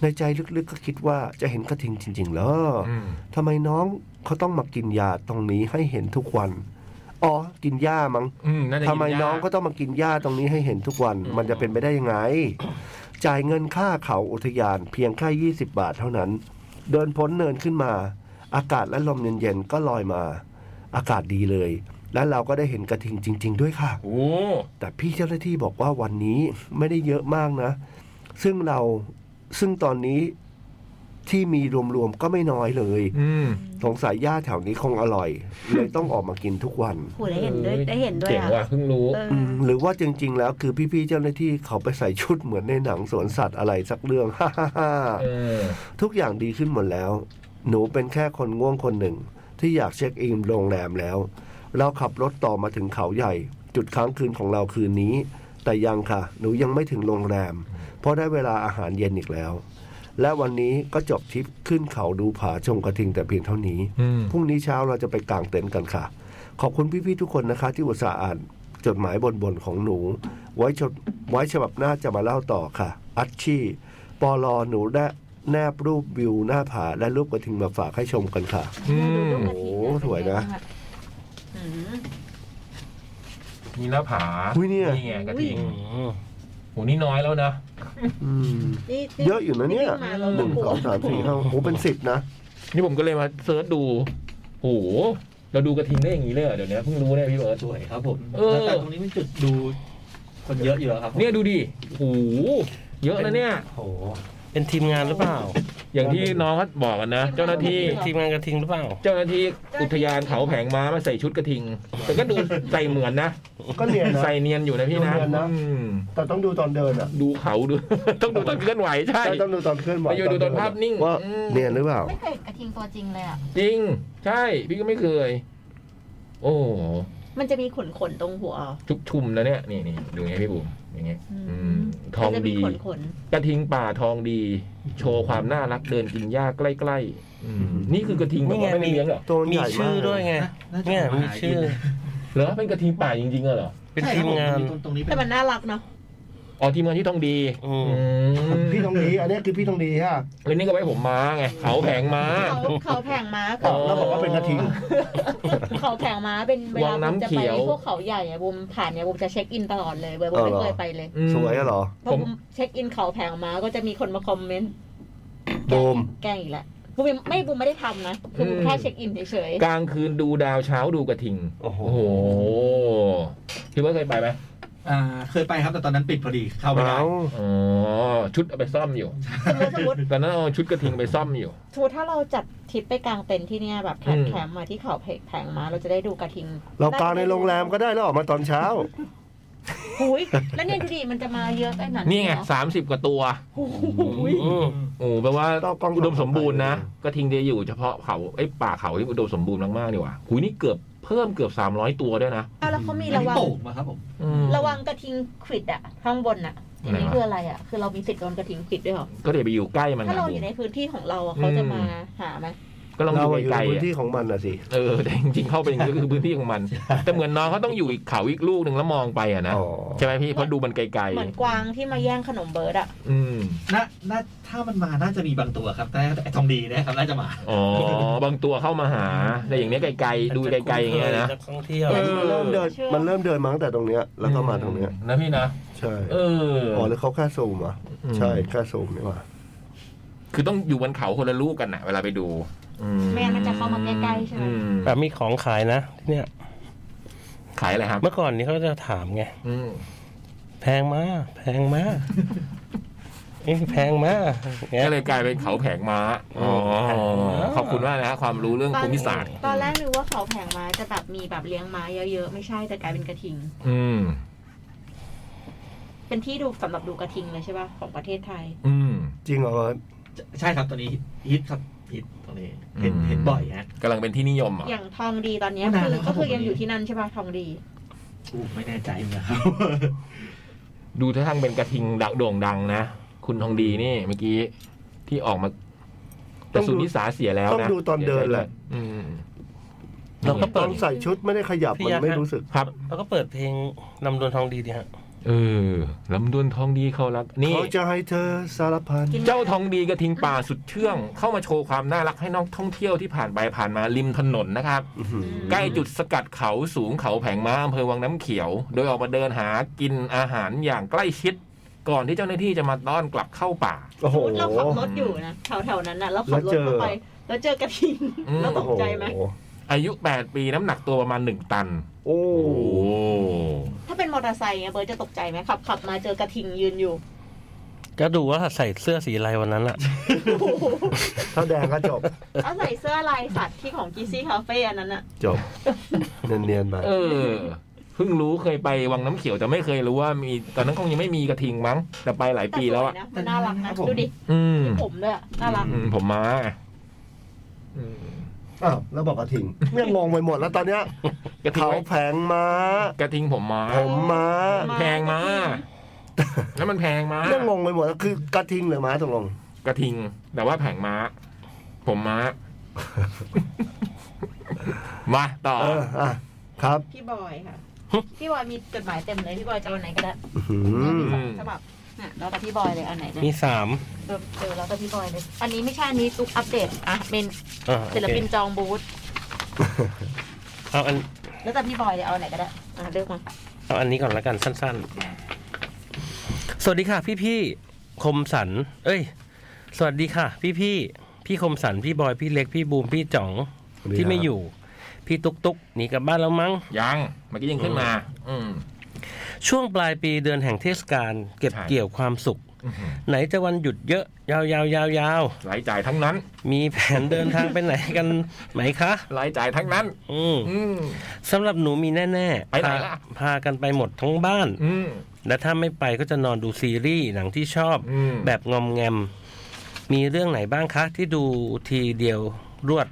S5: ในใจลึกๆก็คิดว่าจะเห็นกระทิงจริงๆเหรอ
S1: อืม
S5: ทำไมน้องเขาต้องมากินยาตรงนี้ให้เห็นทุกวัน อ๋อ กินหญ้ามั้ง
S1: อืมน่าจะ
S5: ทำไม
S1: กิยาก
S5: น้องก็ต้องมากินหญ้าตรงนี้ให้เห็นทุกวัน มันจะเป็นไปได้ยังไง จ่ายเงินค่าเขาอุทยานเพียงแค่20 บาทเท่านั้น เดินพ้นเนินขึ้นมา อากาศและลมเย็นๆก็ลอยมา อากาศดีเลย และเราก็ได้เห็นกระทิงจริง ๆ ด้วยค่ะ
S1: โอ้
S5: แต่พี่เจ้าหน้าที่บอกว่าวันนี้ไม่ได้เยอะมากนะ ซึ่งเราซึ่งตอนนี้ที่มีรวมๆก็ไม่น้อยเลย
S1: อืม
S5: สงสัยย่าแถวนี้คงอร่อย เลยต้องออกมากินทุกวัน
S3: โหได้เห็นด้วยได้เห็นด้วย
S1: เจ๋ง
S3: อ่ะ
S1: ว่ะเพิ่งรู้
S3: เออ
S5: อืมหรือว่าจริง ๆ แล้วคือพี่ๆเจ้าหน้าที่เขาไปใส่ชุดเหมือนในหนังสวนสัตว์อะไรสักเรื่อง ฮ่าฮ่าฮ่า
S1: เออ
S5: ทุกอย่างดีขึ้นหมดแล้ว หนูเป็นแค่คนง่วงคนหนึ่ง ที่อยากเช็คอินโรงแรมแล้ว เราขับรถต่อมาถึงเขาใหญ่ จุดค้างคืนของเราคืนนี้ แต่ยังค่ะ หนูยังไม่ถึงโรงแรม เพราะได้เวลาอาหารเย็นอีกแล้ว และวันนี้ก็จบทริปขึ้นเขาดูผาชมกระทิงแต่เพียงเท่านี้
S1: อืม
S5: พรุ่งนี้เช้าเราจะไปกางเต็นท์กันค่ะ ขอบคุณพี่ ๆ ทุกคนนะคะ ที่อุตส่าห์อ่านจดหมายบนๆของหนู ไว้จดไว้ฉบับหน้าจะมาเล่าต่อค่ะ อัชชีปอลอหนูได้แนบรูปวิวหน้าผาและรูปกระทิงมาฝากให้ชมกันค่ะ
S1: อื
S6: เนี่ยดู
S1: ม
S6: รูปกระทิง
S5: โอ้สวยนะ
S6: อืม
S1: มีหน้าผา
S5: อุ๊ยเนี่ย
S1: ไงกระทิง
S2: อืม
S1: โหนี่น้อยแล้วนะ
S5: อืม
S6: นี่
S5: เยอะอยู่นะเนี่ย
S6: วิ่งมาเรา
S5: หนึ่งสองสามสี่ห้าโอ้โหเป็นสิบนะ
S1: นี่ผมก็เลยมาเซิร์ชดู โห เราดูกระทิงได้อย่างนี้เลยเหรอเดี๋ยวนี้เพิ่งรู้เนี่ยพี่เบิร์ต
S4: สวยครับผม
S1: เออ
S4: แต่ตรงนี้เป็นจุดดู คนเยอะอยู่แล้วครับผม
S1: เนี่ยดูดิโห เยอะนะเนี่ย
S4: โอ้โห
S2: เป็นทีมงานหรือเปล่า
S1: อย่างที่น้องเขาบอกกันนะ เจ้าหน้าที่
S2: เป็นทีมงานกระทิงหรือเปล่า
S1: เจ้าหน้าที่อุทยานเขาแผงม้ามาใส่ชุดกระทิง แต่ก็ดูใส่เหมือนนะ
S5: ก็เรียนนะ
S1: ใส่เนียนอยู่นะพี่นะ
S5: ดูเนียนนะ
S1: อืม
S5: แต่ต้องดูตอนเดินอ่ะ
S1: ดูเขาดู ต้องดูตอนเคลื่อนไหวใช่
S5: ใช่ต้องดูตอนเคลื่อนไหว
S1: ไม่อยู่ดูตอนภาพนิ่ง
S5: ว่า
S1: อืม
S5: เนียนหรือเปล่า
S3: ไม่เคยเห็นกระทิงตัวจริงเลยอ่ะ
S1: จริง ใช่ พี่ก็ไม่เคย โอ้โห
S3: มันจะมีขนขนๆตรงหัว
S1: ชุกชุมนะเนี่ย นี่นี่ดูไงพี่บุ๋มอย่างเงี้ย
S3: อืม
S1: อืม ทอง
S3: มันจะมี
S1: ดี
S3: ขนขน
S1: กระทิงป่าทองดี โชว์ความน่ารักเดินกินหญ้าใกล้ๆอืมนี่คือกระทิงแบบว่า
S2: นี่ไง
S1: ไม่ได้เลี้ยงเหรอ
S5: ตัวมัน
S2: มี
S5: ใหญ่มาก
S2: ชื่อด้วยไง เนี่ยมีชื่อ
S1: เหรอเป็นกระทิงป่าจริงๆเหรอ
S2: เป็นทีมงาน
S4: ตรงตรงนี้
S6: ๆ
S4: เป็
S6: แต่
S4: น
S6: มันน่ารักเนาะ
S1: อ๋อทีมงานที่ทองดี
S2: อืม
S1: ม
S5: พี่ตรงนี้ อันนี้คือพี่ตรงนี้ฮะ
S1: แล้วนี่ก็ไว้ผมม้าไงเขาแผงม้า
S6: เขาเขาแผงม้า
S1: อ๋
S6: กับ
S1: อ
S5: แล้วบอกว่าเป็นกระทิง
S6: เขาแผงม้าเป็นเว
S1: วั
S6: ลางบุม
S1: น้ำ
S6: จะ
S1: เขี
S6: ไป
S1: ยว
S6: พวกเขาใหญ่อะบุมผ่านเนี่ยบุมจะเช็คอินตลอดเลยเว้ยบุม
S5: อ๋อ
S6: ไม่
S5: เหรอ
S6: เคยไปเลย
S1: อืม
S5: สวยอะเหรอ
S6: พอ
S1: ผม
S6: บุมเช็คอินเขาแผงม้าก็จะมีคนมาคอมเมนต์
S5: บูม
S6: แกล้งอีกแล้ว
S3: บูมไม่บูมไม่ได้ทำนะคือบูมแค่เช็คอินเฉย
S1: กลางคืนดูดาวเช้าดูกระทิง
S2: โอ้โห
S1: โอ้โหพี่ว่าเคยไปไหม
S4: อ่าเคยไปครับแต่ตอนนั้นปิดพอดีเข้าไม่ได้
S5: เอา
S1: อ๋อชุดเอาไปซ่อมอยู่
S3: ๆสมมติสมมติ
S1: ตอนนั้นเอาชุดกระทิงไปซ่อมอยู่
S3: สมมติถ้าเราจัดทริปไปกลางเต็นท์ที่เนี่ยแบบแค
S1: อื
S3: มป์
S1: ม
S3: แคมป์มาที่เขาแผงมาเราจะได้ดูกระทิง
S5: เรากางในโรงแรมก็ได้แล้วออกมาตอนเช้า
S3: หุยแล้วเนี่ยดูดิมันจะมาเยอะไอ้หนัน
S1: นี่ไง
S3: เหรอ
S1: สามสิบกว่าตัว
S2: อืม
S1: โอ้แปลว่า
S5: ต้องต้อง
S1: อุดมสมบูรณ์นะกระทิงจะอยู่เฉพาะเขาไอ้ยป่าเขาที่อุดมสมบูรณ์มากๆนี่หว่าหุยนี่เกือบเพิ่มเกือบสามร้อยตัวด้วยนะ
S3: อ้าวแล้วเขามี
S4: อัน
S3: ระ
S4: นี้
S3: วัง
S4: โป่งมาครับผม
S1: อืม
S3: ระวังกระทิงขวิดอะข้างบนอะอันนี้
S1: อะไรวะ
S3: คืออะไรอะคือเรามีสิทธิ์โดนกระทิงขวิดด้วยเหรอ
S1: ก็เดี๋ยวไปอยู่ใกล้มัน
S3: ถ้า
S1: นะ
S3: เราอยู่ในพื้นที่ของเราอะเขาจะมาหาไหม
S1: ก็ลองอ
S5: เรา
S1: ยู่
S5: อยู่
S1: ไกลๆ
S5: ในพื้น
S1: อะ
S5: ที่ของมันน่ะสิ
S1: เออแต่จริงๆเข้าไปอย่างนี้ก็คือพื้นที่ของมัน แต่เหมือนน้องเขาต้องอยู่อีกเขาอีกลูกหนึ่งแล้วมองไปอะนะ
S5: อ๋อ
S1: ใช่ไหมพี่เพราะดูมันไกล
S3: เหมือนกวางที่มาแย่งขนมเบิร์ดอะ
S1: ๆอืม
S4: น่าน่าถ้ามันมาน่าจะมีบางตัวครับแต่ไอ้ทองดีนะครับน่าจะมา
S1: อ๋อบางตัวเข้ามาหาแต่อย่างเนี้ยไกลๆดูไกลๆอย่างเงี้ยนะ
S2: นักท่องเที่ยว
S5: เออมันเริ่มเดินมันเริ่มเดินมาตั้งแต่ตรงเนี้ยแล้วก็มาตรงเนี้ย
S1: นะพี่นะ
S5: ใช่
S1: เออ
S5: อ๋อหรือเขาแค่ซูมเหรอ่ะ
S1: อืม
S5: ใช่แค่ซูมนี่หว่า
S1: คือต้องอยู่บนเขาคนละลูกกันอะเวลาไปดูอื
S8: ไม่งั้นมันจะเข้ามาใกล้ๆใช่ไหม
S1: อื
S2: แบบมีของขายนะที่เนี่ย
S1: ขายอะไรครับ
S2: เมื่อก่อนนี้เขาจะถามไง
S1: อืม
S2: แพงมากแพงมากเอ้ยแพงมากเงี้ย
S1: ก็เลยกลายเป็นเขาแผงม้า
S2: อื
S1: อ๋อ
S2: มแผงม้า
S1: ขอบคุณมากนะฮะความรู้เรื่องภูมิศาสตร์
S3: ตอนแรกนึกว่าเขาแผงม้าจะแบบมีแบบเลี้ยงม้าเยอะๆไม่ใช่แต่กลายเป็นกระทิง
S1: อืม
S3: เป็นที่ดูสำหรับดูกระทิงเลยใช่ป่ะของประเทศไทย
S1: อืม
S5: จริงเหรอเอิร์ธ
S4: ใช่ใช่ครับตอนนี้ฮิตครับฮิตตรงนี้เห็น
S1: อืม
S4: เห็นบ่อยฮะ
S1: กำลังเป็นที่นิยมเหร
S3: อ
S1: อ่ะ
S3: ย่างทองดีตอนเนี้ย
S4: ไม่นาน
S3: คือ
S4: แล้วครั
S3: ก็
S4: บ
S3: คือ
S4: ผม
S3: ยังอยู่ที่นั่นใช่ป่ะทองดี
S4: อู้ไม่แน่ใจเหมือนกันครับ
S1: ดูท่าทางเป็นกระทิงดักโด่งดังนะ คุณทองดีนี่เมื่อกี้ ที่ออกมา แต่สุนิสาเสียแล้วนะ
S5: ต้องดูตอนเดินแหละ
S1: อืม
S2: เราก็
S5: ต
S2: เปิ
S5: อ
S2: ด
S5: นใส่ชุดไม่ได้ขยับ
S2: พี่
S5: มัน
S2: ยักษ์
S5: ไม่รู้สึก
S1: ครับ
S2: เราก็เปิดเพลงลำดวนทองดีดีฮะ
S1: เออลำดวนทองดีเขารัก นี่
S5: เขาจะให้เธอสารพัน
S3: กิน
S1: เจ้าทองดีกระทิงป่าสุดเชื่อง เข้ามาโชว์ความน่ารักให้นักท่องเที่ยวที่ผ่านไปผ่านมาริมถนนนะครับ ใกล้จุดสกัดเขาสูงเขาแผงม้าอำเภอวังน้ำเขียว โดยออกมาเดินหากินอาหารอย่างใกล้ชิด ก่อนที่เจ้าหน้าที่จะมาต้อนกลับเข้าป่า
S5: โอ้
S3: ส
S5: โห
S3: มมติเราขับรถอยู่นะแถวๆนั้นนะเราขับรถเข้าไปแล้วเจอกระทิง
S1: อืม
S3: เราตกใจไหม
S1: อายุ 8 ปีน้ำหนักตัวประมาณ 1 ตัน
S5: โอ้
S1: โอ้โห
S3: ถ้าเป็นมอเตอร์ไซค์อะเบิร์ดจะตกใจไหมขับขับมาเจอกระทิงยืนอยู่
S2: ก็ดูว่าใส่เสื้อสีอะไรวันนั้นล่ะ
S5: ถ้าแดงก็จบ
S3: เอาใส่เสื้อลายสัตว์ที่ของกีซี่คาเฟ่อันนั้นอะ
S5: จบ เนียนๆไป
S1: เออเพิ่งรู้เคยไปวังน้ำเขียวแต่ไม่เคยรู้ว่ามีตอนนั้นคงยังไม่มีกระทิงมั้ง แต่ไปหลายปีแล้วอ่ะ
S3: ต่สยนะมันน่ารักนะ ดูดิ
S1: อืม
S3: ผมด้วยอะน่ารัก
S1: อืมผมมาอืม
S5: อ้าวแล้วบอกกระทิงเนี่ยงงไปหมดแล้วตอนเนี้ย
S1: กระทิง
S5: เขา
S1: ไม่
S5: แผงม้า
S1: กระทิงผมมา
S5: ผมม้า
S1: แพงมาแล้วมันแพงมา
S5: เนี่ยงงไปหมดแล้วคือกระทิงหรือม้าตกลง
S1: กระทิง แต่ว่าแผงม้า ผม ม้า มาต่อ
S5: เอออ่ะครับ
S3: พี่บอยค่ะ พี่บอยมีจดหมายเต็มเลย พี่บอยจะเอาไหนก็ได้
S5: อื้อหื
S3: เนี่ยมี
S5: อ
S3: สองฉบับเนี่ยแล้วแต่พี่บอยเลยเอาไหนเนี่ย
S2: มีสาม
S3: เออเจอแล้วแต่พี่บอยเลย อันนี้ไม่ใช่ อันนี้ตุกอัปเดต อ่ะ เป็น
S2: อ่าโอ
S3: ศิล
S2: เค
S3: ปินจองบูธ
S2: เอาอัน
S3: แล้วแต่พี่บอยเลยเอาไหนก็ได้ อ่ะเลือกมา
S2: เอาอันนี้ก่อนละกันสั้นๆ สวัสดีค่ะ พี่พี่ๆคมสัน เอ้ย สวัสดีค่ะ พี่พี่ๆพี่คมสันพี่บอยพี่เล็กพี่บูมพี่จ๋องที่ไม่อยู่ พี่ตุ๊กตุ๊กหนีกลับบ้านแล้วมั้ง
S1: ยังเมื่อกี้ยังขึ้นมา อืม
S2: ช่วงปลายปีเดือนแห่งเทศกาลเก็บ
S1: ใช่
S2: เกี่ยวความสุข ไหนจะวันหยุดเยอะ ยาวยาวยาวยาว
S1: หลายจ่ายทั้งนั้น
S2: มีแผนเดินทางไปไหนกัน ไหมคะ
S1: หลายจ่ายทั้งนั้น
S2: อืม
S1: อืม
S2: สำหรับหนูมีแน่ๆ
S1: ไปไหนล่ะ
S2: พาพากันไปหมดทั้งบ้าน
S1: อืม
S2: และถ้าไม่ไปก็จะนอนดูซีรีส์หนังที่ชอบ
S1: อืม
S2: แบบงอมแงม มีเรื่องไหนบ้างคะ ที่ดูทีเดียวรวด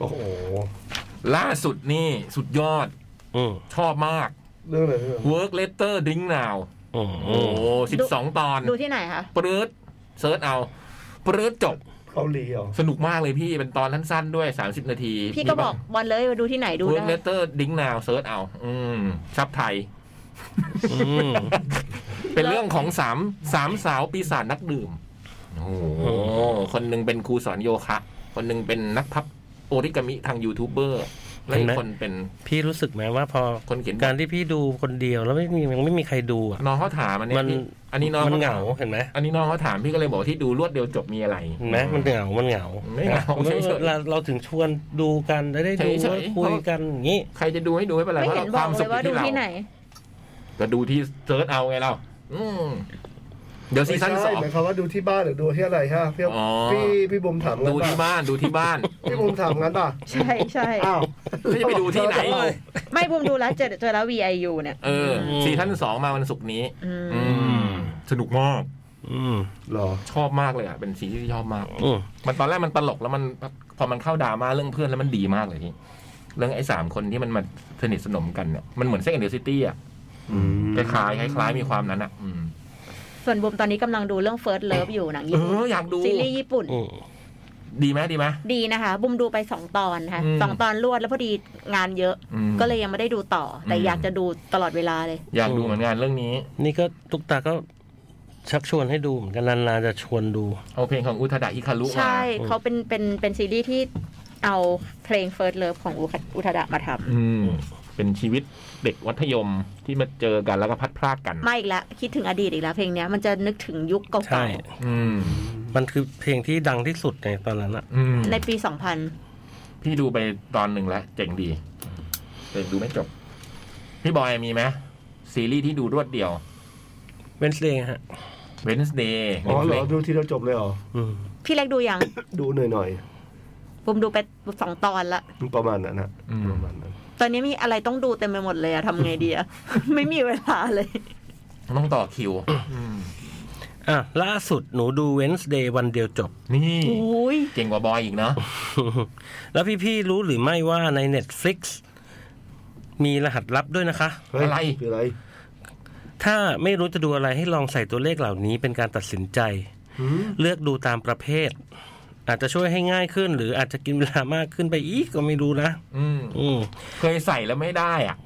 S5: โอ้โห
S1: ล่าสุดนี่สุดยอด
S2: อืม
S1: ชอบมาก
S5: เรื่องอะไรเรื่อง
S1: work letter drink now
S2: อืม
S1: โอ้สิบสองตอน
S3: ดูที่ไหนคะ
S1: ปรืดเซิร์ชเอาปรืดจบ
S5: เกาหลีเหรอ
S1: สนุกมากเลยพี่เป็นตอนสั้นๆด้วย 30 นาที
S3: พี่ก็บอกวันเลยว่าดูที่ไหนดู
S1: เวิร์
S3: ได้
S1: กเลเตอร์ดิ้งนาวเซิร์ชเอา อืมซับไทย
S2: อืม
S1: เป็นเรื่องของสามสามสาวปีศาจนักดื่ม โอ้โห คนหนึ่งเป็นครูสอนโยคะ คนหนึ่งเป็นนักพับโอริกามิทางยูทูบเบอร์ และอีกคนเป็น
S2: พี่รู้สึกไหมว่าพอ
S1: คนเขียนบ
S2: การ
S1: ท
S2: ที่พี่ดูคนเดียวแล้วไม่มียังไม่มีใครดูอะ
S1: น้องเขาถามมันเนี่ย
S2: มัน
S1: พี่ อันนี้น้อง
S2: มันเหงาเห็นไหม
S1: อันนี้น้องเขาถามพี่ก็เลยบอกว่าที่ดูรวดเดียวจบมีอะไร
S2: เห็นไหมมันเหงามันเหงา
S1: ไม่เหงาเฉยๆ
S2: เราเราถึงชวนดูกันจะได้ดู
S1: เฉย
S2: ว่า
S1: ๆ
S2: คุยกันอย่างนี้
S1: ใครจะดูให้ดูไม่เป็นไร
S3: ไม่
S1: เพราะ
S3: เห็
S1: เราค
S3: นบอ
S1: วาก ม
S3: เล
S1: สุข
S3: ย
S1: อ
S3: ว่าดู
S1: ยู่ที่
S3: ที่ไหน
S1: เราก็ดูที่เซิร์ชเอาไงเรา อืมเดี๋ยวซีซั่นสอง
S5: หมายความว่าดูที่บ้านหรือดูที่อะไรฮะพี่
S1: อ๋อ
S5: พี่พี่บุ๋มถามงั้
S1: ดู
S5: น
S1: ที่
S5: ป่ะ
S1: บ้านดูที่บ้าน
S5: พี่บุ๋มถามงั้นป่ะ
S3: ใช่ใช่
S5: อ้าว
S1: แล้วจะไปดูที่ไหน
S3: ไม่บูมดูแล้วเจอเจอแล้ว VIU เนี่ย
S1: เออซีซั่นสองมาวันศุกร์นี้
S3: อืม
S1: อืม สนุกมาก
S2: อืม
S5: เหรอ
S1: ชอบมากเลยอ่ะ เป็นซีรีส์ที่ชอบมาก
S2: อืม
S1: มันตอนแรกมันตลกแล้วมันพอมันเข้าดราม่าเรื่องเพื่อนแล้วมันดีมากเลยพี่ เรื่องไอ้สามคนที่มันมาสนิทสนมกันเนี่ย มันเหมือนเซ็กแอนด์ซิตี้อ่ะคล้ายๆคล้ายๆมีความนั้นอ่ะ อืม
S3: ส่วนบูมตอนนี้กำลังดูเรื่อง First Love อยู่หนัง
S1: เอ
S3: ญี่ปุ่
S1: อน อยากดู
S3: ซีรีส์ญี่ปุ่น
S2: อืม
S1: ดีไหมดีไหม
S3: ดีนะคะ บุมดูไปสองตอนค่ะ
S1: อืม
S3: สองตอนรวดแล้วพอดีงานเยอะ
S1: อืม
S3: ก็เลยยังไม่ได้ดูต่อ แต่
S1: อืม
S3: อยากจะดูตลอดเวลาเลย
S1: อยากดูเหมือนกันเรื่องนี้
S2: นี่ก็ทุกตาก็ชักชวนให้ดูเหมือนกันนานๆจะชวนดู
S1: เอาเพลงของอุทาดะฮิคารุมา
S3: ใช่เขาเป็นเป็นเป็นซีรีส์ที่เอาเพลง First Love ของอุคอุทาดะมาท
S1: อืม เป็นชีวิตเด็กวัธยมที่มาเจอกันแล้วก็พัดพรากกัน
S3: ำมาอีกแล้วคิดถึงอดีตอีกแล้วเพลงเนี้ยมันจะนึกถึงยุค
S2: ใช่
S3: เก่า
S1: อืม
S2: มันคือเพลงที่ดังที่สุดในตอนนั้นอะ
S1: อืม
S3: ๆในปี
S1: พี่ดูไปตอนหนึ่งแล้วเจ๋งดีแต่ดูไม่จบ พี่บอยมีไหมซีรีส์ที่ดูรวดเดียว
S2: เว้นเพลงฮะ
S1: Wednesday
S5: อ๋อเหรอดูที่เราจบเลยเหรอ
S2: อืม
S3: 2000 พี่เล็กดูยัง
S5: ดูหน่อยหน่อย
S3: บุมดูไปสองตอนละ
S5: ๆประมาณนั้นนะ
S1: อืม
S5: ประมาณนั้น
S3: ตอนนี้มีอะไรต้องดูเต็มไปหมดเลยอะทำไงดีอะ ไม่มีเวลาเลย
S1: ต้องต่อคิว
S2: อ่ะ ล่าสุดหนูดู Wednesday วันเดียวจบ
S1: นี่
S3: โอ้ย
S1: เก่งกว่าบอยอีกเนาะ
S2: แล้วพี่ๆรู้หรือไม่ว่าใน Netflix มีรหัสลับด้วยนะคะ
S5: เฮ้ย
S1: อะไร
S5: คืออะไร
S2: ถ้าไม่รู้จะดูอะไรให้ลองใส่ตัวเลขเหล่านี้เป็นการตัดสินใจ เลือกดูตามประเภท อาจจะช่วยให้ง่ายขึ้น หรืออาจจะกินเวลามากขึ้นไปอีกก็ไม่รู้นะ
S1: อืม
S2: อืม
S1: เคยใส่แล้วไม่ได้อ่ะ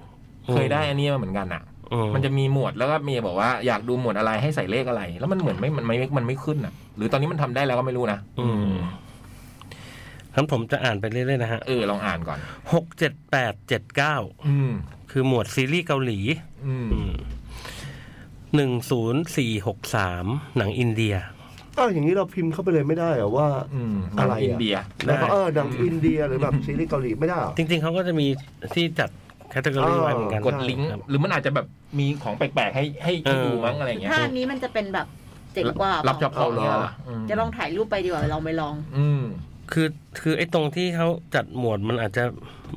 S2: อืม
S1: เคยได้อันนี้มาเหมือนกันอ่ะ
S2: อื
S1: มันจะมีหมวดแล้วก็มีบอกว่าอยากดูหมวดอะไรให้ใส่เลขอะไร แล้วมันเหมือนไม่มันไม่มันไม่ขึ้นอ่ะ หรือตอนนี้มันทำได้แล้วก็ไม่รู้นะ
S2: อืมงั้นผมจะอ่านไปเรื่อยๆนะฮะ
S1: เออลองอ่านก่อน
S2: หกเจ็ดแปดเจ็ดเก้า
S1: อืม
S2: คือหมวดซีรีส์เกาหลี
S1: อืม
S2: หนึ่งศูนย์สี่หกสามหนังอินเดีย
S5: อ้าวอย่างนี้เราพิมพ์เข้าไปเลยไม่ได้เหรอว่า
S1: อืม
S5: อะไรอะ
S1: อินเดีย
S2: ได้
S5: แล้วก็เออหนังอินเดียหรือแบบซีรีส์เกาหลีไม่ได้เหรอ
S2: จริงๆเขาก็จะมีที่จัดแคตตาล็อไว้เหมือนกัน
S1: กดลิงก์
S2: ครับ
S1: หรือมันอาจจะแบบมีของแปลกๆให้ให้ให้ดู
S2: เออ
S1: มั้งอะไรอย่างเงี้ย
S3: ถ้าอันนี้มันจะเป็นแบบเจ๋งกว่า
S1: รับเฉพาะ
S5: เอาเหรอ
S1: เนี่ยเหรออืม
S3: จะลองถ่ายรูปไปดีกว่าลองไปลอง
S1: อืม
S2: คือคือไอ้ตรงที่เขาจัดหมวดมันอาจจะ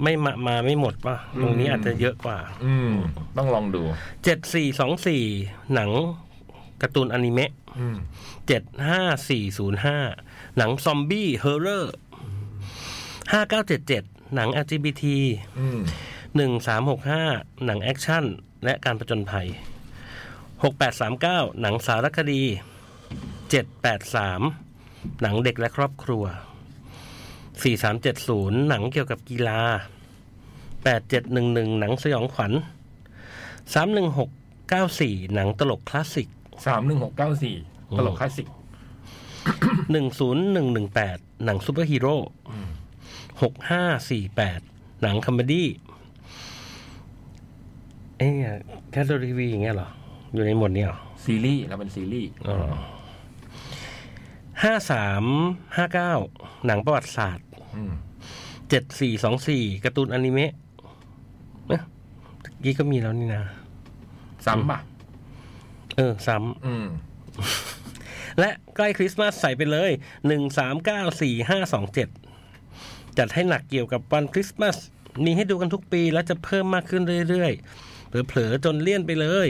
S2: ไม่มามาไม่หมดป่ะ
S1: อืม
S2: ตรงนี้อาจจะเยอะกว่า
S1: อืม ต้องลองดู
S2: เจ็ดสี่สองสี่หนังการ์ตูนอนิเมะ
S1: อืม
S2: เจ็ดห้าสี่ศูนย์ห้าหนังซอมบี้เฮอร์เรอร์ห้าเก้าเจ็ดเจ็ดหนัง LGBT
S1: อืม
S2: หนึ่งสามหกห้าหนังแอคชั่น และการผจญภัยหกแปดสามเก้าหนังสารคดีเจ็ดแปดสามหนังเด็กและครอบครัวสี่สามเจ็ดศูนย์หนังเกี่ยวกับกีฬาแปดเจ็ดหนึ่งหนึ่งหนังสยองขวัญสามหนึ่งหกเก้าสี่หนังตลกคลาสสิก
S1: สามหนึ่งหกเก้าสี่ตลกคลาสสิก
S2: หนึ่งศูนย์หนึ่งหนึ่งแปดหนังซูเปอร์ฮีโร่หกห้าสี่แปดหนังคอมเมดี้เอ้ยแคทรีวีอย่างเงี้ยเหรอ อยู่ในหมวดนี้เหรอ
S1: ซีรีส์แล้วเป็นซีรีส์
S2: ห้าสามห้าเก้าหนังประวัติศาสตร์
S1: อืม
S2: เจ็ดสี่สองสี่การ์ตูนอนิเมะเอ๊ะตะกี้ก็มีแล้วนี่นะ
S1: ซ้ำป่ะ
S2: เออ ซ้
S1: อืม
S2: ำ และใกล้คริสต์มาสใส่ไปเลยหนึ่งสามเก้าสี่ห้าสองเจ็ดจัดให้หนักเกี่ยวกับวันคริสต์มาส มีให้ดูกันทุกปีและจะเพิ่มมากขึ้นเรื่อยๆ เผลอๆ จนเลี่ยนไปเลย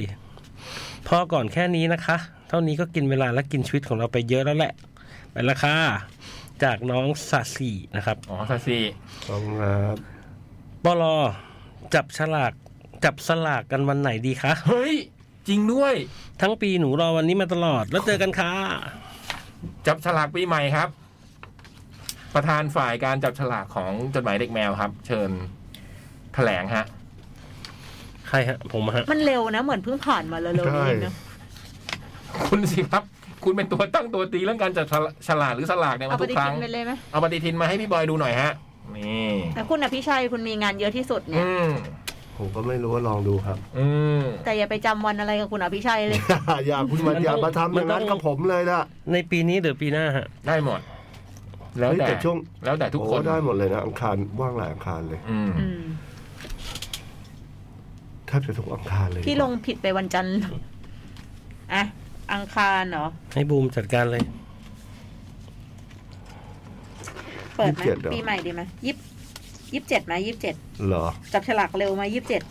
S2: พอก่อนแค่นี้นะคะ เท่านี้ก็กินเวลาและกินชีวิตของเราไปเยอะแล้วแหละ ไปละค่ะ จากน้องซาสีนะครับ
S1: อ๋อซาซี
S5: ต้องครับ
S2: ปลอจับฉลากจับสลากกันวันไหนดีคะ
S1: เฮ้ย จริงด้วย
S2: ทั้งปีหนูรอวันนี้มาตลอดแล้วเจอกันค่ะ
S1: จับฉลากปีใหม่ครับ ประธานฝ่ายการจับฉลากของจดหมายเด็กแมวครับ เชิญแถลงฮะ
S2: ใครฮะ ผมฮะ
S3: มันเร็วนะเหมือนเพิ่งผ่านมาเร็วๆนี้เองเนอะ
S1: คุณสิครับ คุณเป็นตัวตั้งตัวตีเรื่องการจับฉลากหรือสลากเนี่ย
S3: เอา
S1: มา
S3: ป
S1: ทุก
S3: ฏิ
S1: ค
S3: ทิ
S1: รั้ง
S3: นไปเลยไหม
S1: เอาปฏิทินมาให้พี่บอยดูหน่อยฮะ นี่
S3: แต่คุณอภิชัยคุณมีงานเยอะที่สุดเนี่
S1: อื
S3: ย
S1: ม
S5: ผมก็ไม่รู้ว่าลองดูครับ
S1: อืม
S3: แต่อย่าไปจำวันอะไรกับคุณอภิชัยเลย
S5: อย่าคุณมาอย่ามาทำอย่างนั้นกับผมเลยนะ
S2: ในปีนี้หรือปีหน้าฮะ
S1: ได้หมด แล้ว
S5: เฮ้ย
S1: แต่
S5: แต่ช่วง
S1: แล้วแต่ทุกคน
S5: โอ้ได้หมดเลยนะอังคารว่างหลายอังคารเลย
S1: อืม
S3: อืม
S5: แทบจะทุกอังคารเลย
S3: พี่ลงผิดไปวันจันทร์อ่ะอังคารเหรอ
S2: ให้บูมจัดการเลย
S3: เปิดไหมปีใหม่ดีไหมยี่สิบยี่สิบเจ็ดไหมยี่สิบเจ็ด
S5: เหรอ
S3: จับฉลากเร็วไหมายี่สิบเจ็ด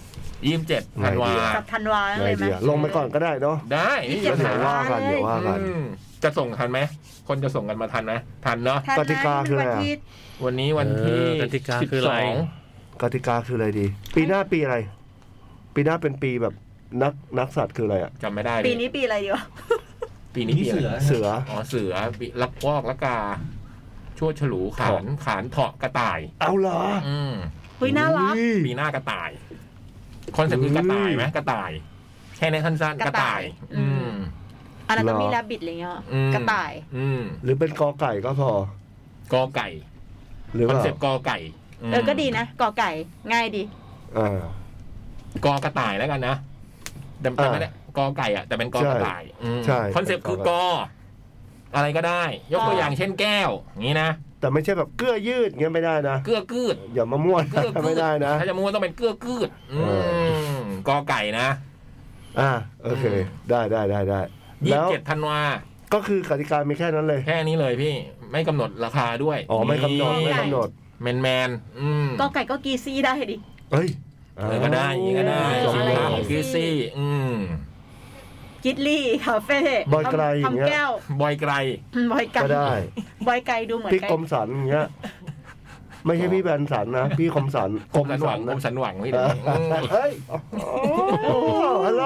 S1: ยี่สิบเจ็ด
S5: ไง
S1: ธันวา
S5: ดีอะ
S3: จับธันวา
S5: ไง
S3: เลยไหม
S5: เดียวลงไปก่อนก็ได้เนาะ
S1: ได้นี่
S3: เจ็
S1: จะ
S3: ด
S5: ก็เดี๋
S1: หา
S5: ยว
S3: ธันว
S5: ว่ากันเดี๋ยวว่ากัน
S1: อืมจะส่งทันไหม คนจะส่งกันมาทันไหมทันเนาะ
S3: ทัน
S5: ก
S3: นะ
S5: ติกาคืออะไรอะ
S3: วันที่
S1: วันนี้วันที่
S2: เออกติกาคืออะไร
S5: กติกาคืออะไรดี ปีหน้าปีอะไร ปีหน้าเป็นปีแบบนักนักสัตว์คืออะไรอ่ะ
S1: จำไม่ได้
S3: ปีนี้ปีอะไรอยู่
S1: ปีนี้
S4: นี่
S1: ปีอะไร
S4: เสือ
S5: เสือ
S1: อ๋อเสือปีลักวอกละกา ชั่วดฉลูขานขานเถาะกระต่าย
S5: เอาเหรอ
S1: อืม
S3: เฮ้ยน่ารัก
S5: อุ้ย
S1: ปีหน้ากระต่าย คอนเซ็ปต์คือกระต่ายไหมกระต่าย แค่ในสั้นๆก
S3: ก
S1: ระ
S3: ระ
S1: ต่า
S3: ต่าย ย
S1: อืม
S3: อันนั้น
S5: เหร
S3: มี
S5: อ
S3: แรบบิทอะไรเงี้ย
S1: อืม
S3: กระต่าย
S1: อืม
S5: หรือเป็นกอไก่ก็พอก
S1: อไก่
S5: หรือ
S1: คอน
S5: ว่า
S1: เซปต์กอไก่ม
S3: เออ ก็ดีนะกอไก่ ง่ายดี
S5: อ่า
S1: กอกระต่ายแล้วกันนะแต่แต่ไม่ได้กอไก่อะแต่เป็นกอกระต่ายอืม
S5: ใช่
S1: คอนเซปต์คือก
S5: ก
S1: อ
S5: อ
S1: อะไรก็ได้ ยกตัว
S3: กอ
S1: อ
S3: อ
S1: ย่างเช่นแก้ว อย่างนี้นะ
S5: แต่ไม่ใช่แบบเกลือยืดเงี้ยไม่ได้นะ
S1: เกื้อกืด
S5: อย่ามาม่วน
S1: เกื้อกื
S5: ไม่ได้นะ
S1: ถ้าจะม้วนต้องเป็นเกื้อกืดอื
S5: เอ
S1: มกอไก่นะ
S5: อ่าโอเค ได้ได้ได้ได้
S1: ยี่
S5: แล้ว
S1: สิบเจ็ดธันวา
S5: ก็คือกติกามีแค่นั้นเลย
S1: แค่นี้เลยพี่ ไม่กำหนดราคาด้วย
S5: อ๋อไม่กำหนดไม่
S3: กอไก่
S5: กำหนด
S1: แมนแมนๆอืม
S3: กอไก่ก็กีซี่ได้ดิ
S5: เอ้ย
S1: เออก็ได้อย่างนี้ก็ได้
S3: จบ
S1: สิน
S3: เลย
S1: ค้าของกิซี่อืม
S3: กิตลี่คาเฟ่
S5: บอยไกลอย่างเงี้
S3: ทำ
S5: ย
S3: แก้ว
S1: บอยไกล
S3: บอยไก่
S5: ก็ได้
S3: บอยไก่ดูเหมือน
S5: พี่
S3: ไก่
S5: กรมสันอย่างเงี้ย ไม่ใช่พี่แบรนด์สันนะ พี่คมสัน
S1: กรมสันหวังกรมสันหวังนี่เดี๋ยวนี้อืม
S5: เฮ้ยฮัลโหล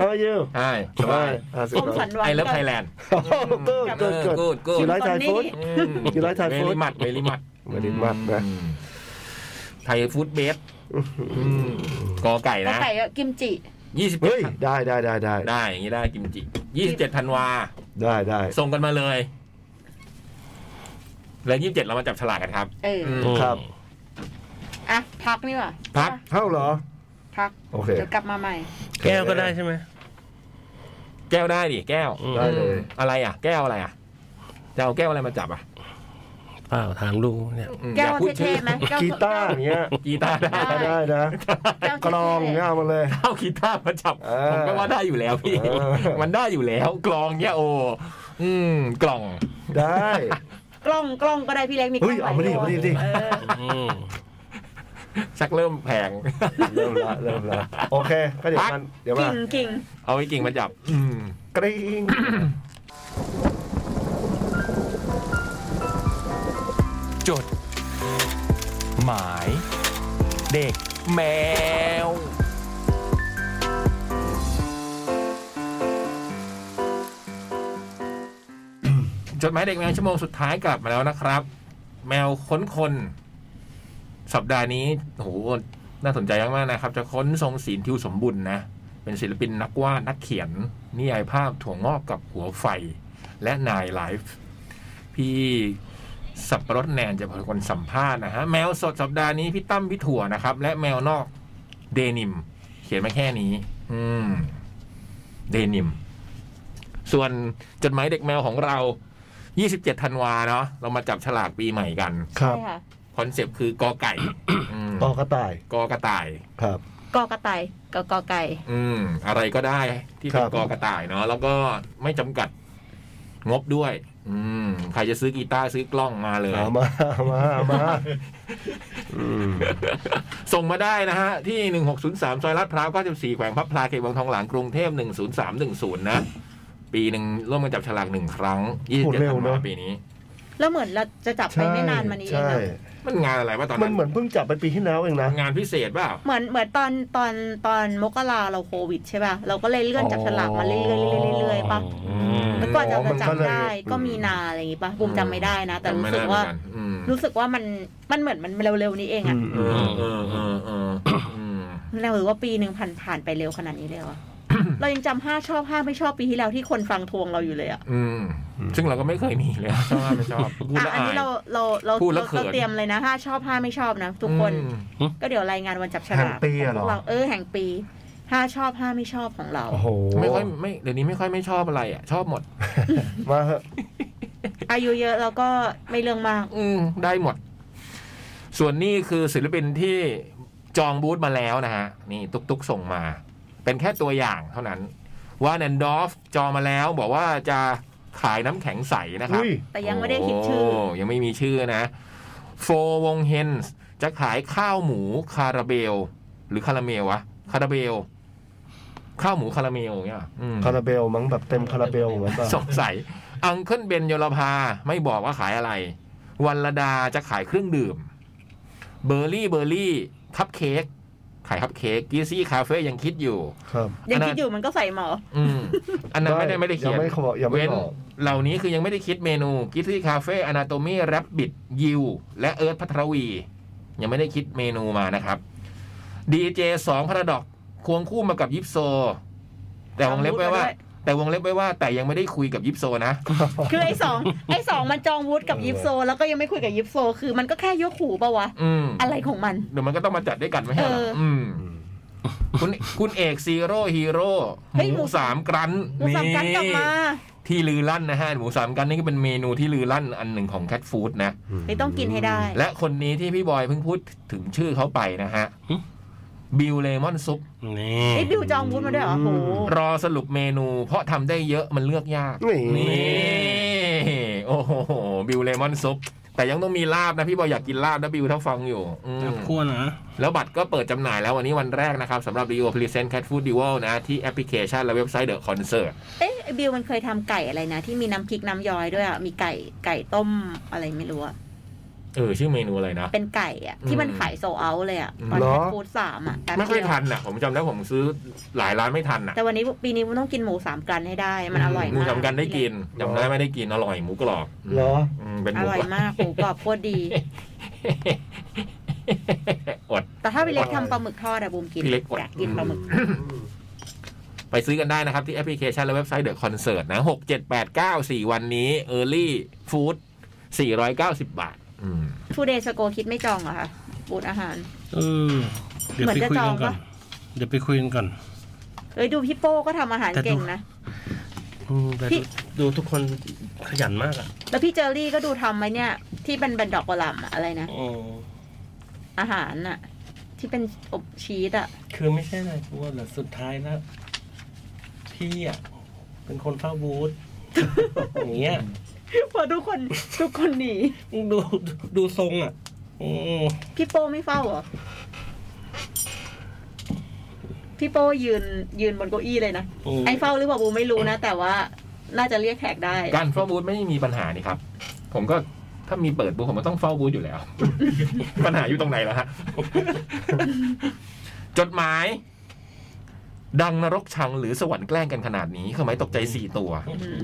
S5: how are you
S1: ใช่สบาย
S3: กรมสันวั
S1: ไอเลิฟ
S3: กั
S1: ไทย
S3: บ
S1: แลนด์
S5: กูดกูดกูด
S1: Good, good.
S5: ยูไลท์ไทยฟู้ด You like Thai food?
S1: เวลิมัดเวลิมัด
S5: Very much นะ
S1: ไทยฟู้ดเบสกอไก่
S3: กอ
S1: นะ
S3: ไก่ก็กิมจิ
S1: ยี่สิบ
S5: เฮ้ย ได้ได้ได้ได้
S1: ได้อย่างนี้ได้กิมจิยี่สิบเจ็ดธันวา
S5: ได้ได้
S1: ส่งกันมาเลย แล้วยี่สิบเจ็ดเรามาจับฉลากกันครับ
S3: เออ
S1: ม
S5: ครับ
S3: อ่ะ พักนี่ว่ะ
S1: พัก
S5: เท่าเหรอ
S3: พัก
S5: โอเค
S3: เดี๋ยวกลับมาใหม่
S2: แก้วก็ได้ใช่ไหม
S1: แก้วได้ดิแก้ว
S2: อืม
S5: ได้เลย
S1: อะไรอ่ะ แก้วอะไรอ่ะจะเอาแก้วอะไรมาจับอ่ะ
S2: เปล่าถามดูเนี่ย
S1: อืม
S3: แก้
S1: อ
S3: ว
S1: ย่าพูด
S3: เท่
S1: ชื่อ
S3: ๆไหมแก้ว
S5: กีตาร์อย่างเงี้ย
S1: กีตาร์ได้
S5: ก็ได้นะ
S3: แก้ว
S5: กลองอย่าง
S3: เท่
S5: เงี้ยเอามาเลย
S1: เอากีตาร์มาจับ
S5: เออ
S1: ผมก็ว่าได้อยู่แล้วพี่
S5: เออ
S1: มันได้อยู่แล้ว กลองเนี้ยโออืม กล่อง
S5: ได้
S3: ๆกล้องกล้องก็ได้พี่เล็กมีกล้
S5: เฮ้
S3: อย ง
S5: เอามาดิเอามาดิเอามาดิ
S3: เออ
S2: อืม
S1: ชักเริ่มแพง
S5: เริ่มละเริ่มละโอเคก็เดี๋ยวมันเดี๋ยวมา
S3: กิ่งกิ่ง
S1: เอาไอ้กิ่งมาจับ อืม
S5: กริ๊ง
S1: จด หมาย เด็กแมว จดหมายเด็กแมวชั่วโมงสุดท้ายกลับมาแล้วนะครับ แมวค้นคน สัปดาห์นี้โอ้โหน่าสนใจมากๆนะครับ จะค้นทรงศีลทิวสมบุญนะ เป็นศิลปินนักวาดนักเขียน นิยายภาพถั่วงอกกับหัวไฟ และนายไลฟ์ พี่สับปะรดแนนจะเป็นคนสัมภาษณ์นะฮะ แมวสดสัปดาห์นี้พี่ตั้มพี่ถั่วนะครับ และแมวนอกเดนิม เขียนมาแค่นี้ อืม เดนิม ส่วนจดหมายเด็กแมวของเรา 27ธันวาเนาะเรามาจับฉลากปีใหม่กัน
S5: ครั
S3: ใช่
S5: บ
S3: ค่ะ
S1: คอนเซปต์คือกอไก่ อืม
S5: ต่อกระต่าย
S1: กอกระต่าย
S5: ครับ
S3: กอกระต่ายกับกอไก่
S1: อืม อะไรก็ได้ที่เป็
S5: ครั
S1: น
S5: บ
S1: กอกระต่ายเนาะแล้วก็ไม่จำกัดงบด้วย อืม ใครจะซื้อกีตาร์ซื้อกล้องมาเลย
S5: เอามาเอามาเอามาอืม
S1: ส่งมาได้นะฮะ ที่ 1603 ซอยลาดพร้าว94แขวงพับพลาเขตวังทองหลางกรุงเทพ10310 นะ ปีหนึ่งร่วมกันจับฉลากหนึ่งครั้ง27ธันวาปีนี้
S3: แล้วเหมือนเราจะจับไป
S5: ใช่
S3: ไม่นานมานี้เอง
S5: ใช่
S3: นะ
S1: มันงานอะไรวะตอน
S5: มั
S1: นั้น น
S5: เหมือนเพิ่งจับไปปีที่แล้วเองนะ
S1: งานพิเศษเปล่า
S3: เหมือนเหมือนตอนตอนตอนมกราเราโควิดใช่ป่ะ เราก็เลยเลื่อนจากฉลากมาเรื่อยๆเรื่อยๆเรื่อยๆป่ะ
S2: อืม
S3: แล้วกว่าจะ
S5: อ๋อมันก็เลย
S3: จำได้ก็
S5: อืม
S3: มีนาอะไรอย่างงี้ป่ะบูมจำไม่ได้นะ แต่
S1: จำ
S3: รู้
S1: ไม่
S3: สึ
S1: ได้เห
S3: ก
S1: มือ
S3: ว่า
S1: นกันอืม
S3: รู้สึกว่ามันมันเหมือนมันเร็วๆนี้เอง
S5: อื
S3: อะ
S5: ม
S1: เอ
S5: อืม
S1: อเออเออเอออืม
S3: เราหรือว่าปีหนึ่งผ่านผ่านไปเร็วขนาดนี้เลยเหรอ เรายังจำห้าชอบห้าไม่ชอบปีที่แล้วที่คนฟังทวงเราอยู่เลยอะ
S1: อืม ซึ่งเราก็ไม่เคยมีเลยชอบไม่ชอบพูด
S3: อ่ะ
S1: แล้ว
S3: อันนี้
S1: อาย
S3: เราเราเรา
S1: พูดแล้ว
S3: เรา
S1: เขิน
S3: เตรียมเลยนะห้าชอบห้าไม่ชอบนะทุกคน
S1: อืม
S3: ก็เดี๋ยวรายงานวันจับฉลาก
S5: แห่งปีอะเหร
S3: ข
S5: อ
S3: งพวกเออแห่งปีห้าชอบห้าไม่ชอบของเรา
S5: โอ้โห
S1: ไม่ค่อยไม่เดี๋ยวนี้ไม่ค่อยไม่ชอบอะไรอ่ะ ชอบหมด
S5: มาเหอะ
S3: อายุเยอะแล้วก็ไม่เรื่องมาก
S1: อืมได้หมด ส่วนนี้คือศิลปินที่จองบูธมาแล้วนะฮะ นี่ตุกตุกส่งมา เป็นแค่ตัวอย่างเท่านั้น ว่าแนนดอฟจองมาแล้ว บอกว่าจะขายน้ำแข็งใสนะครับ
S5: อุ้ย
S3: แต่ยังไม่ได้คิดชื่อ
S1: โยังไม่มีชื่อนะ โฟวงเฮนส์จะขายข้าวหมูคาราเบล หรือคาราเมลวะคาราเบล ข้าวหมูคาราเมลเนี่ยอืม
S5: คาราเบลมั้งแบบเต็มคาราเบลเหมือนกัน
S1: สงสัย อังเคิลเบนโยลภาไม่บอกว่าขายอะไร วันละดาจะขายเครื่องดื่ม เบอร์รี่เบอร์รี่คัพเค้กขายคัพเค้กกีซี่คาเฟ่ยังคิดอยู่
S5: ครับ
S3: ยังคิดอยู่มันก็ใส่หมอ
S1: อืม อันนั้นไม่ได้
S5: ไม่
S1: ไม่ได้เขียน
S5: ยังไม่ขอยังไม่
S1: เว้น
S5: บอก
S1: เหล่านี้คือยังไม่ได้คิดเมนูกีซี่คาเฟ่อนาโตมีแรบบิดยิวและเอิร์ธพัทรวี ยังไม่ได้คิดเมนูมานะครับดีเจสองพระดอกควงคู่มากับยิปโซ แต่วงเล็บไว้ว่า แต่วงเล็บไว้ว่า แต่ยังไม่ได้คุยกับยิปโซนะ
S3: คือไอ้สอง ไอ้สองมันจองวุฒกับยิปโซ แล้วก็ยังไม่คุยกับยิปโซ คือมันก็แค่ยกหูปะวะ
S1: อืม
S3: อะไรของมัน
S1: เดี๋ยวมันก็ต้องมาจัดด้วยกันไม่ใช่เหรอ
S3: เอออื
S1: อืม คุณคุณเอกซีโร่ฮีโร่ห
S3: เฮ้ยหมู
S1: มูสามกรัน
S3: หมูสามกันกลับมา
S1: ที่ลือลั่นนะฮะ หมูสามกรันนี่ก็เป็นเมนูที่ลือลั่นอันหนึ่งของแคทฟู้ดนะ
S3: ไม่ต้องกินให้ได้
S1: และคนนี้ที่พี่บอยเพิ่งพูดถึงชื่อเขาไปนะฮะ
S2: หึ
S1: บิวเลมอนซุป
S2: นี่
S3: ไอ้บิวจองวุฒมาด้วยเหรอโอ้โห
S1: รอสรุปเมนูเพราะทำได้เยอะมันเลือกยาก
S5: นี่
S1: นี่ โอ้โห บิวเลมอนซุป แต่ยังต้องมีลาบนะ พี่บอยอยากกินลาบนะบิวถ้าฟังอยู่ อืม
S2: จับคั่วนะ
S1: แล้วบัตรก็เปิดจำหน่ายแล้ววันนี้วันแรกนะครับสำหรับ Rio Present Cat Food Duel นะ ที่แอปพลิเคชันและเว็บไซต์ The Concert
S3: เอ๊ะไอ้บิวมันเคยทำไก่อะไรนะ ที่มีน้ำพริกน้ำย้อยด้วยอ่ะ มีไก่ไก่ต้มอะไรไม่รู้อ่ะ
S1: เออ ชื่อเมนูอะไรนะ
S3: เป็นไก่อ่ะ ที่มันขายโซเอาเลยอ่ะตอน
S5: เหรอ
S3: แคทฟูดสามอ่ะแป๊บ
S1: ไม่ค่อย
S3: เดีว
S1: ทันอ่ะ ผมจำได้ผมซื้อหลายร้านไม่ทันอ่ะ
S3: แต่วันนี้ปีนี้มันต้องกินหมูสามกันให้ได้ มันอร่อย
S1: หมู
S3: มาก
S1: จำกันได้กินจำได้ไม่ได้กินอร่อยหมูกรอบ
S5: เหรอ
S1: มเป็นห
S3: อ
S1: มู
S3: ร่อย
S1: กรอบ
S3: มากหมูกรอบโคตรดี
S1: อด
S3: แต่ถ้าพี่เล็กทำปลาหมึกทอดอะบูมกิน
S1: พี่เล็กอด
S3: อยากกินปลาหมึก
S1: ไปซื้อกันได้นะครับที่แอปพลิเคชันและเว็บไซต์ The Concert นะ 6 7 8 9 4 วันนี้ Early Food 490 บาท อืม
S3: ทูเดย์สโกคิดไม่จองเหรอคะบูธอาหาร
S2: เออ เดี๋ยวไปคุยกันก่อน
S3: เหมือนจะจองปะ
S2: เดี๋ยวไปคุยกันก่อน
S3: เอ้ยดูพี่โป้ก็ทำอาหาร
S2: แต่ดู
S3: เก่งนะ
S2: อืมแต่
S3: พี่
S2: ดูดูทุกคนขยันมากอ่ะ
S3: แล้วพี่เจอรี่ก็ดูทำไหมเนี่ย ที่เป็นเป็นดอกกระหลำอะอะไรนะ
S2: โอ้
S3: อาหารอะที่เป็นอบชีสอะ
S2: คือไม่ใช่อะไรกูว่าแต่สุดท้ายแล้ว พี่อ่ะ เป็นคนเฝ้าบูธอย่างเงี้ย
S3: พอทุกคนทุกคนหนี
S2: ดูดูทรงอ่ะอืม
S3: พี่โป้ไม่เฝ้าเหรอ พี่โป้ยืนยืนบนเก้าอี้เลยนะ
S2: ม
S3: ไอ้เฝ้าหรือเปล่าบูมไม่รู้นะ แต่ว่าน่าจะเรียกแขกได้
S1: การเฝ้าบูธไม่มีปัญหานี่ครับ ผมก็ถ้ามีเปิดบูธผมก็ต้องเฝ้าบูธอยู่แล้ว ปัญหาอยู่ตรงไหนล่ะฮะ จดหมาย ดังนรกชังหรือสวรรค์แกล้งกันขนาดนี้เครืองหมายตกใจสี่ตัว
S3: อืม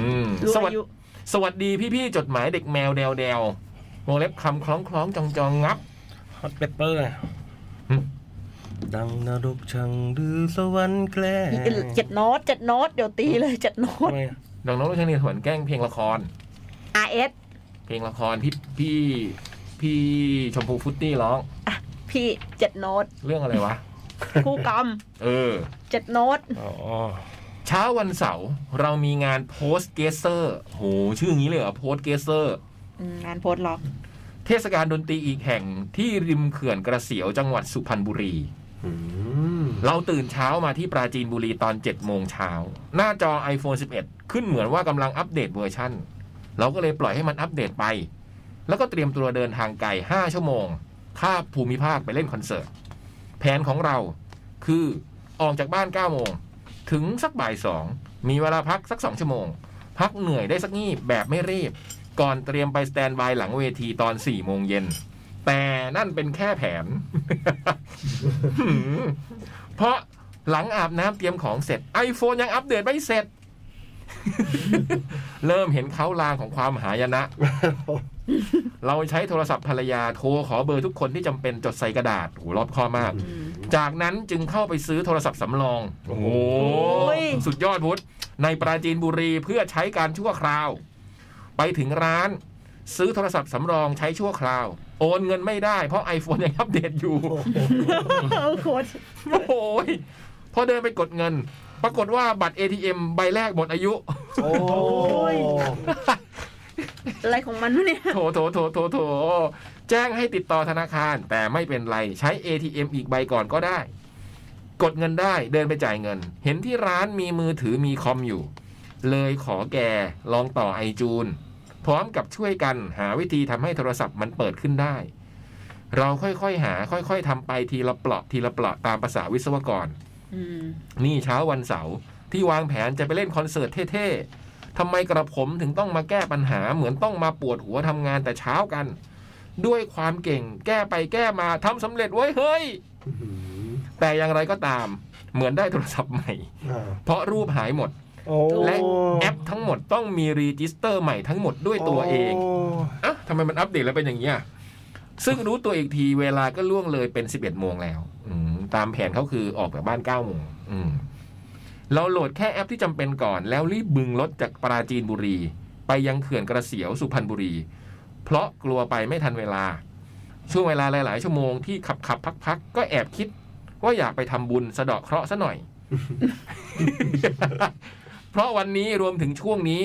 S1: อืม
S3: รู้
S1: สวัส
S3: อา
S1: ดี
S3: ยุ
S1: สวัสดีพี่ๆจดหมายเด็กแมวแดวแดววงเล็บคำคล้องคล้องจองจองงับ
S2: ฮอตเปปเปอร์อะ
S1: หึ
S2: ดังนรกชังหรือสวรรค์แกล้ง
S3: เจ็ดโน้ตเจ็ดโน้ตเดี๋ยวตีเลยเจ็ดโน้ต
S2: ทำไมอะ
S1: ดังนรกชังนี่สวรรค์แกล้งเพลงละคร
S3: R S
S1: เพลงละครพี่พี่พี่ชมพูฟุตตี้ร้อง
S3: พี่เจ็ดโน้ต
S1: เรื่องอะไรวะ
S3: คู่กรรม
S1: เออ
S3: เจ็ดโน้ต
S2: อ๋อ
S1: เช้าวันเสาร์เรามีงานโพสเกเซอร์โหชื่ออย่างนี้เลยเหรอโพสเกเซอร์
S3: อืมงานโพสต์ล็อก
S1: เทศกาลดนตรีอีกแห่งที่ริมเขื่อนกระเสียวจังหวัดสุพรรณบุรี
S5: อืม
S1: เราตื่นเช้ามาที่ปราจีนบุรีตอน 7 โมงเช้า หน้าจอ iPhone 11 ขึ้นเหมือนว่ากำลังอัปเดตเวอร์ชั่น เราก็เลยปล่อยให้มันอัปเดตไป แล้วก็เตรียมตัวเดินทางไกล 5 ชั่วโมงข้ามภูมิภาคไปเล่นคอนเสิร์ต แผนของเราคือออกจากบ้าน 9 โมง ถึงสักบ่าย 2 มีเวลาพักสัก 2 ชั่วโมง พักเหนื่อยได้สักงีบแบบไม่รีบ ก่อนเตรียมไปสแตนบายหลังเวทีตอน 4 โมงเย็น แต่นั่นเป็นแค่แผน เพราะหลังอาบน้ำเตรียมของเสร็จ iPhone ยังอัปเดตไม่ เสร็จ เริ่มเห็นเขาลางของความหายนะ เราใช้โทรศัพท์ภรรยาโทรขอเบอร์ทุกคนที่จำเป็นจดใส่กระดาษโหรอบคอบมาก จากนั้นจึงเข้าไปซื้อโทรศัพท์สำรอง โอ้โห
S3: ย
S1: สุดยอดวุฒิในปราจีนบุรีเพื่อใช้การชั่วคราว ไปถึงร้าน ซื้อโทรศัพท์สำรองใช้ชั่วคราว โอนเงินไม่ได้เพราะ iPhone ยังอัปเดตอยู่
S3: โคตร
S1: โอ้โหยพอเดินไปกดเงิน ปรากฏว่าบัตร ATM ใบแรกหมดอายุ
S5: โอ้ย
S3: อะไรของมันวะเนี่ย
S1: โถโถโถโถโถแจ้งให้ติดต่อธนาคาร แต่ไม่เป็นไรใช้ ATM อีกใบก่อนก็ได้ กดเงินได้เดินไปจ่ายเงิน เห็นที่ร้านมีมือถือมีคอมอยู่ เลยขอแกลองต่อไอจูน พร้อมกับช่วยกันหาวิธีทำให้โทรศัพท์มันเปิดขึ้นได้ เราค่อยๆหาค่อยๆทำไปทีละเปลาะทีละเปลาะตามภาษาวิศวกร
S3: อืม
S1: นี่เช้าวันเสาร์ที่วางแผนจะไปเล่นคอนเสิร์ตเท่ๆ ทำไมกระผมถึงต้องมาแก้ปัญหาเหมือนต้องมาปวดหัวทำงานแต่เช้ากัน ด้วยความเก่งแก้ไปแก้มาทำสำเร็จเว้ยเฮ้ย แต่อย่างไรก็ตามเหมือนได้โทรศัพท์ใหม่ เพราะรูปหายหมด
S5: โอ้
S1: และแอปทั้งหมดต้องมีรีจิสเตอร์ใหม่ทั้งหมดด้วยตัวเอง อ่ะทำไมมันอัปเดตแล้วเป็นอย่างนี้ยซึ่งรู้ตัวอีกทีเวลาก็ล่วงเลยเป็น 11โมงแล้ว อืมตามแผนเขาคือออกจากบ้าน9โมงอืมเราโหลดแค่แอปที่จำเป็นก่อน แล้วรีบบึงรถจากปราจีนบุรี ไปยังเขื่อนกระเสียวสุพรรณบุรี เพราะกลัวไปไม่ทันเวลา ช่วงเวลาหลาย ๆ ชั่วโมงที่ขับขับพักพักๆ ก็แอบคิด ว่าอยากไปทำบุญสะเดาะเคราะห์ซะหน่อย เพราะวันนี้รวมถึงช่วงนี้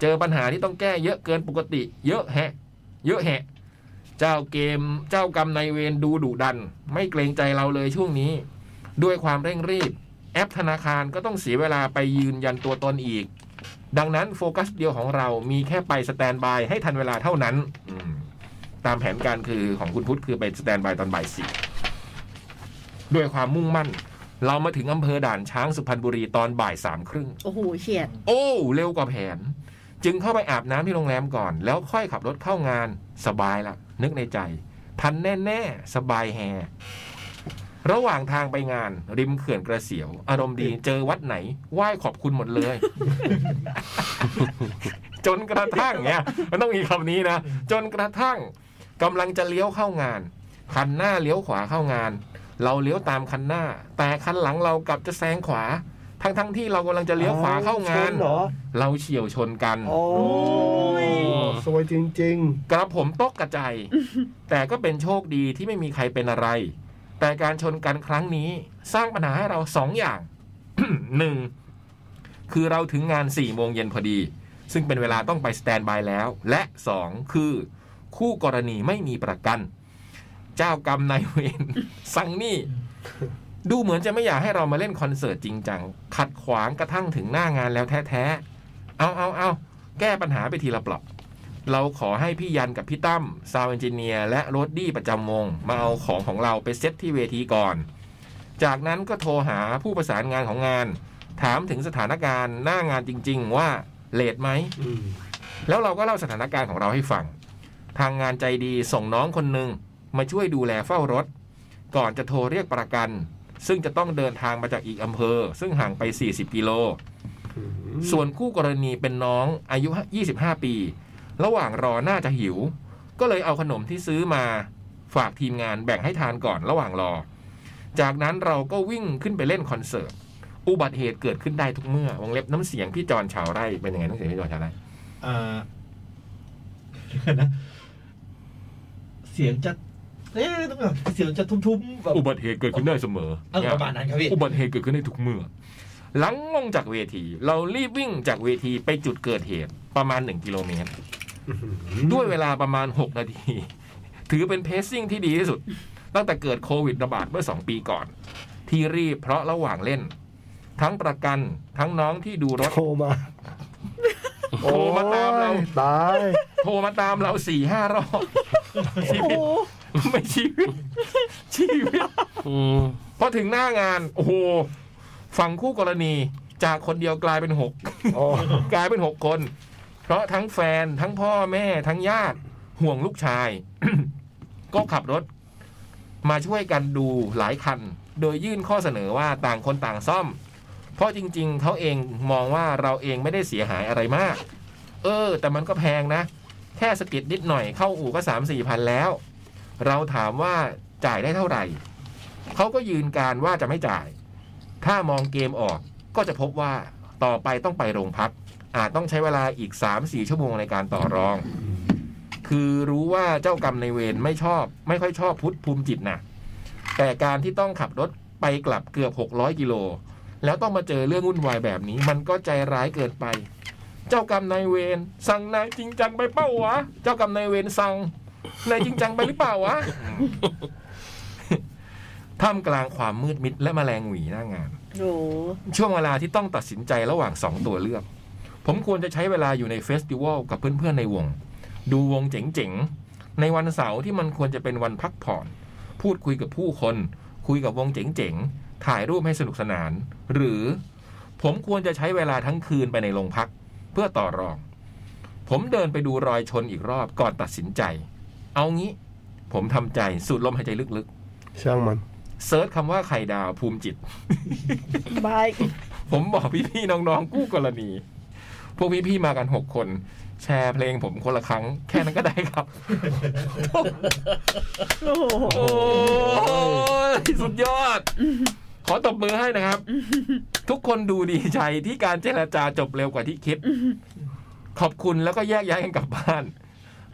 S1: เจอปัญหาที่ต้องแก้เยอะเกินปกติ เยอะแฮะ เยอะแฮะ เจ้าเกมเจ้ากรรมนายเวรดูดุดัน ไม่เกรงใจเราเลยช่วงนี้ ด้วยความเร่งรีบ แอปธนาคารก็ต้องเสียเวลาไปยืนยันตัวตนอีก ดังนั้นโฟกัสเดียวของเรามีแค่ไปสแตนบายให้ทันเวลาเท่านั้นอืมตามแผนการคือของคุณพุทธคือไปสแตนบายตอนบ่ายสี่ด้วยความมุ่งมั่น เรามาถึงอำเภอด่านช้างสุพรรณบุรีตอนบ่ายสามครึ่ง
S3: โอ้โหเฉียด
S1: โอ้เร็วกว่าแผน จึงเข้าไปอาบน้ำที่โรงแรมก่อน แล้วค่อยขับรถเข้างานสบายละนึกในใจ ทันแน่ๆ สบายแฮระหว่างทางไปงาน ริมเขื่อนกระเสียว อารมณ์ดีเจอวัดไหน ไหว้ขอบคุณหมดเลย จนกระทั่งเนี่ย มันต้องมีคำนี้นะ จนกระทั่งกำลังจะเลี้ยวเข้างาน คันหน้าเลี้ยวขวาเข้างาน เราเลี้ยวตามคันหน้า แต่คันหลังเรากลับจะแซงขวา ทั้งทั้งๆที่เรากำลังจะเลี้ยวขวาเข้างาน
S5: เหรอ
S1: เราเฉียวชนกัน
S5: โอ้ยสวยจริง
S1: กระผมตกกระจาย แต่ก็เป็นโชคดีที่ไม่มีใครเป็นอะไร แต่การชนกันครั้งนี้สร้างปัญหาให้เราสองอย่าง หนึ่งคือเราถึงงาน4ี่โมงเย็นพอดี ซึ่งเป็นเวลาต้องไปสแตนบายแล้ว และ 2 คือ คู่กรณีไม่มีประกัน เจ้ากรรมนายเวร สั่งหนี่ ดูเหมือนจะไม่อยากให้เรามาเล่นคอนเสิร์ตจริงจัง ขัดขวางกระทั่งถึงหน้างานแล้วแท้ๆ เอาเอาเอาแก้ปัญหาไปทีละเปลอก เราขอให้พี่ยันกับพี่ตั้มซาวเอนจิเนียร์และโรดดี้ประจำวงมาเอาของของเราไปเซตที่เวทีก่อน จากนั้นก็โทรหาผู้ประสานงานของงาน ถามถึงสถานการณ์หน้างานจริง ๆ ว่าเลทไหม
S5: ๆ อืม
S1: แล้วเราก็เล่าสถานการณ์ของเราให้ฟัง ทางงานใจดีส่งน้องคนหนึ่งมาช่วยดูแลเฝ้ารถ ก่อนจะโทรเรียกประกัน ซึ่งจะต้องเดินทางมาจากอีกอำเภอ ซึ่งห่างไป 40 กิโล ส่วนคู่กรณีเป็นน้องอายุ 25 ปี ระหว่างรอน่าจะหิว ก็เลยเอาขนมที่ซื้อมาฝากทีมงานแบ่งให้ทานก่อนระหว่างรอ จากนั้นเราก็วิ่งขึ้นไปเล่นคอนเสิร์ต อุบัติเหตุเกิดขึ้นได้ทุกเมื่อ วงเล็บน้ำเสียงพี่จอนชาวไร่เป็นยังไงน้ำเสียงพี่จอนชาวไร่
S4: เอ่ อเดี๋ยวนะเสียงจะเอ๊ะต้องแบบเสียงจะทุ้มๆแบบ
S1: อุบัติเหตุเกิดขึ้นได้เสมอ
S4: เออประมาณนั้นครับพี่
S1: อุบัติเหตุเกิดขึ้นได้ทุกเมื่อ หลังลงจากเวที เรารีบวิ่งจากเวทีไปจุดเกิดเหตุประมาณ 1 กิโลเมตร ด้วยเวลาประมาณ 6 นาที ถือเป็นเพซซิ่งที่ดีที่สุด ตั้งแต่เกิดโควิดระบาดเมื่อ 2 ปีก่อน ที่รีบเพราะระหว่างเล่น ทั้งประกันทั้งน้องที่ดูรถ
S5: โทรมา
S1: โทรมาตามเรา
S5: โอ้ยตาย
S1: โทรมาตามเราสี่ห้ารอบชีวิตไม่ชีวิตชีวิต
S2: อืม
S1: พอถึงหน้างาน โอ้โหฝั่งคู่กรณีจากคนเดียวกลายเป็นหก
S5: โอ้
S1: กลายเป็นหกคน เพราะทั้งแฟนทั้งพ่อแม่ทั้งญาติห่วงลูกชาย ก็ขับรถ มาช่วยกันดูหลายคัน โดยยื่นข้อเสนอว่าต่างคนต่างซ่อม เพราะจริง ๆเขาเองมองว่าเราเองไม่ได้เสียหายอะไรมาก เออ แต่มันก็แพงนะ แค่สะกิดนิดหน่อยเข้าอู่ก็สามสี่พันแล้ว เราถามว่าจ่ายได้เท่าไหร่ เขาก็ยืนการว่าจะไม่จ่าย ถ้ามองเกมออกก็จะพบว่าต่อไปต้องไปโรงพัก อาจต้องใช้เวลาอีก 3-4 ชั่วโมงในการต่อรอง คือรู้ว่าเจ้ากรรมในายเวรไม่ชอบ ไม่ค่อยชอบพุทธภูมิจิตนะแต่การที่ต้องขับรถไปกลับเกือบ 600 กิโล แล้วต้องมาเจอเรื่องวุ่นวายแบบนี้ มันก็ใจร้ายเกินไป เจ้ากรรมนายเวรสั่งนายจริงจังไปเป้าวะ เจ้ากรรมนายเวรสั่งนายจริงจังไปหรือเปล่าวะ ท่ามกลางความมืดมิดและแมลงหวีหน้างาน
S6: โอ้
S1: ช่วงเวลาที่ต้องตัดสินใจระหว่าง 2 ตัวเลือก ผมควรจะใช้เวลาอยู่ในเฟสติวัลกับเพื่อนๆในวง ดูวงเจ๋งๆ ในวันเสาร์ที่มันควรจะเป็นวันพักผ่อน พูดคุยกับผู้คน คุยกับวงเจ๋งๆ ถ่ายรูปให้สนุกสนาน หรือผมควรจะใช้เวลาทั้งคืนไปในโรงพัก เพื่อต่อรอง ผมเดินไปดูรอยชนอีกรอบก่อนตัดสินใจ เอางี้ ผมทำใจสูดลมหายใจลึก
S5: ช่างมัน
S1: ๆเซิร์ชคำว่าไข่ดาวภูมิจิต
S6: บาย
S1: ผมบอกพี่ๆน้องๆกู้กรณี พวกพี่ๆมากันหกคน แชร์เพลงผมคนละครั้ง แค่นั้นก็ได้ครับ
S6: โอ้โห
S1: โอ้ยสุดยอด ขอตบมือให้นะครับ ทุกคนดูดีใจที่การเจรจาจบเร็วกว่าที่คิด ขอบคุณแล้วก็แยกย้ายกันกลับบ้าน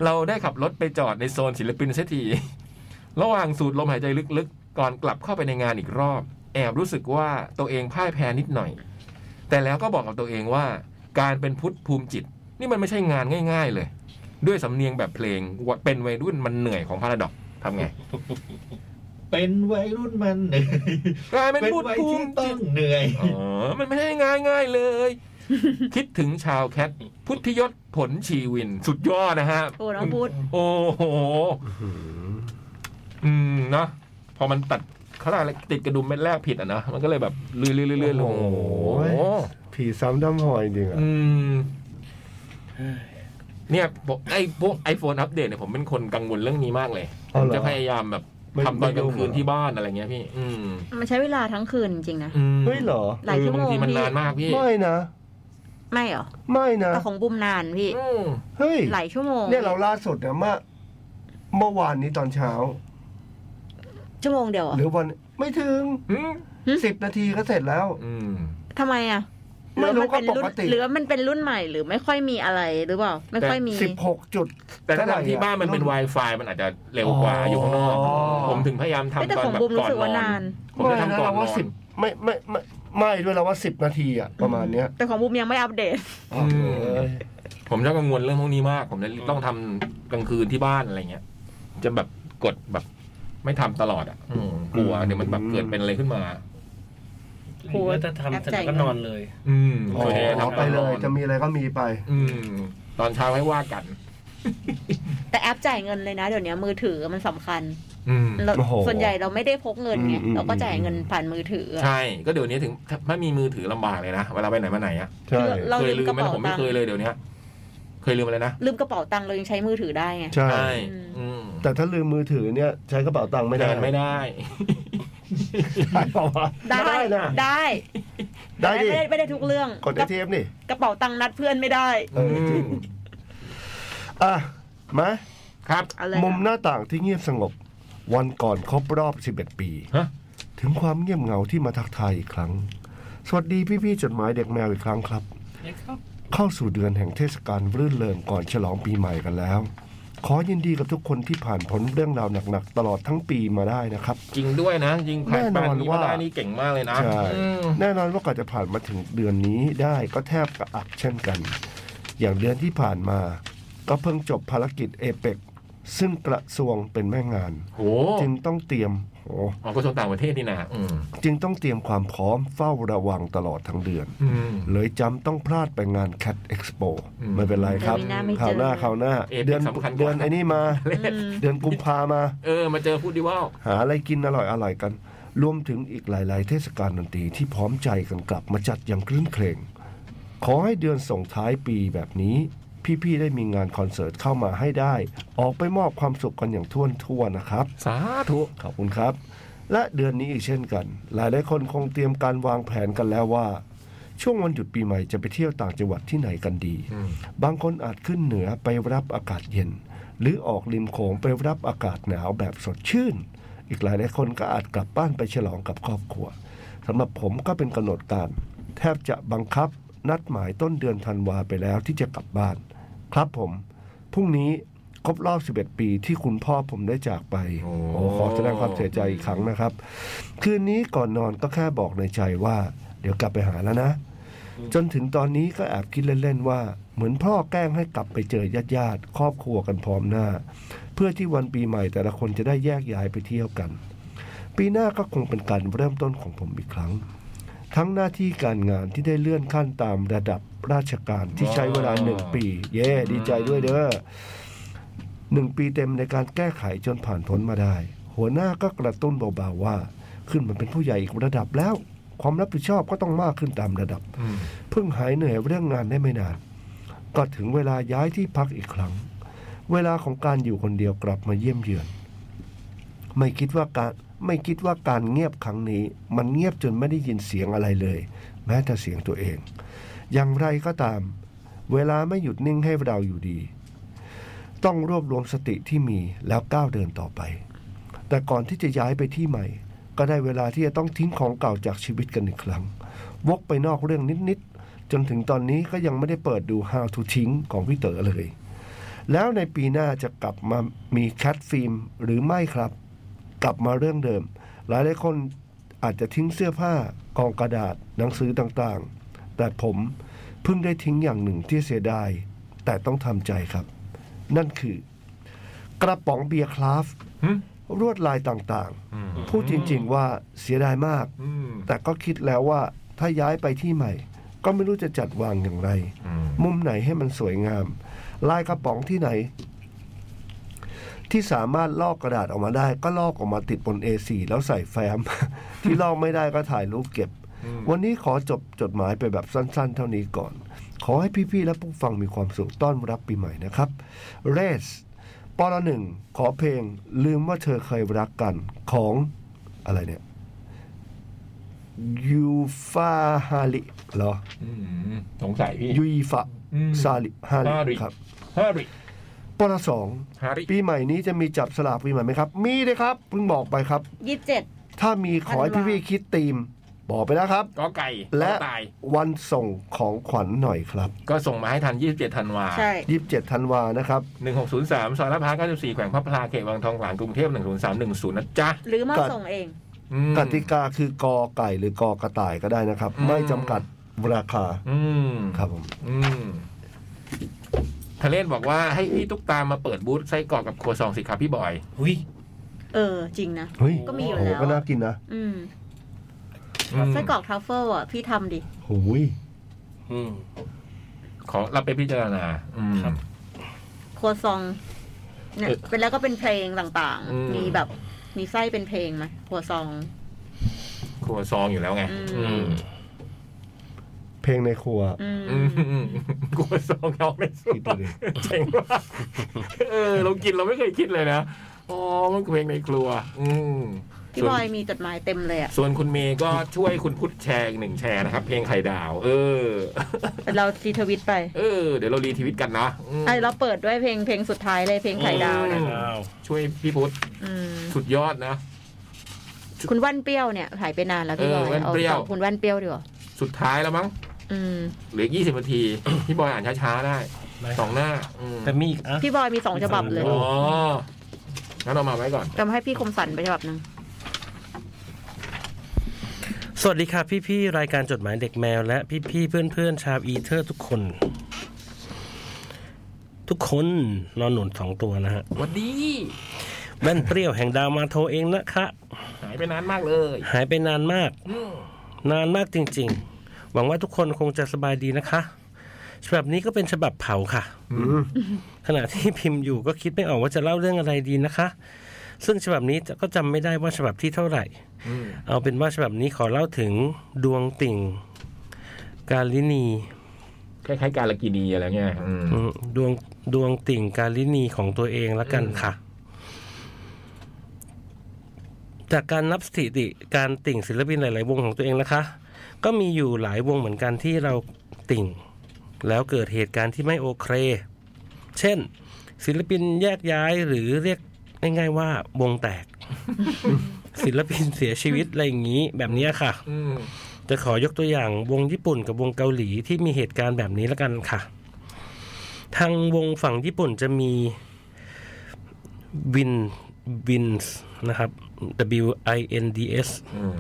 S1: เราได้ขับรถไปจอดในโซนศิลปินเสียทีระหว่างสูดลมหายใจลึกๆ ก่อนกลับเข้าไปในงานอีกรอบ แอบรู้สึกว่าตัวเองพ่ายแพ้นิดหน่อย แต่แล้วก็บอกกับตัวเองว่า การเป็นพุทธภูมิจิต นี่มันไม่ใช่งานง่าย ๆ เลย ด้วยสำเนียงแบบเพลงว่าเป็นวัยรุ่นมันเหนื่อยของพาราดอกทำไง
S4: เป็นวัยรุ่นมันเหนื่อย
S1: กลายเป็น
S4: เป็น
S1: พุทธ
S4: วัย
S1: ภู
S4: ที่
S1: มิ
S4: ต้
S1: จิ
S4: อง
S1: ต
S4: เหนื่อย
S1: อ๋อ มันไม่ใช่ง่ายง่ายๆเลย คิดถึงชาวแคท พุทธิยศผลชีวิน สุดยอดนะฮะ
S3: โอ้น้องพุทธ
S1: โอ้โห อืมเนาะพอมันตัดเขาเรียกอะไรติดกระดุมเม็ดแรกผิดอ่ะนะ มันก็เลยแบบเลื่อยๆเลื่อยๆลงโอ้โห
S5: ผีซ้ำดำหอยจริงๆอ่ะ
S1: อืมเนี่ยผมไอ้พวกไอโฟนอัปเดตเนี่ยผมเป็นคนกังวลเรื่องนี้มากเลยผมจะพยายามแบบทำตอนกลางคืนที่บ้านอะไรเงี้ยพี่ อืม
S3: มันใช้เวลาทั้งคืนจริงๆนะ
S1: อืม
S5: เฮ้ยเหรอ
S3: หลายชั่วโม
S1: บาง
S3: ง
S1: ทีมัน
S3: พี่
S1: นานมากพี่
S5: ไม่นะ
S3: ไม่เหรอ
S5: ไม่นะ
S3: แต่ของบุมนานพี่
S1: อืม
S5: เฮ้ย
S3: หลายชั่วโมง
S5: เนี่ยเราล่าสุดเนี่ยเมื่อเมื่อวานนี้ตอนเช้า
S3: ชั่วโมงเดียวเหรอ
S5: หรือวันไม่ถึง
S1: อืม
S5: สิบนาทีก็เสร็จแล้ว
S1: อืม
S3: ทำไมอ่ะ
S5: ไม่รู้ก็
S3: หอมัน
S5: ปก
S3: เป็นรุ่
S5: ติ
S3: นหรือว่ามันเป็นรุ่นใหม่หรือไม่ค่อยมีอะไรหรือเปล่า ไม่ค่อยมี
S5: สิบหกจุด
S1: แต่ถ้า
S5: เท่ไหร่
S1: ทำที่บ้านมันเป็น
S5: อะ
S1: Wi-Fi มันอาจจะเร็วกว่า
S5: อ๋อ
S1: อ
S5: อ
S1: ยู่ข้างนอก ผมถึงพยายาม
S3: เอ้ยแต่
S1: ทำตอน
S3: ของ
S1: แบบ
S3: บูมรู้
S1: ก่อน
S3: สึก
S1: นอน
S3: ว่าาน น
S1: ผมจะทำก่อน
S5: ไม่ะเรา
S1: นอ
S5: ว่าน สิบไม่ไม่ไม่ไม่ด้วยเราว่าสิบนาทีอ่ะประมาณเนี้ย
S3: แต่ของบุมยังไม่อัปเดต
S5: เอาเลย
S1: ผมจะกังวลเรื่องพวกนี้มาก ผมจะต้องทำกลางคืนที่บ้านอะไรเงี้ย จะแบบกดแบบ ไม่ทำตลอดอ่ะอืมกลัวเดี๋ยวมันแบบเกิดเป็นอะไรขึ้นมา
S2: หรือว่าจะทำเสร็จแล้วก็นอนเลย
S1: อืม
S5: อ๋
S1: ส่วนใหญ่จะ
S5: อ
S1: ทำต
S5: ไป
S1: อนน
S5: เล
S1: อย น
S5: จะมีอะไรก็มีไป
S1: อืม ตอนเช้าให้ว่ากัน
S3: แต่แอปจ่ายเงินเลยนะ เดี๋ยวนี้มือถือมันสำคัญ
S1: อืม
S3: เรา
S5: โอ้โห
S3: ส่วนใหญ่เราไม่ได้พกเงินไง
S5: อืมอืม
S3: เราก็จ่ายเงินผ่านมือถืออะ
S1: ใช่ ก็เดี๋ยวนี้ถึงถ้าไม่มีมือถือลำบากเลยนะเวลาไปไหนมาไหนอ่ะ
S5: ใช่
S3: เรา
S1: เคย
S3: ลืม
S1: ลืม
S3: กระ
S1: ไหม
S3: เป๋า
S1: ผม
S3: ตั
S1: ไม่
S3: ง
S1: เคย
S3: ค์
S1: เลยเดี๋ยวนี้เคยลืมอะไรนะ
S3: ลืมกระเป๋าตังค์เรายังใช้มือถือได้ไง
S5: ใช่
S1: อืม
S5: แต่ถ้าลืมมือถือเนี่ย ใช้กระเป๋าตังค์ไม่ได้
S1: แทนไม่ได้
S5: ได้เปล่าวะ
S3: ได้
S5: ได้นะ
S3: ได้
S5: ได้ดิ
S3: ไม่ได้ไม่ได้ทุกเรื่อง
S5: กด
S3: ก
S5: ไอ
S3: ระ
S5: เทมนี่
S3: กระเป๋าตังค์นัดเพื่อนไม่ได้
S5: เออจริงอ่ะมา
S1: ครับ
S3: อะไร
S5: มุมห
S3: นะ
S5: น้าต่างที่เงียบสงบ วันก่อนครบรอบ 11 ปี
S1: ฮะ
S5: ถึงความเงียบเหงาที่มาทักทายอีกครั้ง สวัสดีพี่ๆจดหมายเด็กแมวอีกครั้งครับ เข้าสู่เดือนแห่งเทศกาลรื่นเริงก่อนฉลองปีใหม่กันแล้ว ขอยินดีกับทุกคนที่ผ่านพ้นเรื่องราวหนักๆ ตลอดทั้งปีมาได้นะครับ
S1: จริงด้วยนะ จริงผ่าน
S5: แน่นอน
S1: ปานนี้มา
S5: ว่า
S1: ได้นี่เก่งมากเลยนะ
S5: ใช่
S1: อืม
S5: แน่นอนว่ากว่าจะผ่านมาถึงเดือนนี้ได้ก็แทบกระอักเช่นกัน อย่างเดือนที่ผ่านมา ก็เพิ่งจบภารกิจเอเปกซึ่งกระทรวงเป็นแม่งาน
S1: โห
S5: จึงต้องเตรียมโอ้
S1: ออกกระทรวงต่างประเทศนี่นะอืม
S5: จึงต้องเตรียมความพร้อมเฝ้าระวังตลอดทั้งเดือน
S1: อืม
S5: เลยจำต้องพลาดไปงาน Cat Expo
S1: อืม
S5: ไม่เป็นไรครับ
S3: เดี๋ยวมีหน้าไม่
S5: ข่า
S3: เจ
S5: ว
S3: อ
S5: หน้าข่าวหน้า
S1: เอเป็ก
S5: เดืน
S1: สำคัญกว่า
S5: เดือนไอ้นี่มา
S3: อืม
S5: เดือนกุมภามา
S1: เออ มาเจอพูดดีว่า
S5: หาอะไรกินอร่อยอร่อยๆกัน รวมถึงอีกหลาย ๆ เทศกาลดนตรีที่พร้อมใจกันกลับมาจัดอย่างคลื่นเครงขอให้เดือนส่งท้ายปีแบบนี้ พี่ ๆ ได้มีงานคอนเสิร์ตเข้ามาให้ได้ ออกไปมอบความสุขกันอย่างท่วนทั่วๆนะครับ
S1: สาธุ
S5: ขอบคุณครับ และเดือนนี้อีกเช่นกัน หลายหลายๆคนคงเตรียมการวางแผนกันแล้วว่า ช่วงวันหยุดปีใหม่จะไปเที่ยวต่างจังหวัดที่ไหนกันดี
S1: อืม
S5: บางคนอาจขึ้นเหนือไปรับอากาศเย็น หรือออกริมโขงไปรับอากาศหนาวแบบสดชื่น อีกหลายหลายคนก็อาจกลับบ้านไปฉลองกับครอบครัวสำหรับผมก็เป็นกำหนดการ แทบจะบังคับนัดหมายต้นเดือนธันวาไปแล้วที่จะกลับบ้าน ครับผมพรุ่งนี้ครบรอบ 11 ปีที่คุณพ่อผมได้จากไป
S1: โอ้
S5: ขอแสดงความเสียใจอีกครั้งนะครับ คืนนี้ก่อนนอนก็แค่บอกในใจว่า เดี๋ยวกลับไปหาแล้วนะ จนถึงตอนนี้ก็แอบคิดเล่น ๆ ว่า เหมือนพ่อแกล้งให้กลับไปเจอญาติๆครอบครัวกันพร้อมหน้า เพื่อที่วันปีใหม่แต่ละคนจะได้แยกย้ายไปเที่ยวกัน ปีหน้าก็คงเป็นการเริ่มต้นของผมอีกครั้ง ทั้งหน้าที่การงานที่ได้เลื่อนขั้นตามระดับราชการที่ใช้เวลาหนึ่งปี เย่ดีใจด้วยเด้อหนึ่งปีเต็มในการแก้ไขจนผ่านพ้นมาได้ หัวหน้าก็กระตุ้นเบาๆว่า ขึ้นมาเป็นผู้ใหญ่อีกระดับแล้ว ความรับผิดชอบก็ต้องมากขึ้นตามระดับ
S1: อืม
S5: เพิ่งหายเหนื่อยเรื่องงานได้ไม่นาน ก็ถึงเวลาย้ายที่พักอีกครั้ง เวลาของการอยู่คนเดียวกลับมาเยี่ยมเยือน ไม่คิดว่าการไม่คิดว่าการเงียบครั้งนี้ มันเงียบจนไม่ได้ยินเสียงอะไรเลย แม้แต่เสียงตัวเอง อย่างไรก็ตาม เวลาไม่หยุดนิ่งให้เราอยู่ดี ต้องรวบรวมสติที่มีแล้วก้าวเดินต่อไป แต่ก่อนที่จะย้ายไปที่ใหม่ ก็ได้เวลาที่จะต้องทิ้งของเก่าจากชีวิตกันอีกครั้ง วกไปนอกเรื่องนิด ๆ จนถึงตอนนี้ก็ยังไม่ได้เปิดดู How to ทิ้งของพี่เต๋อเลย แล้วในปีหน้าจะกลับมามีแคทฟิล์มหรือไม่ครับ กลับมาเรื่องเดิม หลายหลายๆคนอาจจะทิ้งเสื้อผ้ากองกระดาษหนังสือต่าง ๆ แต่ผมเพิ่งได้ทิ้งอย่างหนึ่งที่เสียดาย แต่ต้องทำใจครับ นั่นคือ กระป๋องเบียร์คราฟต์
S1: หึ
S5: ลวดลายต่าง
S1: อืม
S5: ๆ พูดจริง ๆ ว่าเสียดายมาก
S1: อืม
S5: แต่ก็คิดแล้วว่าถ้าย้ายไปที่ใหม่ ก็ไม่รู้จะจัดวางอย่างไร
S1: อืม
S5: มุมไหนให้มันสวยงาม ลายกระป๋องที่ไหน ที่สามารถลอกกระดาษออกมาได้ ก็ลอกออกมาติดบน A4 แล้วใส่แฟ้ม ที่ลอกไม่ได้ก็ถ่ายรูปเก็บ วันนี้ขอจบจดหมายไปแบบสั้น ๆ เท่านี้ก่อน ขอให้พี่ๆและผู้ฟังมีความสุขต้อนรับปีใหม่นะครับ เรสปอละหนึ่งขอเพลง ลืมว่าเธอเคยรักกันของอะไรเนี่ยยูฟาฮาลิเหรอ
S1: อืมสงสัยพี่
S5: ยูฟา
S1: อืม
S5: ซาลิฮา
S1: ฮาลิ
S5: ลิครับ
S1: ฮาริ
S5: ปละสอง
S1: ฮาริ
S5: ปีใหม่นี้จะมีจับสลากปีใหม่ไหมครับ มีเลยครับเพิ่งบอกไปครับ
S3: ยี่สิบเจ็ด
S5: ถ้ามีขอให้
S3: ธันวา
S5: พี่ๆคิดตีม บอกไปแล้วครับ
S1: ก็ไก่
S5: และ
S1: ก็ตาย
S5: วันส่งของขวัญหน่อยครับ
S1: ก็ส่งมาให้ทัน 27ธันวา
S3: ใช่
S5: 27ธันวานะครับ
S1: 1603ซอยลาดพร้าว94 แขวงพระพลาเขตวังทองหลางกรุงเทพ10310นะจ๊ะ
S3: หรือมา
S5: ก่อน
S3: ส่งเอง
S1: อืม
S5: กติกาคือกอไก่หรือกอกระต่ายก็ได้นะครับ
S1: อืม
S5: ไม่จำกัดราคา
S1: อืม
S5: ครับผม
S1: อืมทะเลนบอกว่าให้พี่ตุ๊กตามาเปิดบูธไส้กรอกกับครัวซองสิครับพี่บอย
S7: อุ้ย
S3: เออ จริงนะ
S5: เฮ้ย
S3: ก็มีอยู่
S5: โอ้โห
S3: แล้ว
S5: ก็น่ากินนะ
S3: อืม
S1: อืม
S3: ไส้กรอกทรัฟเฟิลอ่ะ พี่ทำดิ
S5: โอ้ย
S2: อืม
S1: ขอรับไปพิจารณาอืม
S2: ครับ
S3: ครัวซองเนี่ย
S2: เออ
S3: เป็นแล้วก็เป็นเพลงต่าง
S1: อืม
S3: ๆ มีแบบมีไส้เป็นเพลงไหมครัวซอง
S1: ครัวซองอยู่แล้วไง
S3: อืม
S1: อืม
S5: เพลงในครัว
S3: อืม
S1: อืมครัวซองเราไม่สุ
S5: คิ
S1: ด
S5: ดดูดิ
S1: เจ๋งว่ะเออ เรากินเราไม่เคยคิดเลยนะอ๋อมันเพลงในครัว อืม
S3: พี่
S1: ส่
S3: บ
S1: ว
S3: อน ยมีจดหมายเต็มเลยอ่ะ
S1: ส่วนคุณเมย์ก็ ช่วยคุณพุทธแชร์อีกหนึ่งแชร์นะครับ เพลงไข่ดาว เออ
S3: เรารีทวิตไป
S1: เออ เดี๋ยวเรารีทวิตกันนะอืม
S3: ไอเราเปิดด้วยเพลงเพลงสุดท้ายเลยเพลงไข่ดาวเนี่ย
S1: อืม
S2: อ้าว
S1: ช่วยพี่พุทธ
S3: อืม
S1: สุดยอดนะ
S3: คุณว่านเปรี้ยวเนี่ยหายไปนานแล้วพี่บอย
S1: เออว่านเปรี้ยว
S3: ของคุณว่านเปรี้ยวดีกว่า
S1: สุดท้ายแล้วมั้ง
S3: อืม
S1: เหลือยี่สิบนาที พี่บอยอ่านช้าๆได้สองหน้าอืม
S2: แต่มีอีกอ่ะ
S3: พี่บอยมีสองฉบับเลย
S1: อ๋องั้นเอามาไว้ก่อน
S3: จำให้พี่คมสันไปฉบับหนึ่ง
S2: สวัสดีค่ะพี่ๆรายการจดหมายเด็กแมว และพี่ๆเพื่อนๆชาวอีเทอร์ทุกคน ทุกคนนอนหนุนสองตัวนะฮะ
S1: วันดี
S2: แว่นเปรี้ยวแห่งดาวมาโทรเองนะคะ
S1: หายไปนานมากเลย
S2: หายไปนานมาก
S1: อืม
S2: นานมากจริงๆ หวังว่าทุกคนคงจะสบายดีนะคะ ฉบับนี้ก็เป็นฉบับเผาค่ะ ขณะที่พิมพ์อยู่ก็คิดไม่ออกว่าจะเล่าเรื่องอะไรดีนะคะ ซึ่งฉบับนี้ก็จำไม่ได้ว่าฉบับที่เท่าไหร่
S1: อืม
S2: เอาเป็นว่าฉบับนี้ขอเล่าถึงดวงติ่ง กาลินี
S1: คล้ายๆการละกินีอะไรเงี้ยอืม
S2: อืมดวงดวงติ่งการลินีของตัวเองละกัน
S1: อืม
S2: ค่ะ จากการนับสถิติการติ่งศิลปินหลาย ๆ วงของตัวเองนะคะ ก็มีอยู่หลายวงเหมือนกันที่เราติ่ง แล้วเกิดเหตุการณ์ที่ไม่โอเค เช่น ศิลปินแยกย้ายหรือเรียกง่ายๆว่าวงแต ก ศิลปินเสียชีวิตอะไรอย่างนี้แบบเนี้ยค่ะ
S1: อืม
S2: จะขอยกตัวอย่างวงญี่ปุ่นกับวงเกาหลีที่มีเหตุการณ์แบบนี้ละกันค่ะ ทางวงฝั่งญี่ปุ่นจะมีวินวินส์นะครับ W I N D S
S1: อืม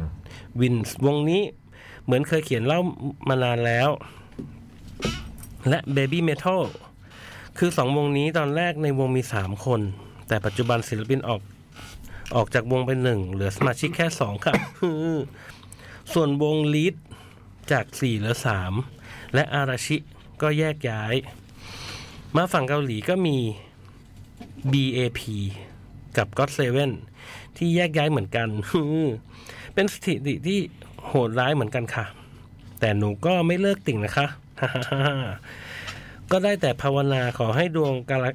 S2: วินส์วงนี้เหมือนเคยเขียนเล่ามานานแล้ว และ Baby Metal คือสองวงนี้ตอนแรกในวงมี 3 คน แต่ปัจจุบันศิลปินออกออกจากวงไปหนึ่งเหลือสมาชิกแค่ 2 ค่ะ ส่วนวงลีดจาก 4 เหลือ 3 และอาราชิก็แยกย้าย มาฝั่งเกาหลีก็มี BAP กับ God Seven ที่แยกย้ายเหมือนกัน เป็นสถิติที่โหดร้ายเหมือนกันค่ะ แต่หนูก็ไม่เลิกติ่งนะคะ ก็ได้แต่ภาวนาขอให้ดวงกาล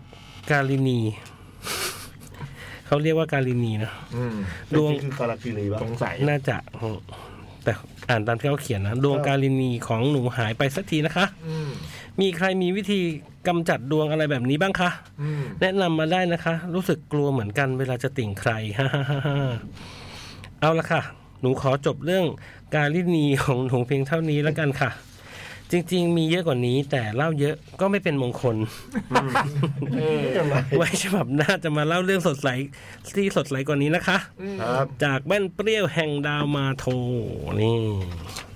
S2: กาลินี เขาเรียกว่าการินีนะ
S1: อืม
S2: ดวง
S4: นี่คือกาลากิรีปะ
S1: สงสัย
S2: น่าจะ แต่อ่านตามที่เขาเขียนนะ ดวงการินีของหนูหายไปสักทีนะคะ
S1: อืม
S2: มีใครมีวิธีกำจัดดวงอะไรแบบนี้บ้างคะ
S1: อืม
S2: แนะนำมาได้นะคะ รู้สึกกลัวเหมือนกันเวลาจะติ่งใคร เอาละค่ะ หนูขอจบเรื่องการลินีของหนูเพียงเท่านี้แล้วกันค่ะ จริงๆ มีเยอะกว่านี้ แต่เล่าเยอะก็ไม่เป็นมงคล
S5: ยังไง
S2: ไว้ฉบับหน้าจะมาเล่าเรื่องสดใสที่สดใสกว่านี้นะคะ
S5: ครับ
S2: จากแว่นเปรี้ยวแห่งดาวมาโทนี่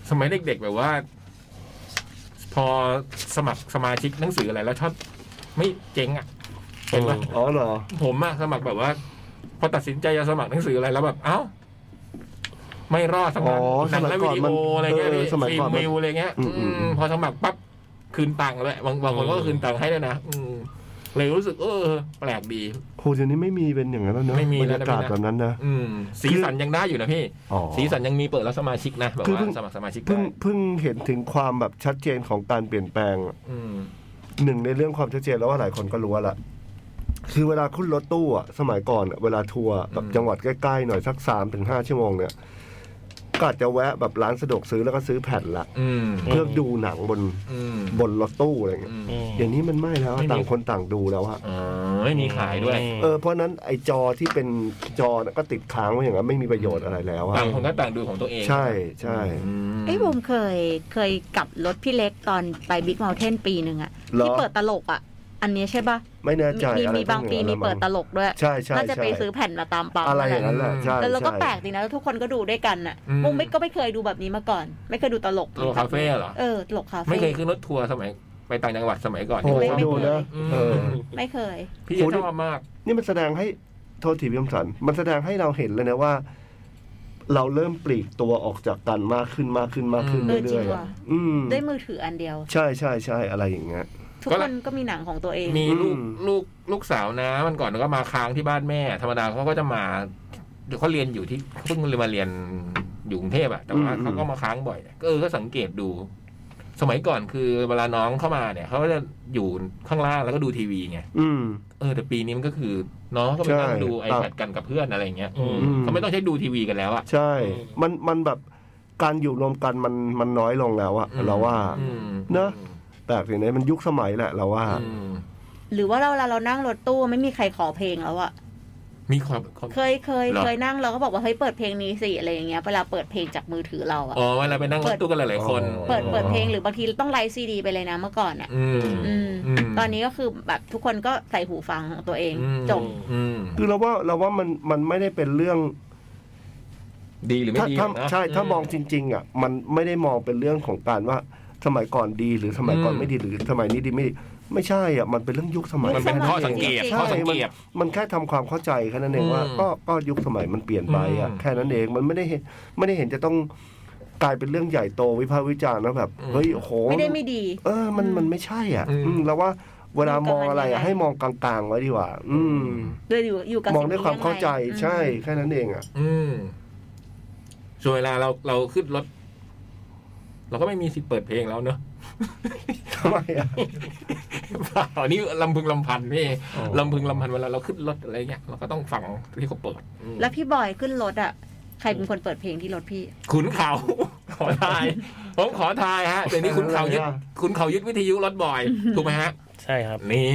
S1: สมัยเด็กๆแบบว่า พอสมัครสมาชิกหนังสืออะไรแล้วชอบไม่เจ๊งอ่ะเห็นปะ
S5: อ๋อเหรอ
S1: ผมอะสมัครแบบว่า พอตัดสินใจจะสมัครหนังสืออะไรแล้วแบบ เอ้า ไม่รอดสักนั้น
S5: อ๋อ
S1: หนังและ
S5: สมั
S1: วิ
S5: ย
S1: ดี
S5: ก่อนมัน
S1: โออะไรเงี้ย
S5: เออ
S1: พี่
S5: สมัย
S1: ฟิ
S5: ก่
S1: ล์
S5: อ
S1: ม
S5: นมัน
S1: มิวอะไรเงี้ย
S5: อืมอืม
S1: อืมพอสมัครปั๊บคืนตังค์เลยบางบางคนก็
S2: อืม
S1: คืนตังค์ให้ด้วยนะอืมเลยรู้สึก เออ แปลกดี
S5: โหเดี๋ยวนี้ไม่มีเป็นอย่างนั้นแล้วเนอะ
S1: ไม่มี
S5: บรร
S1: แล้ว
S5: ยา
S1: นะ
S5: กาศแบบนั้นนะ
S1: อืม สีสันยังได้อยู่นะพี่
S5: อ๋อ
S1: สีสันยังมีเปิดรับสมาชิกนะแบบ
S5: คือ
S1: ว่า
S5: เพิ่ง
S1: สมัครสมาชิก
S5: เพิ่ง
S1: ได้
S5: เพิ่งเห็นถึงความแบบชัดเจนของการเปลี่ยนแปลง
S1: อืม
S5: หนึ่งในเรื่องความชัดเจนแล้วว่าหลายคนก็รู้ว่าละคือเวลาขึ้นรถตู้อะสมัยก่อนอะเวลาทัวร์แบบ
S1: อืม
S5: จังหวัดใกล้ๆหน่อยสักสามถึงห้าชั่วโมงเนี่ยก็อาจจะแวะแบบร้านสะดวกซื้อแล้วก็ซื้อแผ่นละ
S1: อืม
S5: เพื่อดูหนังบน
S1: อืม
S5: บนรถตู้อะไรเงี้ย
S1: อืม
S2: อืม
S5: อย่างนี้มันไม่แล้วอะ
S1: ไม่มี
S5: ต่างคนต่างดูแล้วอะ
S1: อ๋อไม่มีขายด้วย
S5: เออเพราะฉะนั้นไอจอที่เป็นจอน่ะก็ติดค้างไว้อย่างนั้นไม่มีประโยชน์อะไรแล้วอะ
S1: ต่างคนก็ต่างดูของตัวเอง
S5: ใช่ใช่
S1: อืม
S3: ไอ้ยผมเคยเคยกลับรถพี่เล็กตอนไปบิ๊กเมลเทนปีหนึ่งอะ
S5: เหรอ
S3: ที่เปิดตลกอะอันเนี้ยใช่ปะ
S5: ไม่แน่ใจ
S3: มี
S5: อะไร
S3: มีบางปีมีเปิดตลกด้วย
S5: ใช่ใช่
S3: น่าจะไป
S5: ใช่
S3: ซื้อแผ่นมาตามปั๊ม
S5: อะไรอย่างนั้นแหละใช่
S3: แล้วเราก็
S5: ใช่
S3: แปลกดีนะแล้วทุกคนก็ดูด้วยกันอะ
S1: อืม
S3: มุมไม่ก็ไม่เคยดูแบบนี้มาก่อน ไม่เคยดูตลก
S1: โลคาเฟ่เหรอ
S3: เออตลกคาเฟ่
S1: ไม่เคยขึ้นรถทัวร์สมัยไปต่างจังหวัดสมัยก่อน
S5: โอ้โห
S3: ไม่
S1: ที่ผม
S3: ไม่
S5: ดูนะ
S1: อืม
S5: เออ
S3: ไม่เคย
S1: พี่
S5: โอ้โห
S1: ชอบมาก
S5: นี่มันแสดงให้โทษทีพิมสัน มันแสดงให้เราเห็นเลยนะว่า เราเริ่มปลีกตัวออกจากกันมากขึ้นมากขึ้นมากขึ้น
S3: เออจริ
S5: เรื่
S3: ง
S5: อย
S3: ว่ะ
S5: ๆอืม
S3: ด้วยมือถืออันเดียว
S5: ใช่ใช่ใช่อะไรอย่างเงี้ย
S3: ทุก
S1: ก็
S3: ค
S1: ละ
S3: นก็มีหนังของตัวเอง
S1: มี
S5: อืม
S1: ลูกลูกลูกสาวนะมันก่อนก็มาค้างที่บ้านแม่ ธรรมดาเขาก็จะมาเดี๋ยวเขาเรียนอยู่ที่เพิ่งมาเรียนอยู่กรุงเทพอะแต่ว่า
S5: อืม
S1: เขาก็มาค้างบ่อยก็เออก็สังเกตดู สมัยก่อนคือเวลาน้องเข้ามาเนี่ยเขาก็จะอยู่ข้างล่างแล้วก็ดูทีวีไง
S5: อืม
S1: เออแต่ปีนี้มันก็คือน้องก็ไปนั่ง
S5: ใช่
S1: ดู
S5: ครับ
S1: iPad กันกับเพื่อนอะไรอย่างเงี้ยอืม
S5: อืม
S1: เขาไม่ต้องใช้ดูทีวีกันแล้วอะ
S5: ใช่ มันมันแบบการอยู่รวมกันมันมันน้อยลงแล้วอะ
S1: อืม
S5: เราว่า
S1: อืม
S5: เนอะ แปลกอย่างนี้มันยุคสมัยแหละเราว่า
S1: อืม
S3: หรือว่าเราเวลาเรานั่งรถตู้ไม่มีใครขอเพลงแล้วอะ
S1: มีความความ
S3: เคยเคย
S1: เหรอ
S3: เคยนั่งเราก็บอกว่าเฮ้ยเปิดเพลงนี้สิอะไรอย่างเงี้ยเวลาเปิดเพลงจากมือถือเราอะ
S1: อ๋อเวลาไปนั่งรถตู้กันหลายๆคน
S3: เปิดเปิดเพลงหรือบางทีต้องไลฟ์ซีดีไปเลยนะเมื่อก่อนอ่ะ
S1: อืม
S3: อืม
S1: อืม
S3: ตอนนี้ก็คือแบบทุกคนก็ใส่หูฟังของตัวเอง
S1: อืม
S3: จบ
S1: อืม
S5: คือเราว่าเราว่ามันมันไม่ได้เป็นเรื่อง
S1: ดีหรือไม่
S5: ถ้า
S1: ดี
S5: ถ้า
S1: นะ
S5: ใช่ถ้ามองจริง ๆ อ่ะ มันไม่ได้มองเป็นเรื่องของการว่าสมัยก่อนดีหรือสมัยก่อน
S1: อืม
S5: ไม่ดีหรือสมัยนี้ดีไม่ดีไม่ใช่อ่ะมันเป็นเรื่องยุคสมัย
S1: มันเป็นข้อสังเกต
S5: ใช่
S1: ข้อสังเกต
S5: มันมันแค่ทำความเข้าใจแค่นั้นเองว่า
S1: อืม
S5: ก็ก็ยุคสมัยมันเปลี่ยนไปอ่ะ
S1: อืม
S5: แค่นั้นเองมันไม่ได้เห็นไม่ได้เห็นจะต้องกลายเป็นเรื่องใหญ่โตวิพากษ์วิจารณ์แล้วแบบ
S1: อืม
S5: เฮ้ยโอ้โห
S3: ไม่ได้ไม่ดี
S5: เออมันมันไม่ใช่อ่ะ
S1: อืม
S5: อืมแล้วว่าเวลามองอะไร
S3: มองกั
S5: อ่ะ
S3: น
S5: ให้มองกลางๆไว้ดีกว่า อืม
S3: ด้วยอยู่อยู่กับ
S5: มองด้วย
S3: สิ่
S5: ความเข้าใจ
S3: นี้ยังไง
S5: ใช่
S3: อืม
S5: แค่นั้นเองอ่ะ
S1: อืมส่วนเวลาเราเราขึ้นรถ เราก็ไม่มีสิทธิ์เปิดเพลงแล้วเนอะ
S5: ทำไมอ่ะ
S1: เปล่านี่ลำพึงลำพันนี่
S5: อ๋อ
S1: ลำพึงลำพันเวลาเราขึ้นรถอะไรเงี้ยเราก็ต้องฟังที่เขาเปิดอืม
S3: แล้วพี่บอยขึ้นรถอ่ะ ใครเป็นคนเปิดเพลงที่รถพี่
S1: ขุนเขา ขอทาย ผมขอทายฮ ะเดี๋ยวนี้คุณเขายึด
S5: อะไรอ่ะ
S1: คุณเขายึดวิทยุรถบ่อย ถูกไหมฮะ
S2: ใช่ครับ
S1: นี่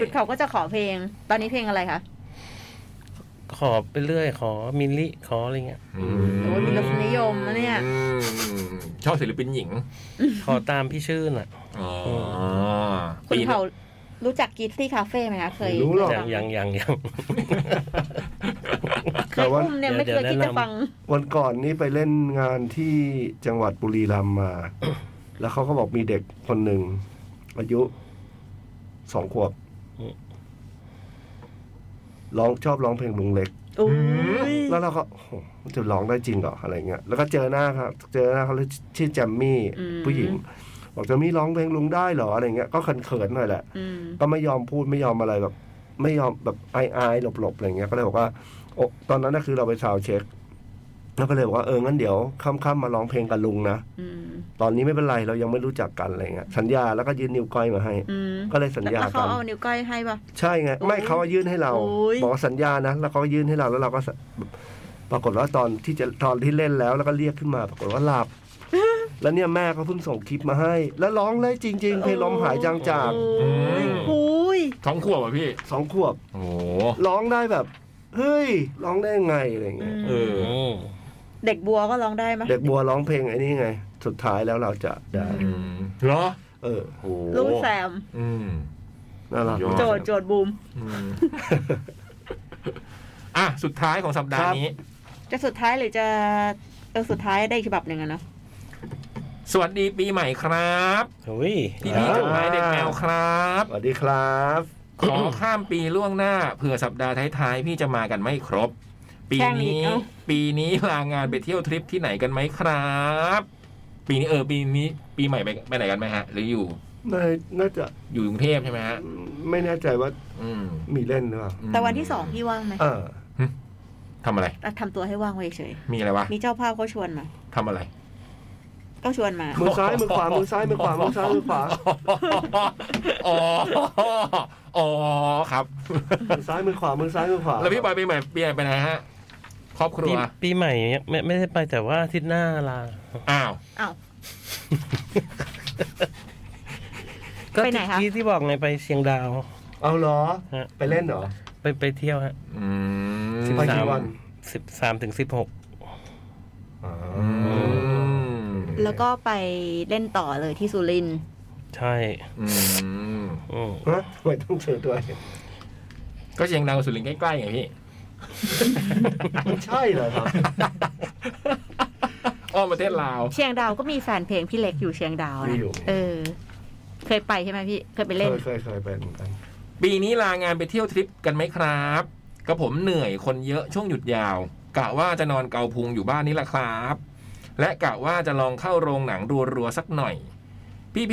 S3: ชุดเขาก็จะขอเพลง ตอนนี้เพลงอะไรคะ
S2: ขอไปเรื่อย ขอมิลลิขออะไรเงี้ย
S1: อื
S3: โอ้ยมีรสนิยมนะเนี่ย
S1: อืมชอบศิลปินหญิง
S2: ขอตามพี่ชื่นอ่ะ
S1: อ๋อ
S3: คุณ
S1: ปี
S3: เขารู้จักกิตตี้คาเฟ่ไหมคะ เคย
S5: รู้หรอก
S2: ยังยังยังยัง
S3: เค
S5: แต่
S3: ย
S5: ว่า
S3: อุ้มเนี่ยไม่เคยคิดจะฟัง
S5: วันก่อนนี้ไปเล่นงานที่จังหวัดบุรีรัมย์มา แล้วเขาก็บอกมีเด็กคนหนึ่ง อายุสองขวบ
S2: อืม
S5: ร้องชอบร้องเพลงลุงเล็ก
S3: อุ้ย
S5: แล้วเราก็โอ้โหจะร้องได้จริงเหรออะไรเงี้ยแล้วก็เจอหน้าครับเจอหน้าเขาแล้วชื่อแจมมี่ผู้หญิง บอกแจมมี่ร้องเพลงลุงได้เหรออะไรเงี้ยก็เขินๆหน่อยแหละ
S3: อืม
S5: ก็ไม่ยอมพูดไม่ยอมอะไรแบบ ไม่ยอมแบบอายๆหลบๆอะไรเงี้ยก็เลยบอกว่าโอะตอนนั้นก็คือเราไปซาวด์เช็คแล้วก็เลยบอกว่าเอองั้นเดี๋ยวค่ำๆมาร้องเพลงกับลุงนะ
S3: อืม
S5: ตอนนี้ไม่เป็นไรเรายังไม่รู้จักกันอะไรเงี้ยสัญญาแล้วก็ยื่นนิ้วก้อยมาให้
S3: อืม
S5: ก็เลยสัญญา
S3: แล้วเขา
S5: กัน
S3: เอานิ้วก้อยให้ปะ
S5: ใช่ไงไม่เขายื่นให้เรา
S3: โอ้ย
S5: บอกว่าสัญญานะแล้วเขาก็ยื่นให้เราแล้วเราก็สปรากฏว่าตอนที่จะตอนที่เล่นแล้วแล้วก็เรียกขึ้นมา ปรากฏว่าหลั บ แล้วเนี่ยแม่เขาเพิ่งส่งคลิปมาให้ แล้วร้องเลยจริง ๆ เพลงลมหายจางจาก
S3: โอ้ยโอ้ย
S1: สองขวบอ่ะพี่
S5: สองขวบ
S1: โอ้โห
S5: ร้องได้แบบ เฮ้ย ร้องได้ยังไงอะไรเงี้ย
S3: อืม
S1: เออ
S3: เด็กบัวก็ร้องได้ไหมย
S5: เด็กบัวร้องเพลงไอ้นี่ไง สุดท้ายแล้วเราจะได้
S1: อืมเหรอ
S5: เออ
S1: โอ้โห
S3: ลูกแซม
S1: อืม
S5: น่ารัก
S1: ยอ
S3: โจทย์โจทย์บูม
S1: อืม อ่ะ สุดท้ายของสัปดาห์นี้
S3: จะสุดท้ายหรือจะเออสุดท้ายได้อีกฉบับหนึ่งอะเนาะ
S1: สวัสดีปีใหม่ครับ
S2: เฮ้ย
S1: พี่พี่
S5: อ่า
S1: จดหมายเด็กแมวครับ
S5: สวัสดีครับ
S1: ขอข้ามปีล่วงหน้าเผื่อสัปดาห์ท้ายๆ พี่จะมากันไม่ครบ ปีนี้ ปีนี้ลางานไปเที่ยวทริปที่ไหนกันไหมครับ ปีนี้เออ ปีนี้ ปีใหม่ไปไปไหนกันไหมฮะ หรืออยู่
S5: น่าน่าจะ
S1: อยู่กรุงเทพใช่ไหมฮะ
S5: ไม่แน่ใจว่า
S1: อืม
S5: มีเล่นหรือเปล่า
S3: แต่วันที่สองพี่ว่างไหม
S5: เออ
S1: ทำอะไร
S3: อ่ะทำตัวให้ว่างไว้เฉย
S1: มีอะไรวะ
S3: มีเจ้าภาพเขาชวนมา
S1: ทำอะไร
S3: ก็ชวนมา
S5: มือซ้ายมือขวามือซ้ายมือขวามือซ้ายมือขวา
S1: อ๋อ อ๋อครับ
S5: มือซ้ายมือขวามือซ้ายมือขวา
S1: แล้วพี่บอยปีใหม่เปลี่ยนไปไหนฮะ ครอบครั
S2: ปี
S1: ว
S2: ปีใหม่เนี่ยไม่ไม่ได้ไปแต่ว่าอาทิตย์หน้าลา
S1: อ้าว
S3: อ้าว
S2: ก็
S3: ไปไหนคะ
S2: ที่ที่บอกไงไปเชียงดาว
S5: เอาเหรอ
S2: ฮะ
S5: ไปเล่นเหรอ
S2: ไปไปเที่ยวฮะ
S1: อืม
S5: ไปกี่วัน
S2: สิบสามถึงสิบหก
S5: อ๋อ
S1: อืม
S3: แล้วก็ไปเล่นต่อเลยที่สุรินทร์
S2: ใช่
S1: อืม
S2: อื ม
S5: ฮะทำไมต้องเจอตัวเอง
S1: ก็เชียงดาวกับสุรินทร์ใกล้ๆไงพี่
S5: มันใช่เหรอครับ
S1: อ้อมประเทศลาว
S3: เชียงดาวก็มีแฟนเพลงพี่เล็กอยู่เชียงดาว
S5: มี
S3: นะ
S5: อยู่
S3: เออ เคยไปใช่ไหมพี่เคยไปเล่น
S5: เคยเคยเคยไปเหมือนกัน
S1: ปีนี้ลางานไปเที่ยวทริปกันไหมครับ ก็ผมเหนื่อยคนเยอะช่วงหยุดยาว กะว่าจะนอนเกาพุงอยู่บ้านนี่แหละครับ และกะว่าจะลองเข้าโรงหนังรัวๆสักหน่อย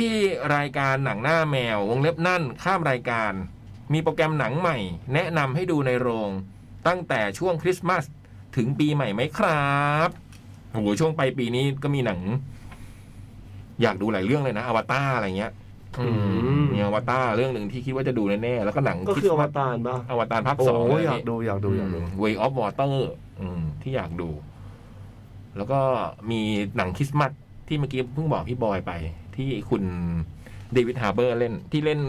S1: พี่ๆรายการหนังหน้าแมววงเล็บนั่นข้ามรายการ มีโปรแกรมหนังใหม่ แนะนำให้ดูในโรง ตั้งแต่ช่วงคริสต์มาสถึงปีใหม่ไหมครับโอ้โหช่วงปลายปีนี้ก็มีหนัง อยากดูหลายเรื่องเลยนะอวตารอะไรเงี้ย อืม
S5: อืม
S1: มีอวตารเรื่องหนึ่งที่คิดว่าจะดูแน่ๆแล้วก็หนัง
S5: ก็
S1: ริ
S5: คือ
S1: ส
S5: อ
S1: ต์
S5: ว
S1: มาส
S5: ตารป่ะ
S1: อวตารภาค
S5: โอ้
S1: สอง
S5: ยอยากดูอยากดูอยากดู
S1: Way of Water อืม ที่อยากดู แล้วก็มีหนังคริสต์มาสที่เมื่อกี้เพิ่งบอกพี่บอยไป ที่คุณเดวิดฮาร์เบอร์เล่นที่เล่น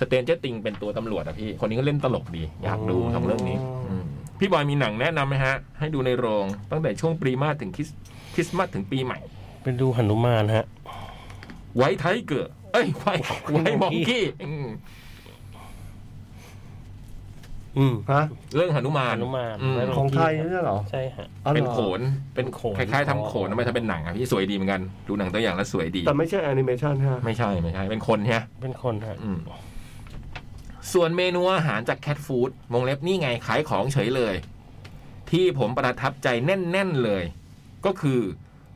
S1: สเตนเจอร์ติงเป็นตัวตำรวจอะพี่ คนนี้ก็เล่นตลกดี อยากดู
S5: อ๋อ
S1: สองเรื่องนี้อืมพี่บอยมีหนังแนะนำไหมฮะ ให้ดูในโรง ตั้งแต่ช่วงปรีมาสถึงคริสคริสต์มาสถึงปีใหม่
S2: ไปดูหนุมานฮะ
S1: ไว้ไทเกอร์เอ้ยไว้ไว้มองกี้อืม
S2: อืม
S5: ฮะ
S1: เรื่องหนุมาน
S2: หนุมาน
S1: อืม
S2: ไว้บ
S5: ของไทยเนี่ยเหรอ
S2: ใช่ฮะ
S5: อ๋อหรอ
S1: เป็นโขน เป็น
S2: โข
S1: โข
S2: น
S1: น คล้ายๆทำโขนนะไม่ทำเป็นหนังอ่ะพี่สวยดีเหมือนกัน ดูหนังตัวอย่างแล้วสวยดี
S5: แต่ไม่ใช่แอนิเมชันฮะ
S1: ไม่ใช่ไม่ใช่ เป็นคนใช่ไหม
S2: เป็นคนฮะ
S1: อืมส่วนเมนูอาหารจากแคทฟู้ดวงเล็บนี่ไงขายของเฉยเลย ที่ผมประทับใจแน่น ๆเลย ก็คือ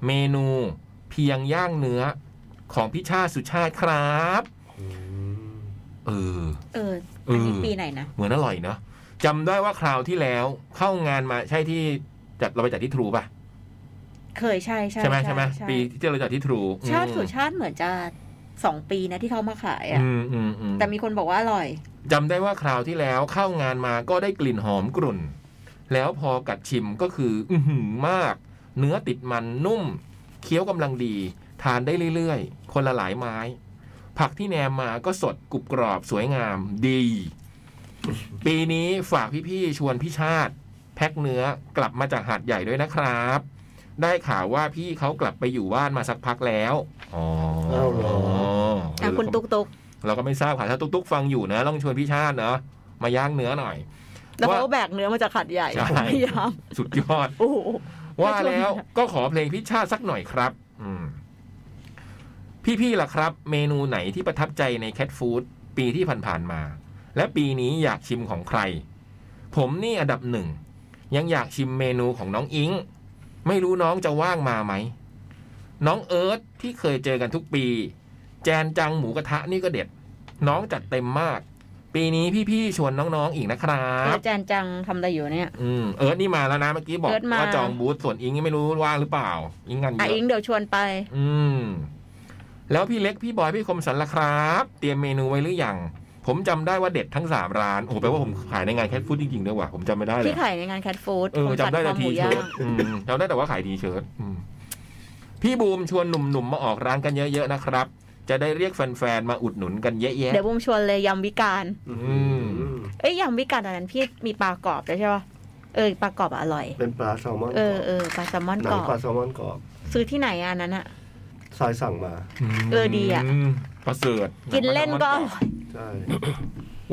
S1: เมนูเพียงย่างเนื้อของพิชาติสุชาติครับ เออ
S3: เอออันนี้
S1: เออ
S3: ปีไหนนะ
S1: เหมือนอร่อยเนาะจำได้ว่าคราวที่แล้วเข้างานมาใช่ที่จัดเราไปจัดที่ทรูป่ะ
S3: เคยใช่ใช่
S1: ใช่ไหมใช่ไหมปีที่เราจัดที่ทรู
S3: ชาติสุชาติเหมือนจะสองปีนะที่เขามาขายอ่ะ
S1: อืมอืมอืม
S3: แต่มีคนบอกว่าอร่อย
S1: จำได้ว่าคราวที่แล้วเข้างานมาก็ได้กลิ่นหอมกรุ่น แล้วพอกัดชิมก็คือ อื้อหือมาก เนื้อติดมันนุ่ม เคี้ยวกำลังดี ทานได้เรื่อยๆ คนละหลายไม้ ผักที่แนมมาก็สดกรุบกรอบสวยงามดี ปีนี้ฝากพี่ๆชวนพี่ชาติ แพ็คเนื้อกลับมาจากหาดใหญ่ด้วยนะครับ ได้ข่าวว่าพี่เขากลับไปอยู่บ้านมาสักพักแล้วอ๋อ
S5: เอาเหรอ
S3: อ่ะคุณตุ๊กตุ๊ก
S1: เราก็ไม่ทราบค่ะถ้าตุ๊กตุ๊กฟังอยู่นะต้องชวนพี่ชาติเนอะมาย่างเนื้อหน่อย
S3: แล้วเขาแบกเนื้อมาจากขัดใหญ่
S1: ใช่
S3: ผมพยายาม
S1: สุดยอด
S3: โอ้โห
S1: ว่าแล้วก็ขอเพลงพิชชาติสักหน่อยครับ อืม พี่ๆล่ะครับ เมนูไหนที่ประทับใจในแคทฟู้ดปีที่ผ่านๆมา และปีนี้อยากชิมของใคร ผมนี่อันดับหนึ่ง ยังอยากชิมเมนูของน้องอิง ไม่รู้น้องจะว่างมาไหม น้องเอิร์ธที่เคยเจอกันทุกปี แจนจังหมูกระทะนี่ก็เด็ด น้องจัดเต็มมาก ปีนี้พี่ๆชวนน้องๆอีกนะครั
S3: เอบ อแจนจังทำอะไรอยู่เนี่ย
S1: อืมเอิร์ธนี่มาแล้วนะเมื่อกี้บอก
S3: เอิร์ธมา
S1: ว่าจองบูธส่วนอิงยังไม่รู้ว่างหรือเปล่า อิงงานเย
S3: อ่ะอิง
S1: อะ
S3: เดี๋ยวชวนไป
S1: อืม แล้วพี่เล็กพี่บอยพี่คมสันละครับ เตรียมเมนูไว้หรือยังผมจำได้ว่าเด็ดทั้งสามร้านโอ้โหแปลว่าผมขายในงานแคทฟู้ดจริงๆด้วยว่ะผมจำไม่ได้เลย
S3: ที่ขายในงานแคทฟู้ด
S1: เออจำได้แต่ทีเชิร์ตอืมจำได้แต่ว่าขายทีเชิร์ตอืมพี่บูมชวนหนุ่มๆมาออกร้านกันเยอะๆนะครับ จะได้เรียกแฟนๆมาอุดหนุนกันเยอะแยะ
S3: เดี๋ยวบุมชวนเลยยำวิการ
S1: อืม
S3: เอ้ยยำวิการตอนนั้นพี่มีปลากรอบด้วยใช่ป่ะเออปลากรอบอร่อย
S5: เป็นปลาแซลมอนก
S3: เอ
S5: ร
S3: อ
S5: อบ
S3: เออปลาแซลมอน
S5: หนั
S3: กรง อบ
S5: ปลาแซลมอนกรอบ
S3: ซื้อที่ไหนอะอันนั้นอะ
S5: ทรายสั่งมา
S3: เออดีอะ
S1: มประเสริฐ
S3: กินเล่นก็อร่อย
S5: ใช่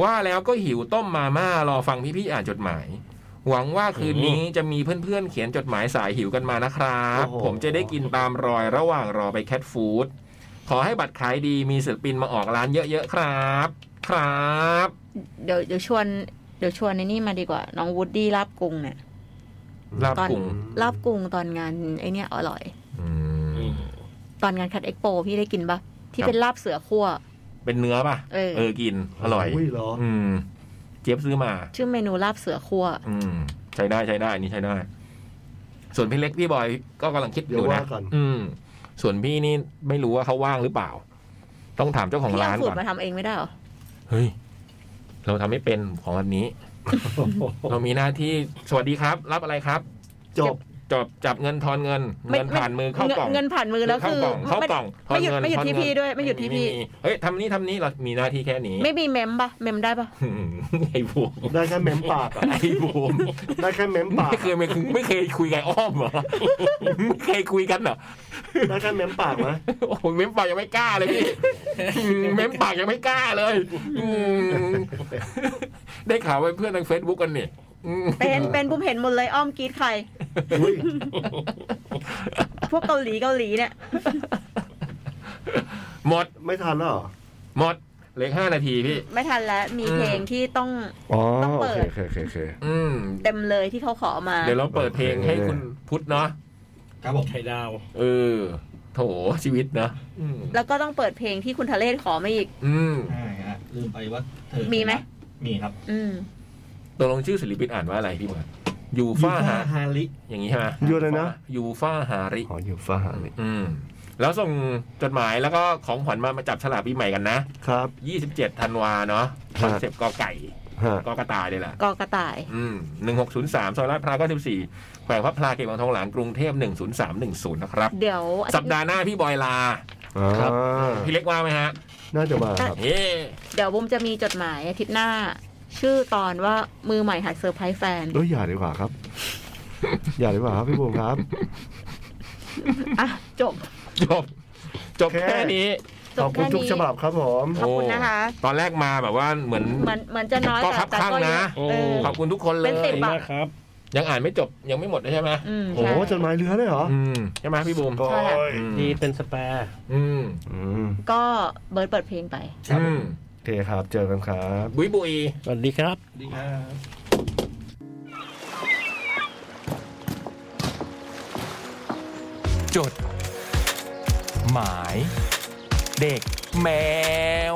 S1: ว่าแล้วก็หิวต้มมาม่ารอฟังพี่ๆอ่านจดหมาย หวังว่าคืนนี้จะมีเพื่อนๆเขียนจดหมายสายหิวกันมานะครับ
S7: โอ้โห
S1: ผมจะได้กินตามรอยระหว่างรอไปแคทฟู้ดขอให้บัตรขายดีมีศิลปินมาออกร้านเยอะๆครับ ครับ
S3: เดี๋ยวเดี๋ยวชวนเดี๋ยวชวนในนี่มาดีกว่า น้องวูดดี้ลาบกุ้งเนี่ย
S1: ลาบ
S3: ตอน
S1: กุ้ง
S3: ลาบกุ้งตอนงานไอเนี่ยอร่อย
S1: อืม
S3: ตอนงานคัดเอ็กโปพี่ได้กินปะที่
S1: ครับ
S3: เป็นลาบเสือคั่ว
S1: เป็นเนื้อป่ะ
S3: เออ
S1: อกิน อร่อย
S5: อุ้ยเหรอ
S1: อืม เจี๊ยบซื้อมา
S3: ชื่อเมนูลาบเสือคั่ว
S1: อืม ใช้ได้ใช้ได้นี่ใช้ได้ ส่วนพี่เล็กพี่บอยก็กำลังคิดอ
S5: เดี๋ยว
S1: ยู่นะ
S5: ว่ากัน
S1: อืม ส่วนพี่นี่ไม่รู้ว่าเขาว่างหรือเปล่า ต้องถามเจ้าของ
S3: พี่
S1: ร้าน
S3: เอาสูต
S1: ก่อน
S3: รมาทำเองไม่ได้เหรอ
S1: เฮ้ย เราทำไม่เป็นของวันนี้ เรามีหน้าที่สวัสดีครับ รับอะไรครับ
S5: จบ
S1: จบจับเงินทอนเงิน
S3: ไม่
S1: เงินผ่านมือเข้ากล่อง
S3: เงินผ่านมือแล้ว
S1: เข้า
S3: คือ
S1: กล่องเข้ากล่องทอน
S3: ไม่หยุด
S1: เงิน
S3: ไม่หยุด
S1: ทอน
S3: ที่
S1: เงิน
S3: พี่ด้วยไม่หยุดที่พี่
S1: มีเฮ้ยทำนี่ทำนี่เรามีหน้าที่แค่นี้
S3: ไม่มีเมมปะเมมได้ปะ
S1: อืม ไอ้ บูม
S5: ได้แค่เม้มปากอะ
S1: ไอ้บูม
S5: ได้แค่เม้มปาก
S1: ไม่เคยไม่ไม่เคยคุยกับไอ้อ้อมเหรอ ไม่เคยคุยกันเหรอ
S5: ได้แค่เม้มปากไหม
S1: โอ้โหเม้มปากยังไม่กล้าเลยพี่อืมเม้มปากยังไม่กล้าเลยอืมได้ข่าวว่าเพื่อนทางเฟซบุ๊กกันนี่อืม
S3: เป็นเป็นบุมเห็นหมดเลยอ้อมกรีดใคร
S5: อุ้ย
S3: พวกเกาหลีเกาหลีเนี่ย
S1: หมด
S5: ไม่ทันแล้วเหรอ
S1: หมดเหลือห้านาทีพี่
S3: ไม่ทันแล้วมีเพลงที่ต้อง
S5: อ๋อ
S3: ต้องเปิ
S5: โอ
S3: ด
S5: เคโอเคโอเคโอเค
S1: อืม
S3: เต็มเลยที่เขาขอมา
S1: เดี๋ยวเราเปิดเพลงให้คุณพุทธเนาะ
S4: ครับผม
S2: ไข่ดาว
S1: เออ โถชีวิตเนาะอืม
S3: แล้วก็ต้องเปิดเพลงที่คุณทะเลศขอมาอีก
S1: อืม
S4: อ่าฮะลืมไปว่าเธอ
S3: มีไหม
S4: มีครับ
S3: อืม
S1: ตกลงชื่อศิลปินอ่านว่าอะไรพี่เบิร์ดยูฟ่าฮา
S4: ฮาริ
S1: อย่างนี้ใช่ไหม
S5: ยูอะไรนะ
S1: ยูฟ่าฮาริ
S5: อ๋ออยู่ฟ้าหานี่
S1: อืม แล้วส่งจดหมายแล้วก็ของขวัญมามาจับฉลากปีใหม่กันนะ
S5: ครับ
S1: 27ธันวาเนาะค
S5: ฮะ
S1: อนเซปต์กอไก่
S5: ฮะ
S1: กอกระต่ายเลยล่ะ
S3: กอกระต่าย
S1: อืม1603ซอยลาดพร้าว94แขวงพระพลาเขตบางทองหลางกรุงเทพ10310นะครับ
S3: เดี๋ยวอา
S1: สัป
S3: ทิตย์
S1: ดาห์หน้าพี่บอยลา
S5: ครับ
S1: พี่เล็กว่าไหมฮะ
S5: น่าจะมาครับ
S1: เฮ้
S3: เดี๋ยวบุมจะมีจดหมายอาทิตย์หน้า ชื่อตอนว่ามือใหม่หัดเซอร์ไพรส์แฟน
S5: เอ้ยอย่าดีกว่าครับ อย่าดีกว่าครับพี่บูมครับ
S3: อ่ะ จบ
S1: จบ จบ
S5: โอเค
S1: แค่นี้
S3: จ
S5: ขอ
S3: บบ
S5: คุ
S3: แค่
S5: ณทุก
S3: นี้
S5: ฉบับครับผม
S3: ขอบคุณนะคะ
S1: โอ้ตอนแรกมาแบบว่าเหมือน
S3: เหมือนเหมือนจะน้อย
S1: ก็
S3: แต่
S1: ครับ
S3: แต่
S1: ข้าง
S3: เย
S1: นะ
S3: อะเออ
S1: ขอบคุณทุกคนเล
S3: เป็นสิ
S1: ย
S2: ขอบ
S3: บ
S2: คุณมากครับ
S1: ยังอ่านไม่จบยังไม่หมดเลยใช่ไหม
S3: อืม
S5: โอ้
S3: ใช่
S5: โหจดหมายเรือเลยเหรอ
S1: อืมใช่ไหมพี่บูม
S5: โอ้
S3: ใช่ค่ะ
S5: ย
S1: อืม
S2: นี่เป็นสแปร์
S1: อืม
S5: อืม
S3: ก็เบิร์ดเปิดเพลงไป
S1: อืม
S5: โอเคครับ เจอกันครับ
S1: บุยบุย
S2: สวัสดีครับ
S4: ดีครับ
S1: จด หมาย เด็กแมว